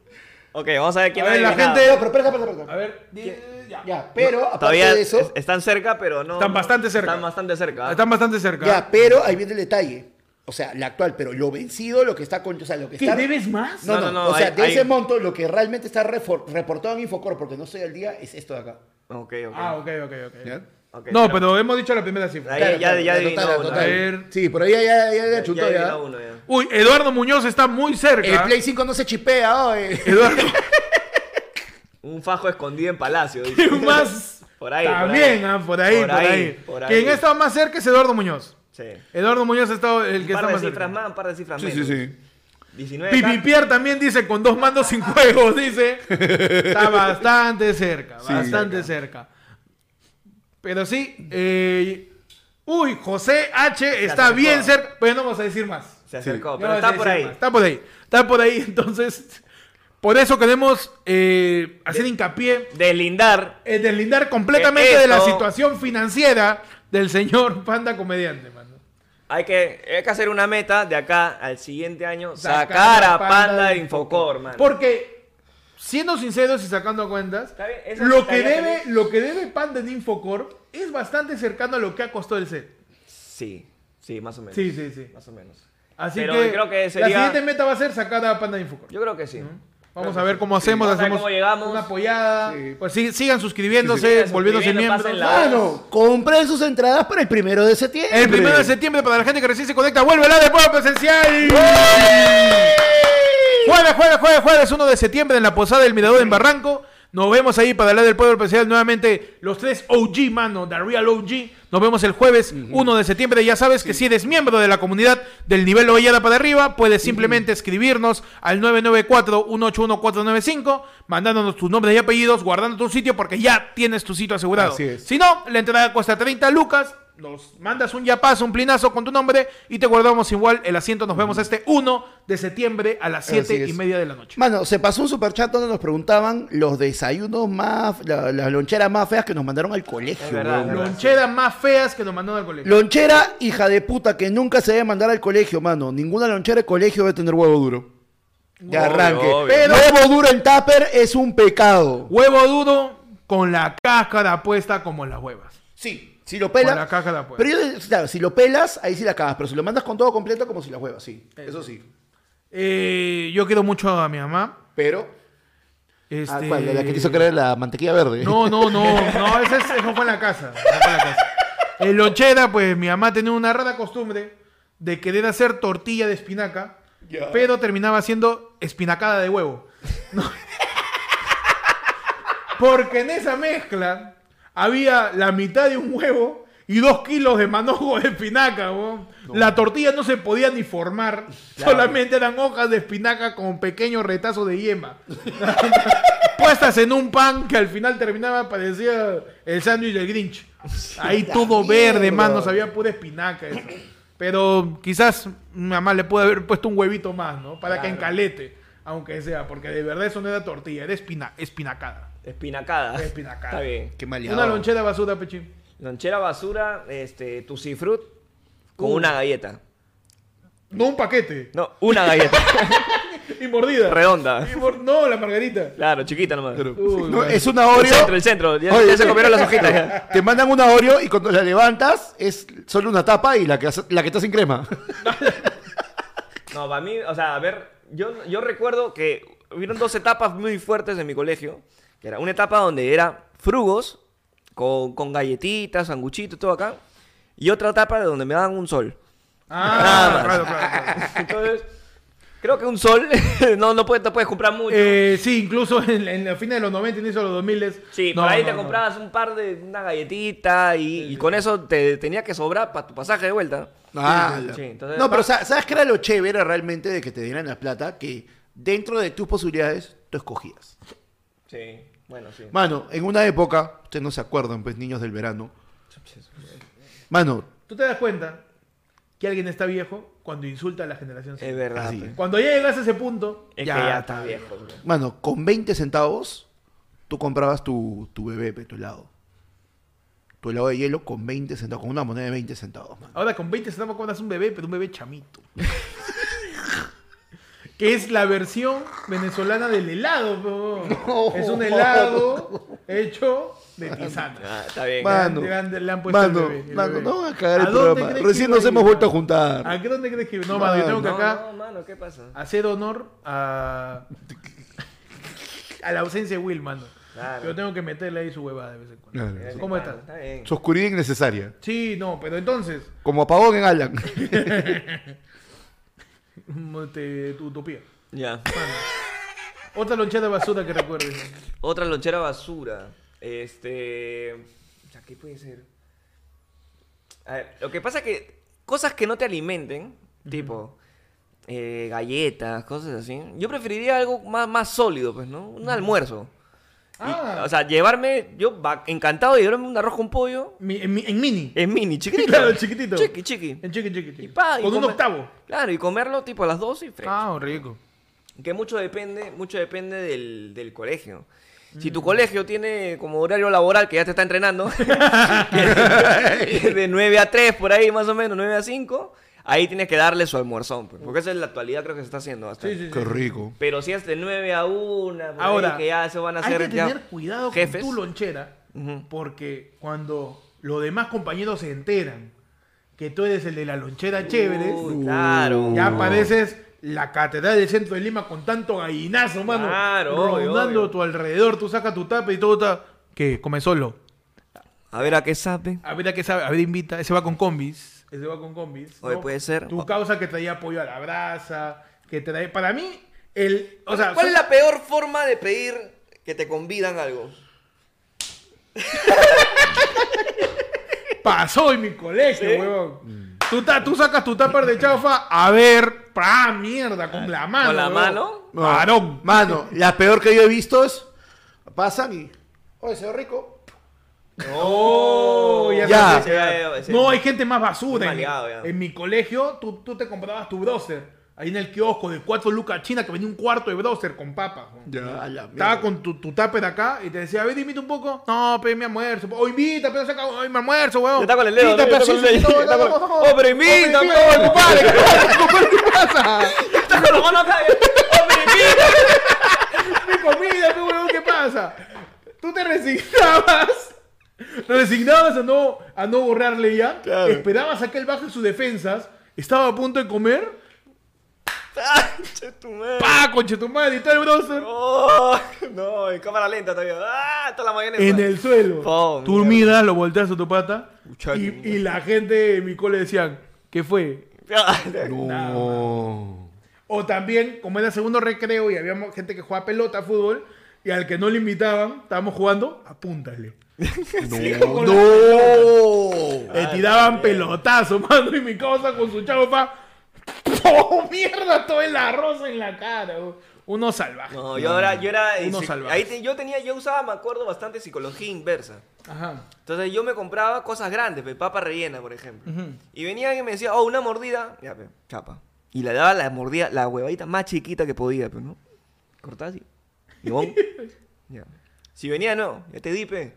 C: Ok, vamos a ver quién
A: A ver, la
C: adivinaba.
A: gente-
B: Pero, pero, espera, espera, espera.
A: A ver, ya.
B: Ya, pero aparte
C: Todavía
B: de eso,
C: es- están cerca, pero no.
A: Están bastante cerca.
C: Están bastante cerca. ¿ah?
A: Están bastante cerca.
B: ya, pero ahí viene el detalle. O sea, la actual, pero lo vencido, lo que está con, o sea, lo que
A: ¿Qué
B: está
A: debes más?
B: No,
C: No,
B: no,
C: no, no,
B: o sea,
C: hay-
B: de
C: hay-
B: ese monto, lo que realmente está refor- reportado en Infocor, porque no estoy al día, es esto de acá.
C: Ok, ok.
A: Ah, ok, ok, ok.
B: ¿Ya?
C: Ok,
A: No,
C: pero-
A: pero hemos dicho la primera cifra.
C: Ahí ya, ya,
B: la
C: adivinó
B: total, la
C: uno.
B: total.
A: A ver.
B: Sí, por ahí ya, ya, ya, ya chutó,
C: Ya
B: ya.
C: adivinó uno, ya.
A: Uy, Eduardo Muñoz está muy cerca.
B: El Play 5 no se chipea, oye.
A: Eduardo
C: Un fajo escondido en palacio. dice.
A: ¿Qué más?
C: Por ahí, por
A: También,
C: ahí.
A: ah, por ahí, por,
C: Por
A: ahí.
C: ahí, por ahí.
A: Quien ha estado más cerca es Eduardo Muñoz.
C: Sí.
A: Eduardo Muñoz ha estado el
C: Un
A: que
C: par
A: está
C: de
A: más
C: cifras
A: cerca.
C: más, eh, un par de cifras menos. 19.
A: Pipi Pierre también dice con dos mandos sin juegos, dice. Está bastante cerca, bastante cerca. Pero sí, eh, uy, José H está
C: acercó.
A: bien cerca, pero no vamos a decir más.
C: Se acercó,
A: No
C: pero
A: vamos a
C: está por
A: decir
C: ahí.
A: más, Está por ahí, está por ahí, entonces. Por eso queremos eh, hacer hincapié
C: Deslindar.
A: eh, deslindar completamente de la
C: Esto-
A: situación financiera del señor Panda Comediante, mano.
C: Hay que, hay que hacer una meta de acá al siguiente año.
A: Sacar
C: Sacar
A: a
C: a Panda
A: Panda
C: de Infocor, man.
A: Porque, siendo sinceros y sacando cuentas,
C: Está bien, esa
A: lo
C: sí
A: que,
C: estaría
A: debe,
C: feliz.
A: lo que debe Panda en Infocorp es bastante cercano a lo que ha costado el set.
C: Sí, sí, más o menos.
A: Sí, sí, sí.
C: Más o menos.
A: Así
C: Pero
A: que,
C: creo que
A: la
C: sería-
A: siguiente meta va a ser sacar a Panda de Infocorp.
C: Yo creo que sí.
A: Vamos
C: Creo
A: a
C: que
A: ver
C: sí.
A: cómo hacemos,
C: Vamos a ver
A: hacemos
C: cómo llegamos.
A: una apoyada.
B: Sí.
A: Pues sí, sigan suscribiéndose,
C: Sigan
A: volviéndose
C: suscribiendo,
A: miembros.
C: pásenla.
B: Mano, compren sus entradas para el primero de septiembre.
A: El primero de septiembre, para la gente que recién se conecta, vuelve la de Pueblo presencial. Jueves, jueves, jueves, jueves, 1 de septiembre en la Posada del Mirador en Barranco. Nos vemos ahí para la del pueblo presencial nuevamente los tres OG, mano, The Real OG. Nos vemos el jueves 1 de septiembre. Ya sabes que si eres miembro de la comunidad del nivel Ovellada para arriba, puedes simplemente escribirnos al 994-181495, mandándonos tus nombres y apellidos, guardando tu sitio porque ya tienes tu sitio asegurado.
B: Así es.
A: Si no, la entrada cuesta 30 lucas. Nos mandas un yapazo, un plinazo con tu nombre y te guardamos igual el asiento. Nos vemos este 1 de septiembre a las 7
B: es.
A: y media de la noche.
B: Mano, se pasó un superchat donde nos preguntaban los desayunos más, la- las loncheras más feas que nos mandaron al colegio.
C: Es verdad,
B: weón.
C: es verdad.
A: Loncheras más feas que nos mandaron al colegio.
B: Lonchera, hija de puta, que nunca se debe mandar al colegio, mano. Ninguna lonchera de colegio debe tener huevo duro. De
C: Obvio,
B: arranque.
C: obvio.
B: Pero huevo duro en tupper es un pecado.
A: Huevo duro con la cáscara puesta como las huevas.
B: Sí, si lo
A: Con la
B: pelas.
A: caja la puedes.
B: Pero yo- claro, si lo pelas, ahí sí la cagas. Pero si lo mandas con todo completo, como si la huevas, sí. Eso sí.
A: Eh, yo quiero mucho a mi mamá.
B: Pero.
A: Este...
B: Ah, ¿cuál? La que te hizo creer la mantequilla verde.
A: No, no, no, no, ese es- eso fue en la casa. eso fue en la casa. En lonchera, pues mi mamá tenía una rara costumbre de querer hacer tortilla de espinaca,
B: Ya.
A: pero terminaba haciendo espinacada de huevo. No. Porque en esa mezcla había la mitad de un huevo y dos kilos de manojo de espinaca. weón. La tortilla no se podía ni formar, solamente eran hojas de espinaca con pequeños retazos de yema puestas en un pan que al final terminaba parecía el sándwich del Grinch. Ahí
B: la
A: todo
B: mierda.
A: verde, mano, sabía pura espinaca eso. Pero quizás mi mamá le pudo haber puesto un huevito más, ¿no? Para que encalete, aunque sea, porque de verdad eso no era tortilla, era espina- espinacada.
C: Espinacada.
A: Espinacada.
C: Está bien.
B: Qué
A: Una
B: maleado.
A: lonchera de basura, pechín.
C: Lonchera basura, este, tucifrut con
A: Uh.
C: una galleta.
A: No un paquete.
C: No, una galleta.
A: Y mordida.
C: Redonda.
A: Y mor- no, la margarita.
C: Claro, chiquita nomás.
A: Uy,
B: No,
A: man.
B: es una
C: El
B: Oreo.
C: centro, el centro. Ya,
B: Oye,
C: ya se
B: sí.
C: comieron las hojitas. ya.
B: Te mandan una Oreo y cuando la levantas es solo una tapa y la que, la que está sin crema.
C: No, para mí, o sea, a ver, yo, yo recuerdo que hubieron dos etapas muy fuertes en mi colegio. Que era una etapa donde era frugos, con, con galletitas, sanguchitos, todo acá. Y otra etapa de donde me daban un sol.
A: Ah, claro, claro, claro.
C: Entonces, creo que un sol no, no, puedes, no puedes comprar mucho.
A: Eh, sí, incluso en, en la fines de los 90, inicio de los 2000.
C: Sí,
A: no,
C: por ahí
A: no,
C: te
A: no.
C: comprabas un par de una galletita y, y con eso te tenía que sobrar para tu pasaje de vuelta.
B: Ah,
C: sí,
B: la-
C: sí, entonces-
B: no, pero sa- ¿sabes qué era lo chévere realmente de que te dieran la plata? Que dentro de tus posibilidades, tú escogías.
C: Sí, bueno, sí.
B: Mano, en una época, ustedes no se acuerdan, pues, niños del verano. Mano,
A: ¿Tú te das cuenta que alguien está viejo cuando insulta a la generación Z?
C: Es verdad.
B: Así.
C: pues.
A: Cuando ya llegas a ese punto,
C: Es que ya estás viejo. pues.
B: mano, con 20 centavos, tú comprabas tu, tu bebé, pe, tu helado. Tu helado de hielo con 20 centavos, con una moneda de 20 centavos, mano.
A: Ahora con 20 centavos compras un bebé, pero un bebé chamito. que es la versión venezolana del helado. po.
B: No.
A: Es un helado hecho de tisana.
C: Ah, está bien.
B: Mano,
A: Le han- le han puesto
B: mano,
A: el bebé, el
B: mano,
A: bebé.
B: no van a cagar
A: ¿A
B: el
A: dónde
B: programa.
A: crees que
B: Recién
A: iba
B: nos
A: a ir,
B: hemos vuelto a
A: mano?
B: juntar.
A: ¿A qué dónde crees que.? No, mano, yo tengo que
C: No,
A: acá
C: no, mano, ¿qué pasa?
A: hacer honor a. a la ausencia de Will, mano.
C: Claro.
A: Yo tengo que meterle ahí su huevada de vez en cuando.
B: Claro.
C: Dale,
A: ¿Cómo
C: mano,
A: estás?
C: Está bien.
B: Su oscuridad innecesaria.
A: Sí, no, pero entonces,
B: Como apagón en Alan.
A: mm, te- tu utopía.
C: Ya.
A: Otra lonchera de basura que recuerdes.
C: Otra lonchera basura. Este. O sea, ¿qué puede ser? A ver, lo que pasa es que cosas que no te alimenten, tipo eh, galletas, cosas así, yo preferiría algo más, más sólido, pues, ¿no? Un almuerzo. Y,
A: Ah.
C: o sea, llevarme, yo va- encantado de llevarme un arroz con pollo
A: Mi- en, mi- en mini.
C: en mini, Eh, chiquitito.
A: Claro, chiquitito.
C: Chiqui, chiqui.
A: En chiqui, chiqui,
C: Y
A: chiqui.
C: pa, y
A: Con un
C: comer-
A: octavo.
C: Claro, y comerlo tipo a las 12 y fresco.
A: Ah, rico.
C: Que mucho depende, mucho depende del, del colegio. Si
A: Mm.
C: tu colegio tiene como horario laboral que ya te está entrenando, que es de 9 a 3 por ahí más o menos, 9 a 5, ahí tienes que darle su almuerzón. pues, porque esa es la actualidad creo que se está haciendo bastante.
A: Sí, sí, sí.
B: Qué rico.
C: Pero si es de 9 a 1, por ahí,
A: Ahora,
C: que ya se van a
A: hay
C: hacer
A: que
C: ya
A: tener cuidado
C: jefes.
A: con tu lonchera,
C: Ujú.
A: porque cuando los demás compañeros se enteran que tú eres el de la lonchera chévere,
C: Uy, claro.
A: ya pareces la catedral del centro de Lima con tanto gallinazo, mano.
C: Claro, obvio,
A: rondando
C: obvio.
A: a tu alrededor, tú sacas tu tapa y todo está. ¿Qué? Come solo.
C: A ver a qué sabe.
A: A ver a qué sabe, a ver invita, ese va con combis, ese va con combis.
C: Oye, puede ser.
A: Tu causa que traía pollo a la brasa, que trae para mí el, o sea,
C: ¿Cuál
A: son-
C: es la peor forma de pedir que te convidan algo?
A: pasó en mi colegio, huevón. Tú, ta- tú sacas tu tupper de chaufa, a ver, pa mierda, con la mano.
C: ¿Con la
A: huevón.
C: mano?
B: No.
A: Varón.
B: Mano, la peor que yo he visto es. Pasan y. Oye, se ve rico.
A: Oh, ya,
B: Ya.
A: sabes, ya.
C: Ya, ya, ya,
A: No,
C: ya.
A: hay gente más basura.
C: Es
A: en, mi-
C: maleado, ya.
A: en mi colegio, tú, tú te comprabas tu browser. Ahí en el kiosco de cuatro lucas china que venía un cuarto de browser con papas. huevón.
B: Ya, a la
A: Estaba
B: mierda.
A: con tu, tu tupper acá y te decía, a ver, invita un poco. No, pe, mi almuerzo. O invita, pero saca hoy mi almuerzo,
C: Yo
A: weón.
C: está con el dedo.
B: Pita,
C: yo está
B: pero
C: con el
B: sí,
C: dedo,
B: sí,
C: yo
B: no,
C: está con-
B: no, no, no.
C: Oh, pero invita,
A: Invita,
C: oh,
A: compadre, ¿qué pasa? compadre, ¿qué pasa?
C: Está con la mano acá, eh. Oh, pero invita.
A: Mi comida, pe, weón, ¿qué pasa? Tú te resignabas. Te resignabas a no, a no borrarle ya.
B: Claro.
A: Esperabas a que él baje sus defensas. Estaba a punto de comer.
C: Ah, che, tu madre.
A: ¡Pah! Conche tu madre, y está el browser.
C: Oh, no, en cámara lenta todavía. Ah, está la mayonesa.
A: En el suelo.
C: Oh,
A: tú
C: mierda.
A: miras, lo volteas a tu pata.
C: Muchacho,
A: Y, y la gente de mi cole decían, ¿qué fue?
C: Ah,
B: No.
A: O también, como era segundo recreo y había gente que jugaba pelota, fútbol, y al que no le invitaban, estábamos jugando, apúntale.
B: No.
A: con
B: No.
A: Le tiraban pelotazo, mano, y mi causa con su chaufa. ¡Oh, mierda! Todo el arroz en la cara. bro. Uno salvaje.
C: No, yo ahora, yo era. eh,
A: Uno
C: psi-
A: salvaje.
C: ahí te- yo tenía, yo usaba, me acuerdo, bastante psicología inversa.
A: Ajá.
C: Entonces yo me compraba cosas grandes, pe, papa rellena, por ejemplo. Y venía y me decía, oh, una mordida. Ya, pe, chapa. Y le daba la mordida, la huevadita más chiquita que podía, pero no. Cortás así. Y bon. ya. Si venía, no, ya te di, pe.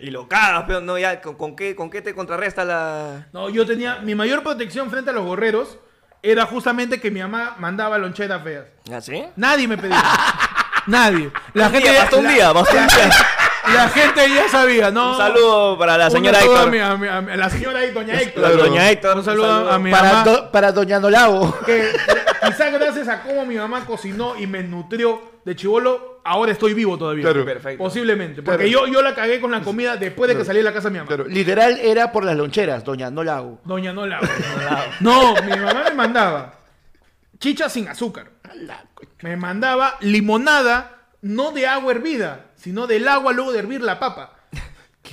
C: y lo cagas, pero no, ya, ¿con, con qué, ¿con qué te contrarresta la...?
A: No, yo tenía. Mi mayor protección frente a los gorreros era justamente que mi mamá mandaba loncheras feas.
C: ¿Ah, sí?
A: Nadie me pedía. Nadie. La
C: Un
A: gente
C: día,
A: ya,
C: bastó un
A: la-
C: día, bastó un día.
A: la gente ya sabía, ¿no?
C: Un saludo para la
A: Un
C: señora
A: saludo a
C: Héctor.
A: mi- a mi- a mi- a la señora y doña Héctor.
C: La doña Héctor.
A: Un saludo, a mi
B: Para,
A: mamá.
B: do- para Doña Nolao.
A: que quizás gracias a cómo mi mamá cocinó y me nutrió de chivolo, ahora estoy vivo todavía.
B: Claro.
C: Perfecto.
A: Posiblemente. Porque yo, yo la cagué con la comida después de que salí de la casa de mi mamá.
B: Claro, Literal era por las loncheras, Doña Nolao.
A: Doña Nola. no, mi mamá me mandaba chicha sin azúcar. Me mandaba limonada, no de agua hervida, sino del agua luego de hervir la papa.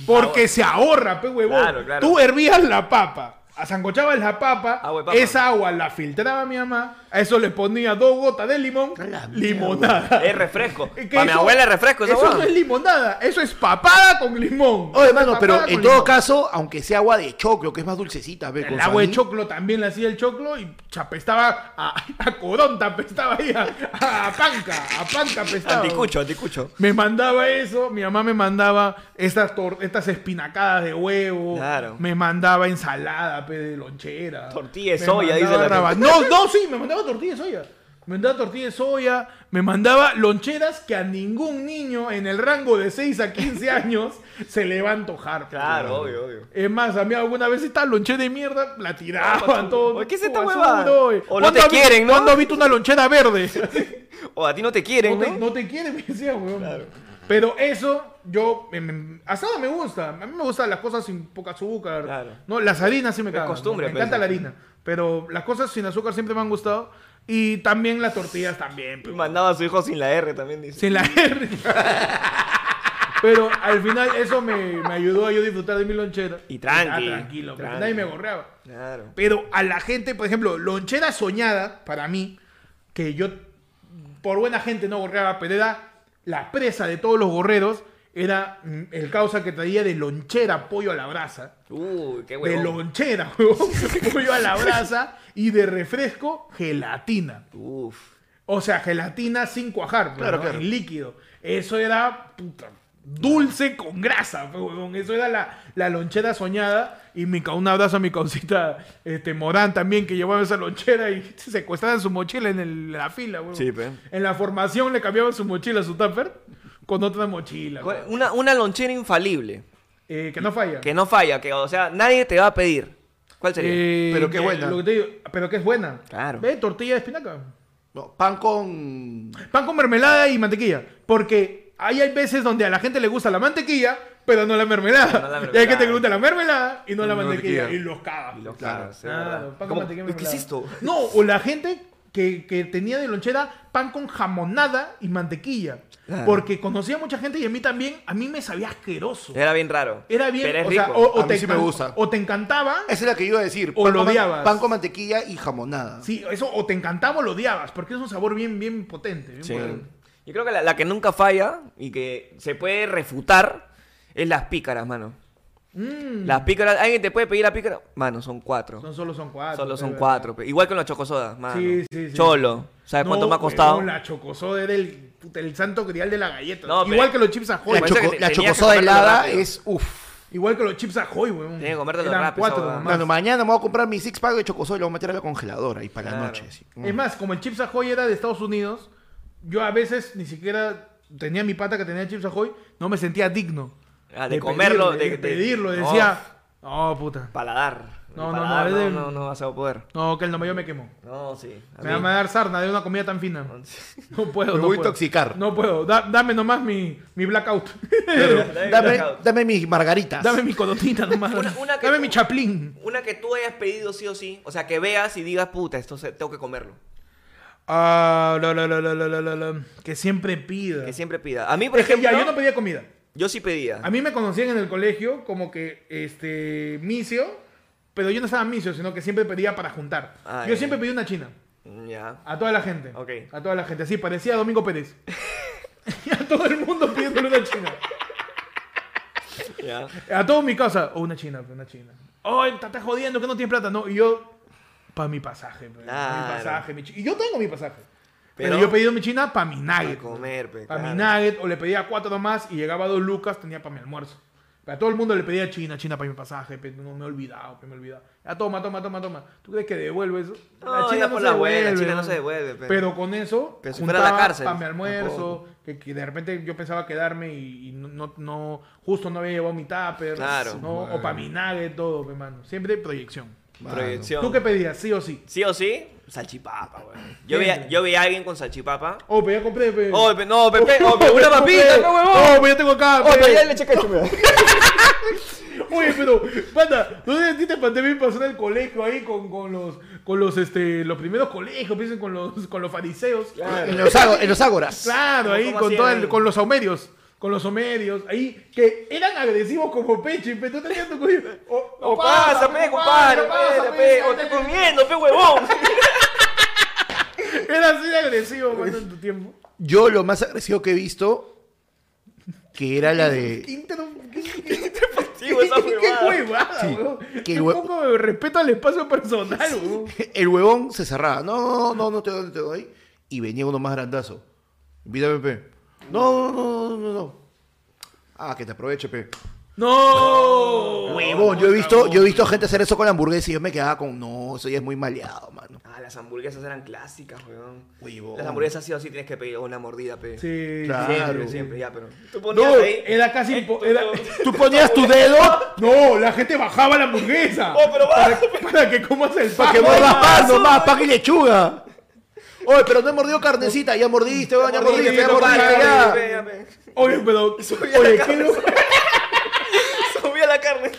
A: Porque se ahorra, pe huevón.
C: Claro, claro.
A: Tú hervías la papa, zancochabas la papa,
C: Agua de papa.
A: esa agua la filtraba mi mamá, a eso le ponía dos gotas de limón,
B: la
A: limonada.
C: Es refresco.
A: Que
C: Para mi
A: eso-
C: abuela es refresco esa
A: Eso
C: huevada.
A: no es limonada, eso es papada con limón.
B: Oye, mano, pero
A: Papada
B: en
A: con
B: todo
A: limón.
B: caso, aunque sea agua de choclo, que es más dulcecita, ve,
A: El
B: con
A: agua de
B: maní.
A: choclo también la hacía el choclo y chapestaba a, a Coronta, apestaba ahí a, a panca, a panca apestaba.
C: Anticucho, anticucho.
A: Me mandaba eso, mi mamá me mandaba estas, tor- estas espinacadas de huevo,
C: Claro.
A: me mandaba ensalada pe, de lonchera.
C: Tortilla de
A: me
C: soya, dice
A: mandaba raba-
C: la
A: No, no, sí, me mandaba tortilla de soya. Me mandaba tortilla de soya, me mandaba loncheras que a ningún niño en el rango de 6 a 15 años se le va a antojar. pe.
C: Claro, obvio, obvio.
A: Es más, a mí alguna vez esta lonchera de mierda la
C: Ah,
A: tiraban
C: tú.
A: todo.
C: Oye, ¿qué es esta
A: basura,
C: huevada?
A: oye.
C: O no
A: ¿Cuándo
C: te
A: has vi-
C: quieren, ¿no?
A: ¿Cuándo has visto una lonchera verde?
C: O a ti no te quieren,
A: no,
C: ¿no?
A: te, no te quieren, me decía, weón. Pero eso, yo, me- me- asado me gusta. A mí me gustan las cosas sin poca azúcar.
C: Claro.
A: No, las harinas sí me cagan.
C: costumbre,
A: Me encanta
C: pues.
A: la harina. Pero las cosas sin azúcar siempre me han gustado. Y también las tortillas también. pe.
C: Mandaba a su hijo sin la R también, dice.
A: Sin la R. Pero al final eso me, me ayudó a yo disfrutar de mi lonchera.
C: Y tranqui,
A: Ah, tranquilo. pe.
C: tranqui.
A: Nadie me gorreaba.
C: Claro.
A: Pero a la gente, por ejemplo, lonchera soñada, para mí, que yo por buena gente no gorreaba, pero era la presa de todos los gorreros, era mm, el causa que traía de lonchera pollo a la brasa.
C: Uy, qué
A: De
C: huevón.
A: lonchera, huevón, pollo a la brasa y de refresco gelatina.
C: Uf.
A: O sea, gelatina sin cuajar, pues,
B: Claro,
A: ¿no?
B: claro.
A: en líquido. Eso era puta, dulce con grasa, pues, huevón. Eso era la, la lonchera soñada. Y mi, ca- un abrazo a mi causita este, Morán también, que llevaba esa lonchera y secuestraban su mochila en el- la fila, huevón.
B: Sí, pe.
A: En la formación le cambiaban su mochila, su tupper, con otra mochila.
C: ¿Cuál-
A: huevón.
C: Una, una lonchera infalible.
A: Eh, que no falla.
C: Que no falla, que, o sea, nadie te va a pedir. ¿Cuál sería?
A: Eh,
B: Pero qué
A: eh,
B: buena.
A: lo que te digo, pero que es buena.
C: Claro.
A: Ve, tortilla de espinaca.
B: No, pan con.
A: Pan con mermelada y mantequilla. Porque ahí hay veces donde a la gente le gusta la mantequilla, pero no la mermelada.
C: No la
A: Y hay gente
C: mermelada.
A: que le gusta la mermelada y no la
B: No
A: mantequilla.
B: mantequilla.
A: Y los cagas.
B: Claro,
C: sí,
A: Claro, Ah,
C: ¿verdad?
A: pan con
C: ¿Cómo?
A: mantequilla y
C: ¿Qué es
A: mermelada.
C: esto?
A: No, o la gente que, que tenía de lonchera pan con jamonada y mantequilla.
C: Claro.
A: Porque conocía a mucha gente y a mí también, a mí me sabía asqueroso.
C: Era bien raro.
A: Era bien,
C: Pero es
A: o sea,
C: rico.
A: o- o
B: A mí
A: te
B: sí me
A: encan-
B: gusta.
A: o te encantaba
B: Esa es la que iba a decir.
A: O
B: pan
A: lo
B: con man-
A: odiabas.
B: Pan con mantequilla y jamonada.
A: Sí, eso o te encantaba o lo odiabas, porque es un sabor bien, bien potente. bien
C: Sí.
A: potente.
C: Yo creo que la, la que nunca falla y que se puede refutar es las pícaras, mano.
A: Mm,
C: Las pícaras, ¿alguien te puede pedir la pícara? Mano, son cuatro.
A: son, solo son cuatro.
C: Solo
A: es
C: son
A: verdad.
C: cuatro. pe- Igual con la chocosoda, mano.
A: Sí, sí, sí.
C: Cholo. ¿Sabes
A: No,
C: cuánto me ha costado?
A: huevón, la chocosoda era el, puta, el santo grial de la galleta.
C: No, pero-
A: Igual que los chips
B: La,
A: Ahoy.
C: Parece que
B: choco-
C: te-
B: la
C: tenías que
B: chocosada
C: comerlo
B: helada
C: rápido.
B: es. Uff.
A: Igual que los chips Ahoy, weón.
C: Tienes que comértelo
A: Eran
C: rápido,
A: cuatro
C: esa huevada.
A: nomás.
B: Mano, mañana me voy a comprar mi six pack de chocosol y lo voy a meter a la congeladora y para la
C: Claro.
B: noche. Mm. así.
A: Es más, como el chips Ahoy era de Estados Unidos, yo a veces ni siquiera tenía mi pata que tenía chips Ahoy, no me sentía digno.
C: Ah, de comerlo,
A: pedirle,
C: de- de-
A: pedirlo.
C: no.
A: Decía, no, puta.
C: Paladar. El
A: No, no, no,
C: paladar,
A: es de-
C: no, no, no vas a poder.
A: No, que el nombre yo me quemo.
C: No, sí. a
A: Me va
C: mí-
A: a dar sarna de una comida tan fina. No puedo.
B: Me
A: no puedo.
B: voy a intoxicar.
A: No puedo. Da- dame nomás mi, mi blackout.
C: Dame
B: Dame,
C: blackout.
B: dame mis margaritas.
A: dame mi codotita nomás.
C: Una- una que-
A: dame mi chaplín.
C: Una que tú hayas pedido sí o sí. O sea, que veas y digas, puta, esto se- tengo que comerlo.
A: Ah, la, la, la, la, la, la, la, que siempre pida.
C: Que siempre pida. A mí, por
A: Es que
C: ejemplo, Ah.
A: ya, yo
C: yo,
A: no pedía comida.
C: sí pedía.
A: A mí me conocían en el colegio como que, este, misio, pero yo no estaba misio, sino que siempre pedía para juntar.
C: Ah,
A: yo
C: ya.
A: siempre pedí una china.
C: Ya.
A: A toda la gente.
C: Ok.
A: A toda la gente. Así, parecía Domingo Pérez. y a todo el mundo pidiéndole una china.
C: Ya.
A: A todo mi casa. Oh, una china, una china. Oh, te estás jodiendo que no tienes plata. No, y yo, para mi pasaje. pe, Mi
C: Claro.
A: pasaje, mi chi- Y yo tengo mi pasaje. Pero,
C: Pero-
A: yo he pedido mi china para mi
C: A
A: nugget.
C: comer, pe,
A: Para mi
C: claro.
A: nugget, o le pedía cuatro nomás y llegaba dos lucas, tenía para mi almuerzo. Pero a todo el mundo le pedía China, China para mi pasaje, pe, no me he olvidado, pe, me he olvidado. Ya toma, toma, toma, toma. ¿Tú crees que devuelve eso?
C: No, ya por la buena, la China no
A: ¿no?
C: se devuelve, pe.
A: Pero con eso,
C: Pero si fuera la cárcel,
A: para mi almuerzo,
C: tampoco.
A: que, que de repente yo pensaba quedarme y, y no, no, no- justo no había llevado mi tupper.
C: Claro.
A: ¿no? O para mi nugget, todo, pe, mano. Siempre proyección.
B: Mano.
C: Proyección.
A: ¿Tú qué pedías? Sí o sí.
C: Sí o sí, salchipapa, güey. Yo
A: Siempre.
C: vi, yo vi a alguien con salchipapa.
A: Oh, pero ya compré, pe.
C: Oh, pe- no, Pepe, oh, pe- una papita,
A: pe.
C: qué huevón.
A: Oh, pero yo tengo acá, pe.
C: leche ketchup, me da.
A: Oye, pero, panda, ¿no sé a ti te pasé bien pasó en el colegio ahí con, con los con los este los primeros colegios, piensen con los con los fariseos.
B: En los, ágo- en los ágoras.
A: Claro, ahí
C: ¿Cómo
A: con
C: hacían
A: todo el-
C: ahí?
A: con los homerios. Con los homerios, ahí, que eran agresivos como Peche, pero tú tenías tu colegio. O,
C: No pasa, pe, Oh, compadre,
A: no pasa,
C: espérate,
A: pe,
C: pe.
A: no
C: O estoy
A: pasa.
C: comiendo, pe, huevón.
A: Era así de agresivo, mano, en tu tiempo.
B: Yo lo más agresivo que he visto, que era la de...
A: Quintero, qué,
C: Sí, güey, esa
A: qué
C: huevada.
A: huevada,
B: Sí,
A: weón.
B: qué
A: Qué
B: hue-
A: poco de respeto al espacio personal, weón.
B: El huevón se cerraba. No, no, no, no te doy, no te doy. Y venía uno más grandazo. Invítame, pe. No, no, no, no, no, no. Ah, que te aproveche, pe.
A: No.
B: Huevón, yo he visto, yo he visto gente hacer eso con la hamburguesa y yo me quedaba con... No, eso ya es muy maleado, mano.
C: Ah, las hamburguesas eran clásicas, huevón.
B: Huevón.
C: Las hamburguesas sí o sí tienes que pedir una mordida, pe.
A: Sí,
B: Claro.
C: Siempre,
B: sí.
C: siempre, ya, pero.
A: No, eh,
C: Tú ponías ahí.
A: era casi.
C: Eh,
A: impo- era-
B: Tú ponías tu dedo
A: no, la gente bajaba la hamburguesa.
C: Oh, pero
A: para,
C: va.
A: para que comas el
B: para que
A: pan.
B: vuelvas más, nomás, pan y lechuga. Oye, pero no he mordido carnecita. Ya mordiste, weón, ya mordiste,
A: mordiste,
B: ya
A: compadre,
B: mordiste, ya.
A: pe. Oye, pero.
C: Subía a la
A: Oye, qué loco.
C: la carne.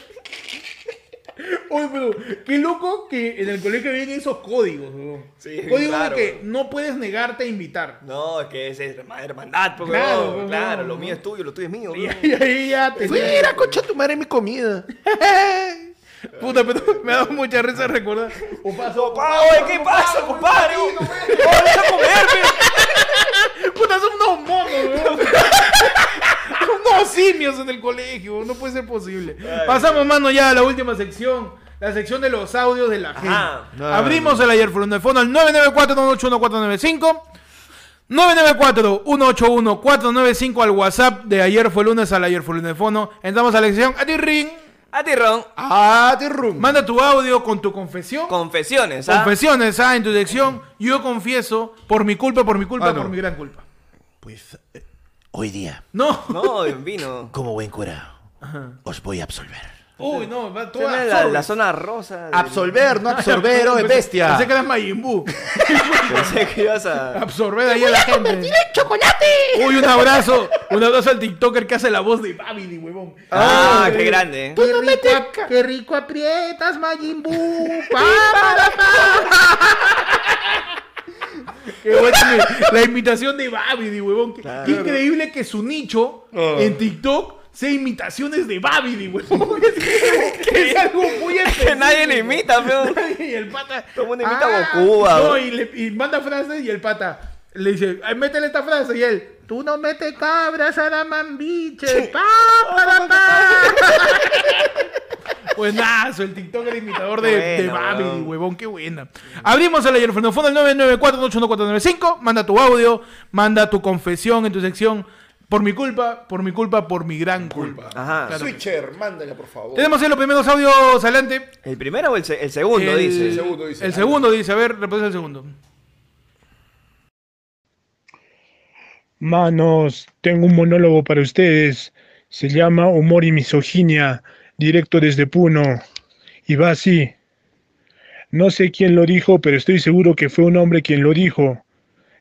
A: Oye, pero qué loco que en el colegio vienen esos códigos, weón.
C: Sí,
A: Códigos
C: claro.
A: de que no puedes negarte a invitar.
C: No, es que es es herma- hermandad, pues,
A: Claro,
C: huevón.
A: pues,
C: Claro,
A: no,
C: lo
A: no.
C: mío es tuyo, lo tuyo es mío,
A: Y
C: huevón.
A: ahí ya te.
B: Mira, concha tu madre, mi comida.
A: Puta, pero me ha dado mucha risa recordar. O pasó.
C: Pa, oye, eh, ¿qué pasa, compadre? Oh, deja comerme.
A: Puta, son unos monos, weón. Son unos simios en el colegio. No puede ser posible. Pasamos, mano, ya a la última sección. La sección de los audios de la gente.
C: Ajá.
B: No,
A: Abrimos el ayer por el fondo al 994 181 495 994-181-495 al WhatsApp de ayer fue lunes al ayer fue lunes fono. Entramos a la sección a ti ring.
C: A ti, Ron.
B: Ah, te rum.
A: Manda tu audio con tu confesión.
C: Confesiones, ¿ah?
A: Confesiones, ah, en tu sección. Yo confieso por mi culpa, por mi culpa,
B: Ah, no.
A: por mi gran culpa.
B: Pues eh, hoy día,
A: No.
C: no, vino.
B: como buen cura, os voy a absolver.
A: Uy, no, va todo
C: Tiene la, la zona rosa. del-
B: Absolver, no absorber, oh, es bestia.
A: Pensé que eras Majin Buu.
C: Pensé que ibas a.
A: Absorber ahí a la gente.
B: en chocolate!
A: Uy, un abrazo. Un abrazo al TikToker que hace la voz de Babidi, huevón.
C: Ah,
A: Ay,
C: qué grande.
A: Qué rico, ap- qué rico aprietas, Majin Buu. Pa, pa, pa. Qué buena- la imitación de Babidi, huevón. Qué, qué increíble que su nicho en TikTok sea imitaciones de Babidi, huevón. Es, es algo muy
C: Que nadie
A: específico.
C: le imita, feo.
A: y el pata. "Ah,
C: Todo el mundo imita a Goku, a-
A: No, y, le, y manda frases y el pata le dice, "Ay, métele esta frase. Y él, tú no metes cabras a la mambiche. Pa, para, pa". Buenazo, el TikToker imitador de,
C: Bueno,
A: de Babi,
C: weón.
A: huevón, qué buena. Abrimos el ayer fondo al 994 Manda tu audio, manda tu confesión en tu sección. Por mi culpa, por mi culpa, por mi gran culpa.
C: Ajá.
A: Claro.
B: Switcher, mándala, por favor.
A: Tenemos ahí los primeros audios, adelante.
C: ¿El primero o el, se- el segundo,
A: El segundo
C: dice?
B: segundo
A: dice.
B: dice.
A: El segundo dice, a ver, repite el segundo.
D: Manos, tengo un monólogo para ustedes. Se llama Humor y Misoginia, directo desde Puno. Y va así. No sé quién lo dijo, pero estoy seguro que fue un hombre quien lo dijo.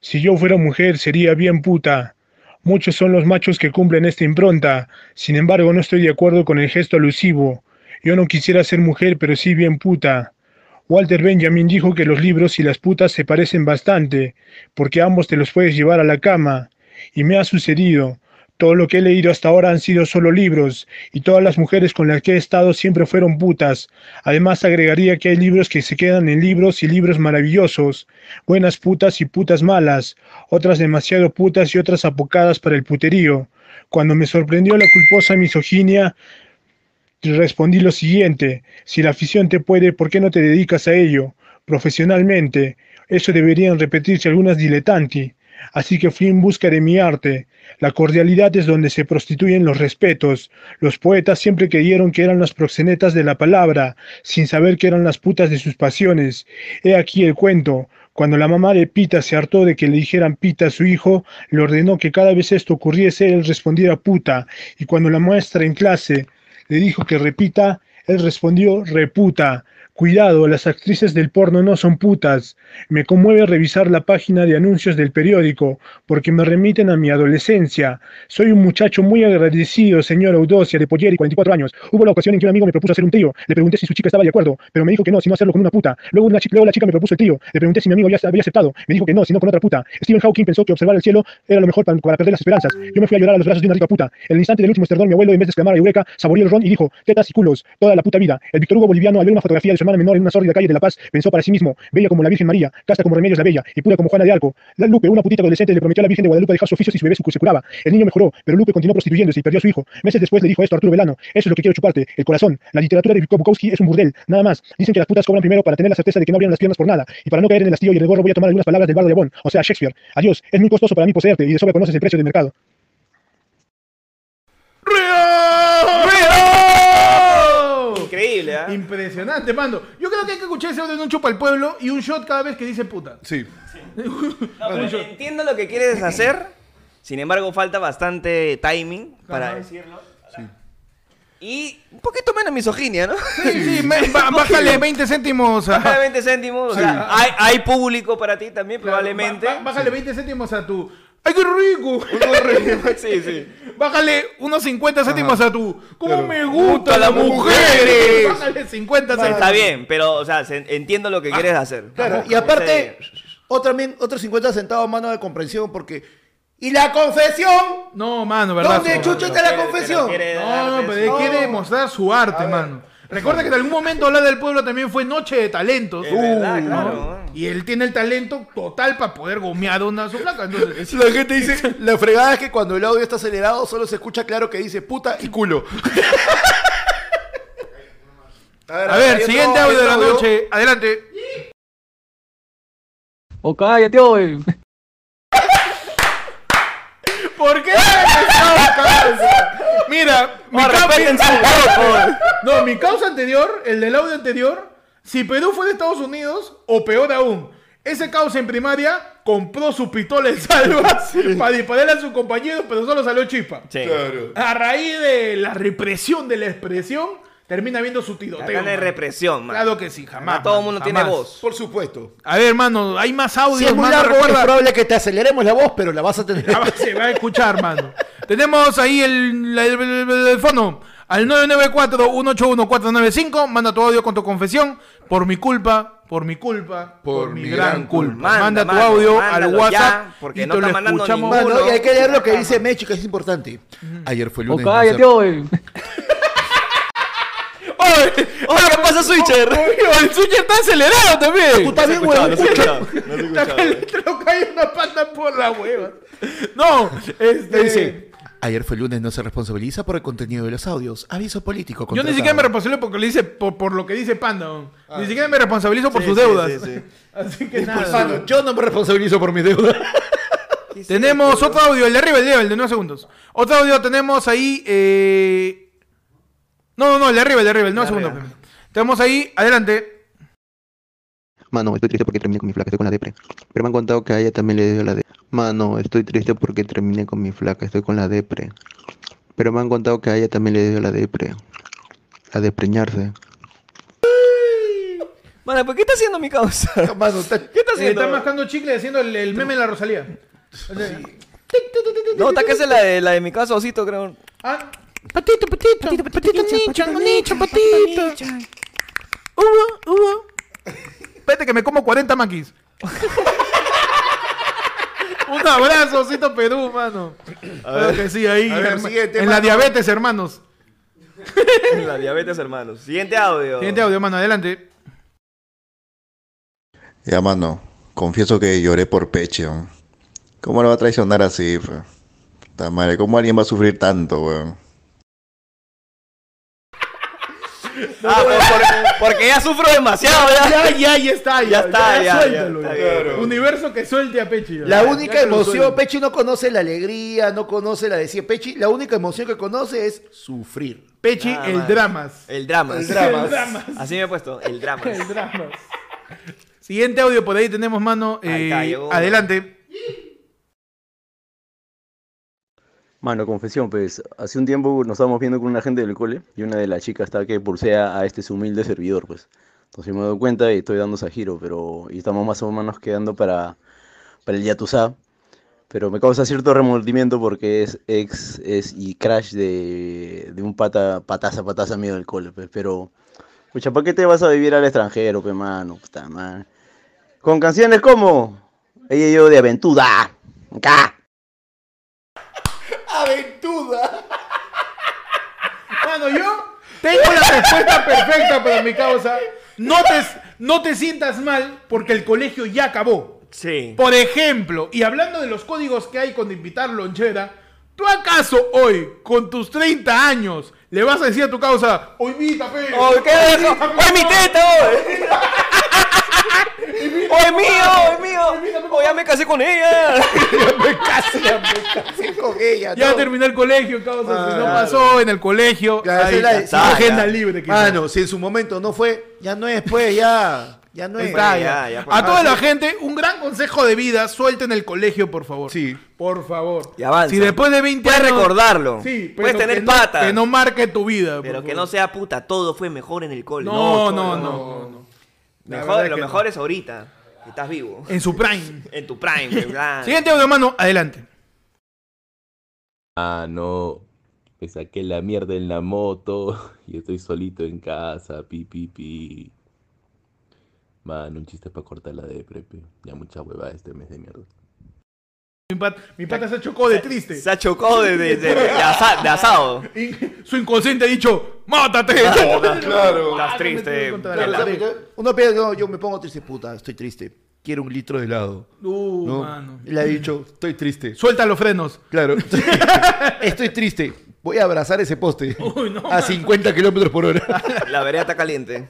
D: Si yo fuera mujer, sería bien puta. Muchos son los machos que cumplen esta impronta. Sin embargo, no estoy de acuerdo con el gesto alusivo. Yo no quisiera ser mujer, pero sí bien puta. Walter Benjamin dijo que los libros y las putas se parecen bastante, porque ambos te los puedes llevar a la cama. Y me ha sucedido. Todo lo que he leído hasta ahora han sido solo libros, y todas las mujeres con las que he estado siempre fueron putas. Además agregaría que hay libros que se quedan en libros y libros maravillosos, buenas putas y putas malas, otras demasiado putas y otras apocadas para el puterío. Cuando me sorprendió la culposa misoginia, respondí lo siguiente, si la afición te puede, ¿por qué no te dedicas a ello? Profesionalmente, eso deberían repetirse algunas diletanti. Así que fui en busca de mi arte. La cordialidad es donde se prostituyen los respetos. Los poetas siempre creyeron que eran los proxenetas de la palabra, sin saber que eran las putas de sus pasiones. He aquí el cuento. Cuando la mamá de Pita se hartó de que le dijeran Pita a su hijo, le ordenó que cada vez esto ocurriese él respondiera puta, y cuando la maestra en clase le dijo que repita, él respondió reputa. Cuidado, las actrices del porno no son putas. Me conmueve revisar la página de anuncios del periódico, porque me remiten a mi adolescencia. Soy un muchacho muy agradecido, señor Eudocia, de Polleri, 44 años. Hubo la ocasión en que un amigo me propuso hacer un trío. Le pregunté si su chica estaba de acuerdo, pero me dijo que no, sino hacerlo con una puta. Luego, una chi- luego la chica me propuso el trío. Le pregunté si mi amigo ya había aceptado. Me dijo que no, sino con otra puta. Stephen Hawking pensó que observar el cielo era lo mejor para, para perder las esperanzas. Yo me fui a llorar a los brazos de una rica puta. En el instante del último esternón, mi abuelo, en vez de exclamar Eureka, saboreó el ron y dijo, tetas y culos, toda la puta vida. El Víctor Hugo boliviano, al ver una fotografía de su hermana menor en una sórdida calle de La Paz, pensó para sí mismo, bella como la Virgen María, casta como Remedios la Bella y pura como Juana de Arco. La Lupe, una putita adolescente, le prometió a la Virgen de Guadalupe dejar su oficio si su bebé su- se curaba. El niño mejoró, pero Lupe continuó prostituyéndose y perdió a su hijo. Meses después le dijo esto a Arturo Velano, eso es lo que quiero chuparte, el corazón. La literatura de Bukowski es un burdel, nada más. Dicen que las putas cobran primero para tener la certeza de que no abrieron las piernas por nada. Y para no caer en el hastío y el gorro voy a tomar algunas palabras del bardo de Bon, o sea, Shakespeare. Adiós, es muy costoso para mí poseerte y de sobra conoces el precio del mercado.
A: ¡Río!
C: Increíble, ¿ah?
A: Impresionante, mando. Yo creo que hay que escuchar ese audio de un chupa al pueblo y un shot cada vez que dice puta.
B: Sí.
C: No, pero entiendo lo que quieres hacer. Sin embargo, falta bastante timing para decirlo. Y un poquito menos misoginia, ¿no?
A: Sí, me- ba- bájale 20 céntimos
C: Cada
A: a.
C: 20 céntimos. O sea, hay, hay público para ti también, probablemente.
A: Ba- ba- Bájale 20 céntimos a tu. ¡Ay, qué rico!
C: sí, sí.
A: Bájale unos 50 céntimos a tu. ¿Cómo
B: Claro.
A: me gustan las
C: las
A: mujeres?
C: mujeres!
A: Bájale 50
C: O sea,
A: céntimos.
C: está bien, pero, o sea, se- entiendo
A: Ah,
C: lo que quieres hacer.
B: Claro,
C: Ajá,
B: y aparte,
C: sí.
B: otro, también- otros 50 centavos mano de comprensión porque... ¿Y la confesión?
A: No, mano, ¿verdad?
B: ¿Dónde,
A: No,
B: chucho,
A: no,
B: está la
C: Pero
B: confesión?
C: quiere
A: No,
C: dar
A: no, pero él
C: beso.
A: quiere mostrar su arte, mano. Recuerda que en algún momento hablar del pueblo también fue Noche de Talentos. Uh,
C: Es verdad,
A: ¿no?
C: claro.
A: Y él tiene el talento total para poder gomear una su placa. Entonces,
B: La gente dice, la fregada es que cuando el audio está acelerado solo se escucha claro que dice puta y culo.
A: a ver,
B: hay
A: siguiente
B: otro-
A: audio de la
B: otro audio.
A: noche. Adelante.
E: O cállate, hoy.
A: ¿Por qué? No, causa. Mira, mi causa... No, mi causa anterior, el del audio anterior, si Perú fue de Estados Unidos, o peor aún, ese causa en primaria compró su pistola en salva para dispararle a sus compañeros, pero solo salió chispa.
C: Sí.
B: Claro.
A: A raíz de la represión de la expresión, termina viendo su tiroteo.
C: Acá no hay
A: mano.
C: represión, man.
A: Claro que sí, jamás.
C: Acá todo el
A: mano,
C: mundo tiene
A: jamás.
C: voz.
B: Por supuesto.
A: A ver, hermano, hay más audios,
B: Si es muy
A: mano,
B: largo, es
A: recuerda.
B: probable que te aceleremos la voz, pero la vas a tener.
A: Ah, Se va a escuchar, mano. Tenemos ahí el, la- el- el- el teléfono al 994-181-495. Manda tu audio con tu confesión. Por mi culpa, por mi culpa, por, mi gran culpa. Manda,
C: Manda,
A: tu
C: manda,
A: audio al
C: mándalo
A: WhatsApp
C: ya, porque
A: y
C: no
A: te
C: está
A: lo
C: mandando
A: escuchamos.
C: ninguno.
B: Mano, Ah, y hay que leer lo que dice Mechi, que es importante. Ayer fue lunes. no sé-
A: ¡Oye!
C: Oye, ¿qué pasa, Switcher?
A: Oh, el switcher está acelerado
B: Tú
A: también.
B: también,
C: Escuchaba,
B: huevón.
C: no se escuchaba, no se
A: Está
C: escuchaba. eh.
A: que le troca cae una pata por la hueva. No, este,
B: Dice, ayer fue lunes, no se responsabiliza por el contenido de los audios. Aviso político.
A: Yo ni
B: contratado".
A: siquiera me responsabilizo porque le dice, por, por lo que dice Panda. ¿no? ni siquiera me responsabilizo por
C: Ah, Sí,
A: sus
C: sí,
A: deudas.
C: sí, sí.
A: Así que
B: Pues,
A: nada.
B: mano, yo no me responsabilizo por mis deudas.
A: Tenemos otro audio, el de arriba, el de, arriba, el de 9 segundos. Otro audio tenemos ahí. Eh... No, no, no, el de arriba, el de arriba, el de 9 segundos. Tenemos ahí, adelante.
E: Mano, estoy triste porque terminé con mi flaca, estoy con la depre. Pero me han contado que a ella también le dio la depre. Mano, estoy triste porque terminé con mi flaca, estoy con la depre. Pero me han contado que a ella también le dio la depre. La de preñarse.
C: Mano, ¿por qué está haciendo mi causa?
B: Mano, está-
C: ¿Qué está
A: Eh, está
C: haciendo?
A: mascando chicle haciendo el, el meme de la Rosalía. O sea, tic, tic, tic, tic, tic,
C: No, está
A: tic,
C: que es la de, la de mi casa, Osito, creo.
A: Ah, patito, patito, patito, patito, nicho, nicho, patito. Hubo, hubo. Vete que me como 40 maquis. Un abrazo, Osito Perú, mano. Claro que sí, ahí.
B: A ver,
A: herma-
B: siguiente,
A: en la
B: mano.
A: diabetes, hermanos.
C: La diabetes, hermanos. Siguiente audio.
A: Siguiente audio, mano, adelante.
F: Ya, mano, confieso que lloré por Peche, weón. ¿Cómo lo va a traicionar así, fe? Puta madre, ¿cómo alguien va a sufrir tanto, weón?
C: Ah, pero por- porque ya sufro demasiado, ya.
A: Ya, ya, ya está.
C: Ya está, ya, ya,
A: suéltalo,
C: está
A: ya.
C: bien.
A: Universo que suelte a Pechi. ya.
B: La
A: Ya,
B: única
A: ya que lo
B: emoción,
A: suelte.
B: Pechi no conoce la alegría, no conoce la decía Pechi, la única emoción que conoce es sufrir.
A: Pechi,
C: Ah,
A: el
C: mano.
A: dramas.
C: El drama.
B: El dramas. El
A: dramas.
C: Así me he puesto, el drama.
A: El dramas. Siguiente audio por ahí tenemos, mano.
C: Ahí está,
A: Eh,
C: llegó uno.
A: adelante.
G: Mano, confesión, pues hace un tiempo nos estábamos viendo con una gente del cole y una de las chicas está que pulsea a este su humilde servidor, pues. Entonces me doy cuenta y estoy dando esa giro, pero y estamos más o menos quedando para, para el Yatusá. Pero me causa cierto remordimiento porque es ex es y crash de, de un pata, pataza, pataza mío del cole, pues. Pero, pucha, ¿para qué te vas a vivir al extranjero, pe mano? Puta madre. Con canciones como Ella y yo de aventura. Acá.
B: ¡Aventura!
A: Mano, yo tengo la respuesta perfecta para mi causa. No te, no te sientas mal porque el colegio ya acabó.
C: Sí.
A: Por ejemplo, y hablando de los códigos que hay con invitar lonchera, ¿tú acaso hoy, con tus 30 años, le vas a decir a tu causa, hoy invita, pe?
C: ¡Oh, qué dejo! ¡Oye, mi
A: oh!
C: teta, oye! ¡Oye,
A: oh,
C: mío! ¡Oye, mío! ¡Oye, ya me casé con ella!
B: Casi, me casé con ella.
A: Ya
B: no.
A: terminé el colegio, causa. si no
B: Claro.
A: pasó en el colegio,
B: Claro,
A: ahí,
B: esa es la- Ah,
A: la,
B: está,
A: agenda
C: ya.
A: libre. quizás.
B: Mano, si en su momento no fue, ya no es, pues, ya. Ya no
A: Ahí
B: es.
A: está,
C: Ya,
A: ya.
C: ya, por
A: a
C: favor.
B: Ah,
A: toda la gente, un gran consejo de vida, suelten el colegio, por favor.
B: Sí.
A: Por favor.
C: Y avanza.
A: Si después de 20
C: Puedes
A: años...
C: recordarlo.
A: Sí, pero
C: Puedes tener
A: que no-
C: pata.
A: que no marque tu vida. por
C: pero que
A: favor.
C: no sea puta, todo fue mejor en el cole.
A: No, no, no. no, no. La verdad
C: Mejor,
A: es
C: lo
A: que no.
C: mejor es ahorita, que estás vivo.
A: En su prime.
C: En tu prime, ¿verdad?
A: Siguiente audio, mano. Adelante.
H: Ah, no, me saqué la mierda en la moto y estoy solito en casa, pi, pi, pi. Mano, un chiste para cortar la depre, pe. Ya mucha hueva este mes de mierda.
A: Mi pata, mi pata se chocó de triste.
C: Se ha chocado de, de, de- de asa- de asado.
A: Y su inconsciente ha dicho, mátate.
B: Claro.
C: Estás
A: me
C: triste.
A: contra
B: Claro,
A: la-
B: ¿sabes qué? Uno piensa, no, yo me pongo triste, puta, estoy triste. Quiero un litro de helado.
A: Uh,
B: ¿no?
A: mano.
B: Le ha dicho, estoy triste.
A: Suelta los frenos.
B: Claro. estoy triste. Voy a abrazar ese poste.
A: Uy, no,
B: a 50 kilómetros por hora.
C: La vereda está caliente.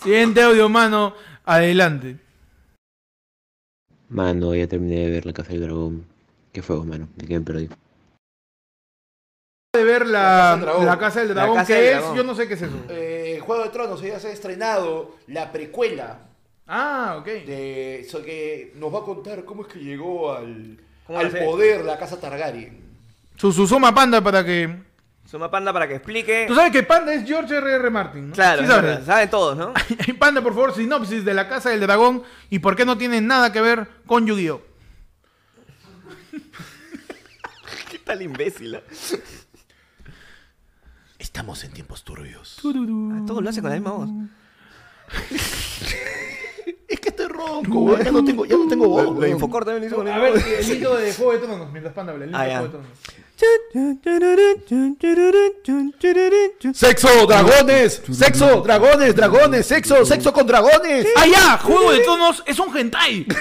A: Siguiente audio, mano. Adelante.
I: Mano, ya terminé de ver La Casa del Dragón. ¿Qué fue, mano? ¿De qué me perdí?
A: de ver la,
B: La Casa del Dragón.
A: la Casa del Dragón,
C: Casa
A: que
C: del
A: es,
C: Dragón.
A: yo no sé qué es eso.
B: Eh, el Juego de Tronos ya se ha estrenado la precuela
A: Ah, ok.
B: de so que nos va a contar cómo es que llegó al,
C: ¿Cómo
B: al
C: lo sé?
B: poder la casa Targaryen.
A: Su Susuma Panda para que...
C: Suma Panda para que explique.
A: Tú sabes que Panda es George R.R. Martin, ¿no?
C: Claro,
A: Sí
C: es
A: sabes.
C: verdad, saben todos, ¿no?
A: Panda, por favor, sinopsis de La Casa del Dragón y por qué no tiene nada que ver con Yu-Gi-Oh.
C: ¿Qué tal imbécil? ah?
B: Estamos en tiempos turbios.
C: Ah, Todos lo hacen con la misma voz.
B: Es que estoy ronco, güey, ya no tengo, ya no tengo voz.
C: Lo
B: güey.
C: Infocor también lo hizo con la
A: A
C: misma
A: ver,
C: voz.
A: el hito de Juego de Tronos, mientras Panda habla, el hito
C: Ah,
A: de
C: ya.
A: Juego de Tronos.
B: Sexo, dragones, sexo, dragones, dragones, sexo, sexo con dragones.
A: ¡Ah, ya! Juego de Tronos es un hentai.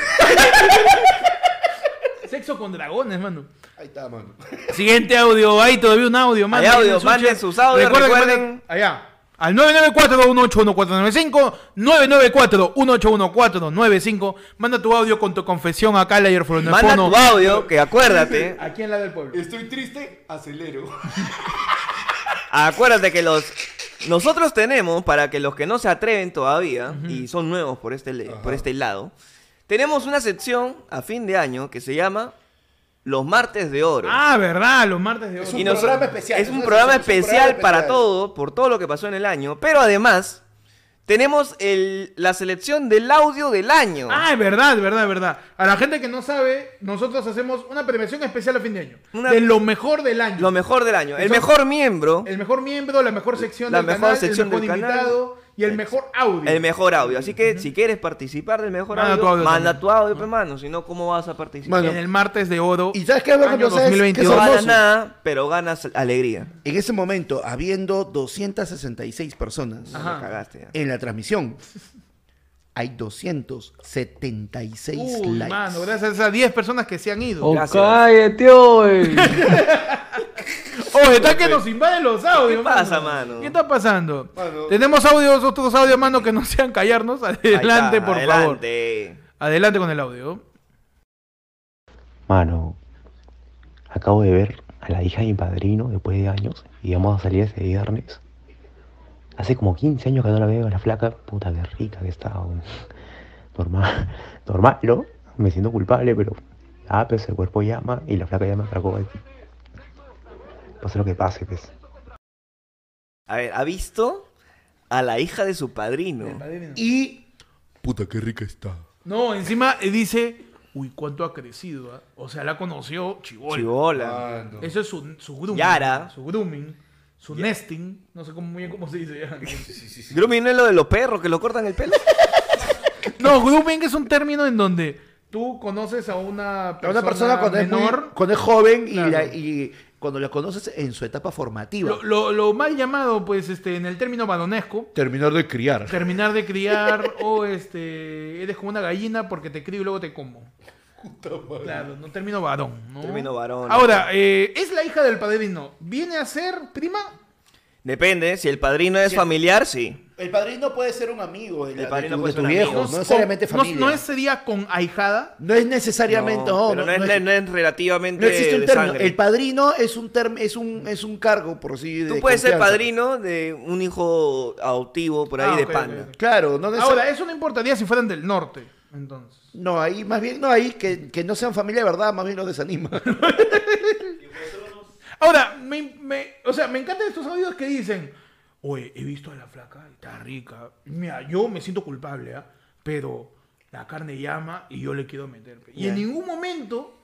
A: Sexo con dragones, mano.
B: Ahí está, mano.
A: Siguiente audio, hay todavía un audio, mano.
C: Hay
A: Manden
C: audio,
A: sus
C: manden
A: chats.
C: sus audios,
A: Recuerden que
C: recuerden-
A: manden- Allá. Al 994-181-495, 994-181-495. Manda tu audio con tu confesión acá al ayer
C: Manda tu audio, que acuérdate.
A: Aquí en la del pueblo.
B: Estoy triste, acelero.
C: Acuérdate que los. Nosotros tenemos, para que los que no se atreven todavía, y son nuevos por este, le- por este lado, tenemos una sección a fin de año que se llama Los Martes de Oro.
A: Ah, verdad, los martes de
B: Es
A: hoy.
B: un programa especial,
C: Es
B: es
C: un
B: una
C: programa
B: sección, es un
C: especial
B: programa
C: para
B: especial.
C: todo, por todo lo que pasó en el año. Pero además, tenemos el- la selección del audio del año.
A: Ah, es verdad, es verdad, es verdad. A la gente que no sabe, nosotros hacemos una premiación especial a fin de año.
C: Una-
A: De lo mejor del año.
C: Lo mejor del año. El
A: Eso-
C: mejor miembro,
A: El mejor miembro, la mejor sección
C: La
A: del
C: mejor
A: canal,
C: sección
A: el mejor
C: del canal.
A: invitado y el mejor audio.
C: el mejor audio. Así que si quieres participar del mejor
A: Manda
C: audio,
A: tu audio
C: manda
A: también.
C: tu audio, hermano. Si no, ¿cómo vas a participar?
B: Mano,
A: En el martes de oro.
B: ¿Y sabes qué, por ejemplo,
A: año
B: sabes qué es
A: 2022.
C: no ganas
B: hermoso.
C: nada, pero ganas alegría.
B: En ese momento, habiendo 266 personas
A: Ajá.
C: Me cagaste. ya.
B: en la transmisión, hay 276
A: Uy,
B: likes.
A: mano, gracias a 10 personas que se han ido.
C: Oh,
A: Oye,
C: Gracias.
G: tío!
A: Oh, está que nos invaden los audios.
C: pasa, mano?
A: ¿Qué está pasando?
B: Mano.
A: Tenemos audios, otros audios, mano, que no sean callarnos. Adelante,
C: Ahí está,
A: por favor.
C: adelante.
A: Adelante con el audio.
I: Mano, acabo de ver a la hija de mi padrino después de años y vamos a salir ese viernes. Hace como 15 años que no la veo, la flaca, puta que rica que está. weón. Normal, normal, ¿no? Me siento culpable, pero. Ah, pues el cuerpo llama y la flaca llama me atracó. Pase lo que pase, pues.
C: A ver, ¿ha visto a la hija de su padrino?
B: Y
A: No, encima eh, dice, uy, cuánto ha crecido. ah? O sea, la conoció Chibol.
C: Chibola.
B: Ah,
A: Eso es su, su grooming.
C: Yara.
A: Su grooming. Su nesting. No sé cómo, muy bien cómo se dice. ya.
C: Grooming no es lo de los perros que lo cortan el pelo.
A: No, grooming es un término en donde tú conoces a una
B: a
A: persona,
B: una persona cuando, es, muy-
A: menor.
B: cuando es joven y,
A: Claro.
B: la- y cuando la conoces en su etapa formativa.
A: Lo, lo- lo mal llamado, pues, este, en el término vadonesco,
B: Terminar de criar.
A: terminar de criar o este, eres como una gallina porque te crío y luego te como. Claro, no término varón. ¿no?
C: Término varón.
A: Ahora, eh, es la hija del padrino. ¿Viene a ser prima?
C: Depende, si el padrino es familiar, sí.
B: El padrino puede ser un amigo de, la-
C: El
B: de
C: padrino
B: tu,
C: puede
B: de tu
C: ser un
B: viejo,
C: amigo.
B: no necesariamente
A: con- no-
B: familia.
A: No, es sería con ahijada.
B: necesariamente. oh,
C: No,
B: No,
C: pero
B: no- no
C: es,
B: es-
C: no es relativamente
B: no existe un
C: de
B: término.
C: sangre.
B: El padrino es un, term- es un es un cargo, por así
C: Tú
B: de
C: puedes ser
B: confianza.
C: padrino de un hijo adoptivo por ahí
A: Ah,
C: de
A: ok,
C: panda.
A: ok, ok.
B: Claro, no necesariamente.
A: Ahora, eso no importaría si fueran del norte, entonces.
B: No, ahí más bien, no, ahí que, que no sean familia de verdad, más bien los desanima.
A: Ahora, me, me- o sea, me encantan estos audios que dicen, oye, he visto a la flaca, está rica. Mira, yo me siento culpable, ¿ah? Pero la carne llama y yo le quiero meter. pe". Y en ningún momento,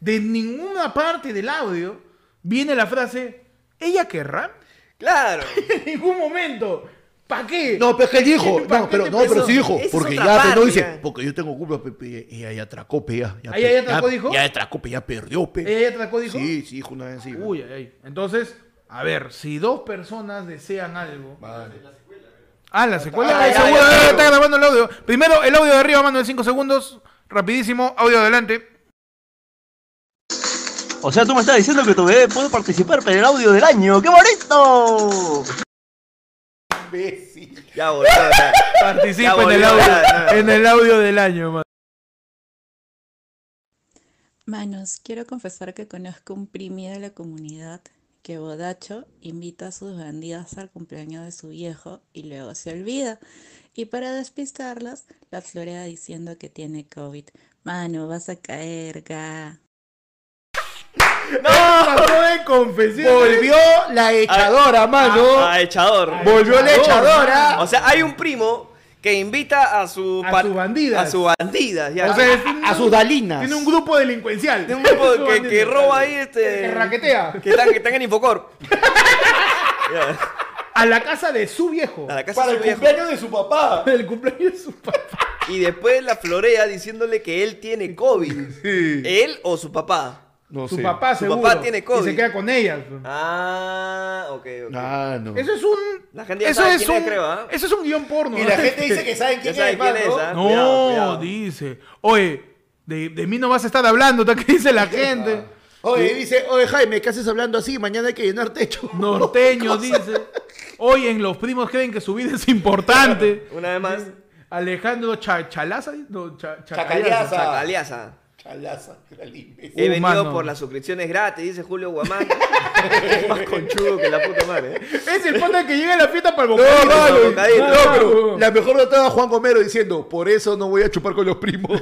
A: de ninguna parte del audio, viene la frase, ¿ella querrá?
C: Claro.
A: En ningún momento. ¿Para qué?
B: No, pero es que él dijo,
A: ¿Para
B: no,
A: qué
B: pero
A: te
B: no, pero
A: pensó?
B: sí dijo,
C: Esa es
B: porque
C: otra
B: ya
C: parte,
B: pero no dice,
C: ya.
B: porque yo tengo culpa, Pepe, y ahí atracó, pe, ya, ya,
A: Ahí
B: pe,
A: ahí atracó,
B: ya-
A: dijo.
B: Ya atracó, pe, ya perdió, pe.
A: ¿Ella ya te atacó, dijo?
B: Sí, sí, dijo una vez sí. pe.
A: Uy, ay, ay. Entonces, a ver, si dos personas desean algo. Ah, la secuela.
B: Ah,
A: Ah,
B: ya,
A: seguro,
B: ya,
A: eh,
B: ya.
A: está grabando el audio. Primero, el audio de arriba, mano, en 5 segundos. Rapidísimo, audio adelante.
I: O sea, tú me estás diciendo que tu bebé puede participar para el audio del año. ¡Qué bonito!
B: Imbécil.
C: Ya volvió. ya.
A: Participa en
C: volvió,
A: el audio,
C: ya, ya.
A: en el audio del año, mano.
J: Manos, quiero confesar que conozco un primi de la comunidad que bodacho invita a sus bandidas al cumpleaños de su viejo y luego se olvida. Y para despistarlas, la florea diciendo que tiene COVID. Mano, vas a caer, ga.
A: Pasó de confesión.
B: Volvió la echadora, mano.
C: Ah, A, a echador.
B: Volvió la echadora.
C: O sea, hay un primo que invita a su...
A: A
C: par-
A: sus bandidas.
C: A su bandidas, ya.
A: O sea, es un-
B: a sus dalinas.
A: Tiene un grupo delincuencial.
C: de un grupo
A: Su
C: que,
A: bandida.
C: que roba ahí este...
A: Que raquetea.
C: Que están, que están en Infocorp. Ya,
A: A la casa de su viejo.
C: a la casa
B: Para
C: de
B: el
C: su viejo.
B: cumpleaños de su papá.
A: El cumpleaños de su papá.
C: Y después la florea diciéndole que él tiene COVID. Él o su papá.
B: No
A: Su
B: sé.
A: papá
C: Su
A: seguro.
C: papá tiene COVID.
A: Y se queda con ellas.
C: Ah, ok, ok.
B: Ah, no.
A: Eso es un.
C: La gente ya
A: eso
C: sabe
A: es
C: quién es,
A: un.
C: creo, ¿ah?
A: Eso es un guión porno.
B: Y la gente dice que saben quién
C: Ya sabe
B: es,
C: quién
B: mano.
C: es, ¿ah?
A: No,
C: Cuidado, cuidado.
A: dice. Oye, de, de mí no vas a estar hablando, ¿tú ¿qué dice la gente?
B: Oye, dice, oye Jaime, ¿qué haces hablando así? Mañana hay que llenar techo.
C: Ah.
A: Norteño dice. Oye, en los primos creen que su vida es importante.
C: Una vez más,
A: Alejandro Cha- Chalaza, no, Cha-
B: Chacalaza.
A: Chacalaza.
C: Chacaliaza.
B: Chalaza, la imbécil.
C: He venido
A: mano.
C: por las suscripciones gratis, dice Julio Guamán. más conchudo que la puta madre. ¿eh?
A: Es el pata que llega a la fiesta para el
B: No,
A: bocadillo.
B: mano, no,
C: bocadillo.
B: pero la mejor estaba Juan Gomero diciendo, por eso no voy a chupar con los primos.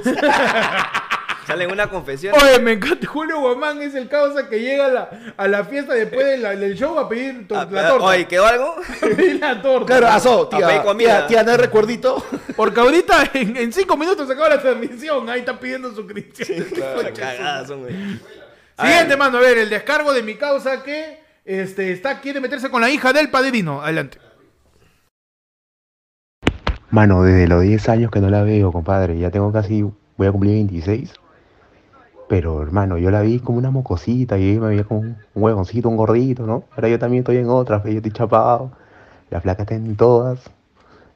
C: Sale una confesión.
A: Oye, me encanta. Julio Guamán es el causa que llega a la, a la fiesta después de la- del show a pedir to-
C: Ah,
A: la torta.
C: Oye, ¿quedó algo?
A: A pedir la torta.
B: claro, asó,
C: A pedir
B: tía,
C: comida.
B: tía, tía, no hay recuerdito.
A: Porque ahorita en, en cinco minutos se acaba la transmisión. Ahí están pidiendo suscripción.
C: Cagadas, son, güey. Ah,
A: Siguiente, mano. A ver, el descargo de mi causa que este, está, quiere meterse con la hija del padrino. Adelante.
I: Mano, desde los 10 años que no la veo, compadre. Ya tengo casi, voy a cumplir 26. Pero, hermano, yo la vi como una mocosita y ella me veía como un huevoncito, un gordito, ¿no? Ahora yo también estoy en otras, pues, yo estoy chapado. La flaca está en todas.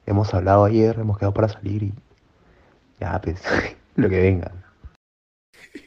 I: Hemos hablado ayer, hemos quedado para salir y... Ya, pues, lo que venga.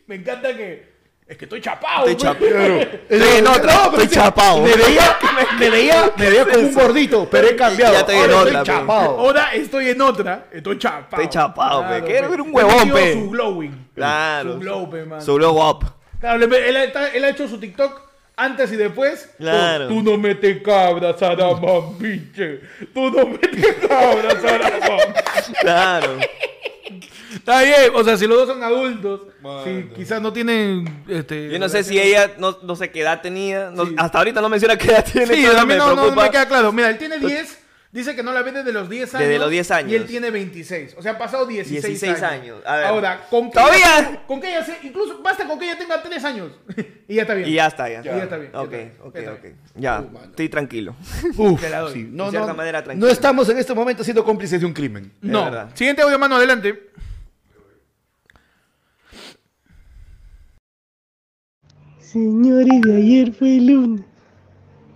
A: Me encanta que. Es que estoy chapado. pues.
C: Estoy
A: güey.
C: chapado.
B: Estoy en otra, estoy chapado. Me veía, me veía, me veía como un gordito, pero he cambiado.
C: Ya estoy en
B: Ahora
C: otra,
B: estoy
C: pe.
B: chapado.
A: Ahora estoy en otra. Estoy chapado.
C: Estoy chapado, pe.
A: Claro,
C: Que era
A: pe.
C: un huevón,
A: Él
C: pe.
A: dio Su glowing.
C: Claro.
A: Su glow, pe, mano.
C: Su glow up.
A: Claro, le- él, está- él ha hecho su TikTok antes y después.
C: Claro.
A: Tú no metes cabras, Saramambiche. Tú no metes cabras, Saramambiche.
C: Claro.
A: está bien, o sea, si los dos son adultos, si quizás no tienen. Este,
C: Yo no sé si ella, no, no sé qué edad tenía. no- Hasta ahorita no menciona qué edad tiene.
A: Sí,
C: entonces
A: a mí
C: me
A: no, no, no
C: preocupa.
A: me queda claro. Mira, él tiene 10. Dice que no la vende desde los 10 años.
C: Desde los 10 años.
A: Y él tiene 26. O sea, ha pasado 16,
C: 16 años. A ver.
A: Ahora, con que,
C: Todavía.
A: ella- con que ella se- Incluso basta con que ella tenga 3 años. y ya está bien.
C: Y ya está, ya.
A: Ya, ya está bien, ya
C: Ok,
A: está bien,
C: ok,
A: ya está
C: ok.
A: bien.
C: Ya, estoy tranquilo.
B: Uf,
A: Te la doy.
B: sí. No,
C: De
B: no,
C: cierta manera, tranquilo.
B: no estamos en este momento siendo cómplices de un crimen.
A: No.
C: verdad.
A: Siguiente audio, mano, adelante.
I: Señores, de ayer fue lunes.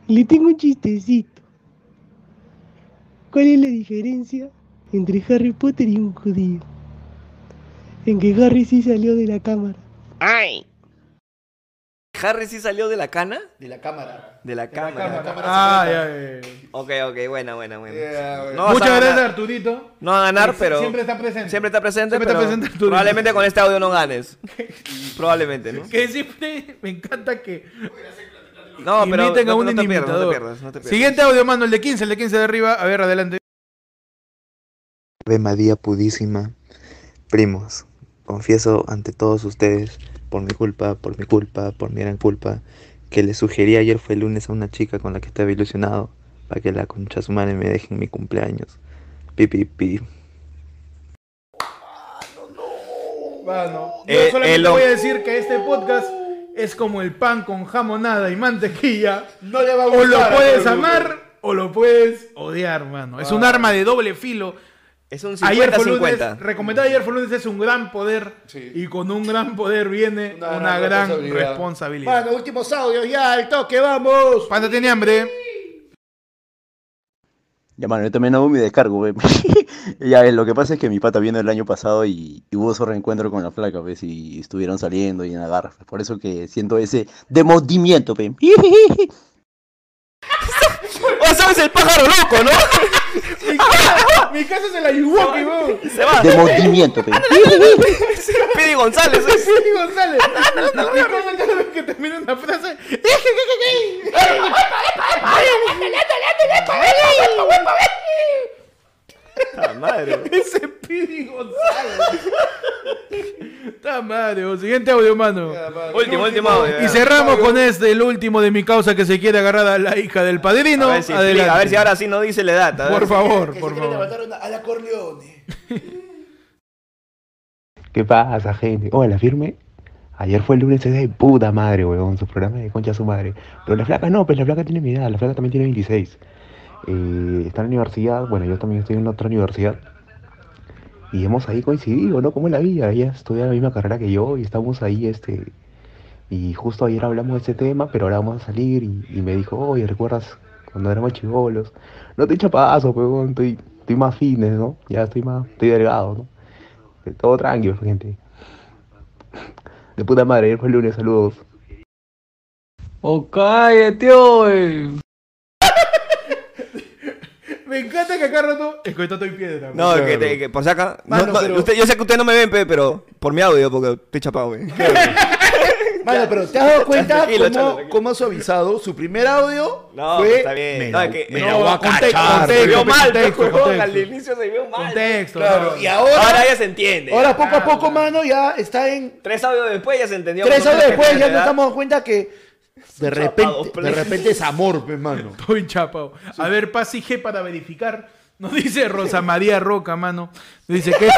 I: Le tengo un chistecito. ¿Cuál es la diferencia entre Harry Potter y un judío? En que Harry sí salió de la cámara.
C: ¿Harry sí salió de la cana?
B: De la cámara.
C: De la cama.
A: Ah, ya, ya, ya.
C: Ok, ok, buena, buena, buena. No vas a
A: Muchas
C: ganar-
A: gracias, Arturito.
C: No va a ganar, pero.
A: Siempre está presente.
C: siempre está presente,
A: Siempre está
C: pero
A: presente Arturito.
C: Probablemente con este audio no ganes. Probablemente, ¿no?
A: Que siempre me encanta que
C: No, pero.
A: imiten a
C: no,
A: un
C: no te pierdas,
A: imitador.
C: no te pierdas, no te pierdas.
A: Siguiente audio, mano, el de 15, el de 15 de arriba. A ver, adelante.
E: Ave María Pudísima, primos, confieso ante todos ustedes, por mi culpa, por mi culpa, por mi gran culpa, que le sugerí ayer fue el lunes a una chica con la que estaba ilusionado, para que la concha su madre me deje en mi cumpleaños. Pi, pi, pi.
A: Mano, yo
C: Eh,
A: solamente
C: el-
A: voy a decir que este podcast es como el pan con jamonada y mantequilla.
B: No le va a
A: O
B: gustar.
A: lo
B: a
A: puedes
B: todo el mundo.
A: amar o lo puedes odiar, mano. Es un arma de doble filo.
C: Es un
A: ayer fue lunes,
C: 50-50.
A: recomendar ayer fue lunes es un gran poder
B: Sí.
A: y con un gran poder viene una, gran responsabilidad.
B: Mano, últimos audios ya, al toque, vamos.
A: Panda tiene hambre.
G: Ya, mano, yo también hago mi descargo, ve. Ya, eh, lo que pasa es que mi pata vino el año pasado y, y hubo su reencuentro con la flaca, pues, y estuvieron saliendo y en agarras. Por eso que siento ese demordimiento, pe.
C: ¡Oh, sabes el pájaro loco, no!
A: Mi casa es el Ayuwoki, weón.
C: Se va.
G: Demordimiento, pe.
C: Pide González. es.
A: Pili González. Y corta cada vez que termina una frase.
C: Ah, madre.
A: Ese Pili González. Está madre, vos. siguiente audio, mano.
C: Último, último. audio,
A: Y
C: ya.
A: cerramos con este, el último de mi causa que se quiere agarrar a la hija del
C: A
A: padrino.
C: ver, si,
A: Adelante.
C: a ver si ahora sí no dice la edad. a ver.
A: Por favor,
B: Que
A: por
B: se
A: favor.
B: quieren levantar una- a la Corleone.
I: ¿Qué pasa, gente? Hola, firme. Ayer fue el lunes ese de puta madre, weón. Su programa de concha a su madre. Pero la flaca no, pues la flaca tiene mi edad. La flaca también tiene 26. Eh, está en la universidad. Bueno, yo también estoy en la otra universidad. Y hemos ahí coincidido, ¿no? Como en la vida. Ella estudia la misma carrera que yo y estamos ahí, este. Y justo ayer hablamos de este tema, pero ahora vamos a salir y, y me dijo, oye, ¿recuerdas cuando éramos chivolos? No te echo paso, weón. Estoy, estoy más fitness, ¿no? Ya estoy más, estoy delgado, ¿no? Todo tranquilo, gente. De puta madre, ayer fue el lunes, saludos.
A: Me encanta que acá rato escuchato en piedra.
C: No, que, te- que por si acá. no,
B: Mano,
C: no,
B: pero-
C: usted- yo sé que ustedes no me ven, pe, pero por mi audio, porque estoy chapado, güey.
B: Mano, pero ¿te has dado cuenta
C: Tranquilo,
B: cómo,
C: chalo, tranquilo.
B: cómo ha suavizado? Su primer audio
C: No,
B: fue...
C: está bien.
B: Me
C: No,
B: la-
C: es que-
B: me
C: no,
B: la voy a
A: contexto,
B: cachar.
A: contexto.
C: Se vio
A: contexto,
C: mal, pe,
A: contexto,
C: huevón,
A: contexto.
C: al inicio se vio mal.
A: Contexto.
B: Claro,
A: no.
B: y ahora...
C: Ahora ya se entiende.
B: Ahora poco a
C: Ah,
B: poco, mano, ya está en...
C: Tres audios después ya se entendió.
B: Tres
C: Nosotros
B: años después
C: que
B: ya
C: la
B: nos
C: edad-
B: estamos dando cuenta que... De repente,
C: chapado,
B: de
C: please.
B: repente es amor, pe, mano.
A: Estoy chapado. A ver, pase G para verificar. Nos dice Rosa María Roca, mano. Dice que,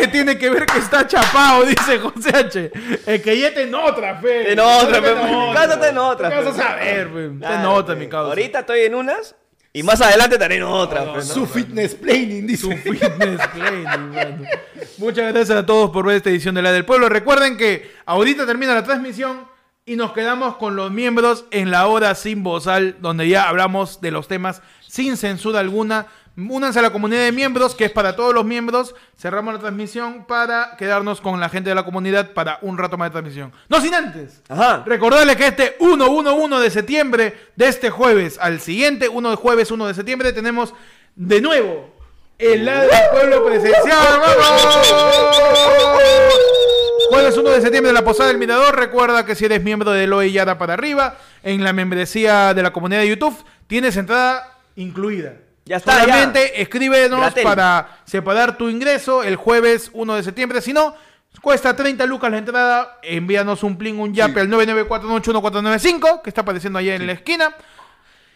A: que tiene que ver que está chapado, dice José H. El que ya te en otra, fe.
C: En otra,
A: Te
C: pe, mano. Cásate en otra,
A: Te vas a
C: pe.
A: saber, fe. Te en
C: Claro,
A: otra,
C: pe.
A: mi causa.
C: Ahorita estoy en unas y más adelante estaré en otras. pues, pe, ¿no?
B: Su fitness planning, dice.
A: Su fitness planning, mano. Muchas gracias a todos por ver esta edición de La del Pueblo. Recuerden que ahorita termina la transmisión y nos quedamos con los miembros en la hora sin bozal, donde ya hablamos de los temas sin censura alguna. Únanse a la comunidad de miembros, que es para todos los miembros. Cerramos la transmisión para quedarnos con la gente de la comunidad para un rato más de transmisión. No sin antes.
C: Ajá.
A: Recordarles que este 1-1-1 de septiembre, de este jueves al siguiente 1 de jueves, 1 de septiembre, tenemos de nuevo el lado del pueblo presencial. ¡Vamos! Jueves 1 de septiembre, la Posada del Mirador. Recuerda que si eres miembro de Loe Yara para arriba, en la membresía de la comunidad de YouTube, tienes entrada incluida.
C: Ya está,
A: Solamente escríbenos
C: Gratel.
A: para separar tu ingreso el jueves 1 de septiembre. Si no, cuesta 30 lucas la entrada. Envíanos un pling, un yape al 994814495, que está apareciendo allá en la esquina.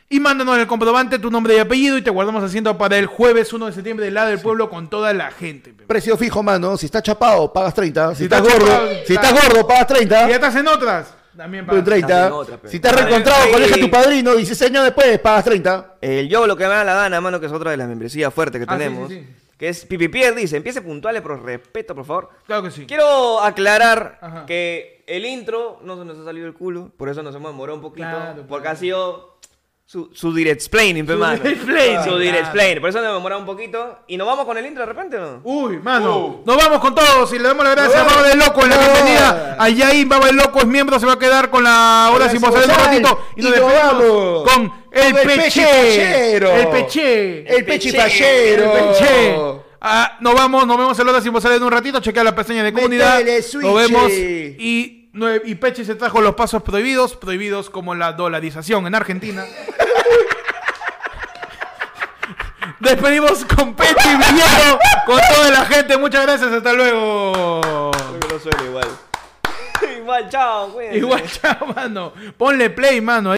A: Y mándanos el comprobante, tu nombre y apellido, y te guardamos haciendo para el jueves 1 de septiembre del lado del pueblo con toda la gente. pe.
B: Precio fijo, mano. Si estás chapado, pagas 30. Si,
A: Si
B: estás,
A: estás
B: gordo,
A: chapado,
B: si
A: está-
B: estás gordo, pagas 30.
A: Y ya estás en otras. También para.
B: Pagas 30.
C: Estás en otra, pe.
B: si estás
C: Vale,
B: reencontrado
C: sí.
B: con el hija de tu padrino, 16 años después, pagas 30.
C: El yo lo que me da la gana, mano, que es otra de las membresías fuertes que
A: Ah, sí,
C: tenemos.
A: sí, sí.
C: Que es Pipipier dice, empiece puntuales, pero respeto, por favor.
A: Claro que sí.
C: Quiero aclarar
A: Ajá.
C: que el intro no se nos ha salido el culo, por eso nos hemos demorado un poquito.
A: Claro,
C: porque
A: claro.
C: ha sido su, su direct explaining, pe,
A: Su
C: mano.
A: direct-splaining,
C: Su
A: claro.
C: direct-splaining, Por eso nos hemos demorado un poquito. Y nos vamos con el intro de repente, ¿no?
A: Uy, mano, nos vamos con todos y le damos las gracias a Baba del Loco en la bienvenida. Allá ahí Baba del Loco es miembro, se va a quedar con la hora
B: Hola,
A: sin
B: sin
A: pasar un
B: bozal.
A: ratito. Y nos
B: Y nos
A: despedimos
B: vamos
A: con el
B: con el
A: peche.
B: pechero.
A: El peche.
B: El pechifachero.
A: El peche. Ah, nos vamos, nos vemos en la hora sin pasar en un ratito. Chequea la pestaña de comunidad.
B: Métele,
A: Nos
B: switche.
A: vemos. Y, nue- y Peche se trajo los pasos prohibidos, prohibidos como la dolarización en Argentina. Despedimos con Peche y Villero, con toda la gente. Muchas gracias, hasta luego.
C: Porque no suena igual. igual, chao, cuídense.
A: Igual, chao, mano. Ponle play, mano.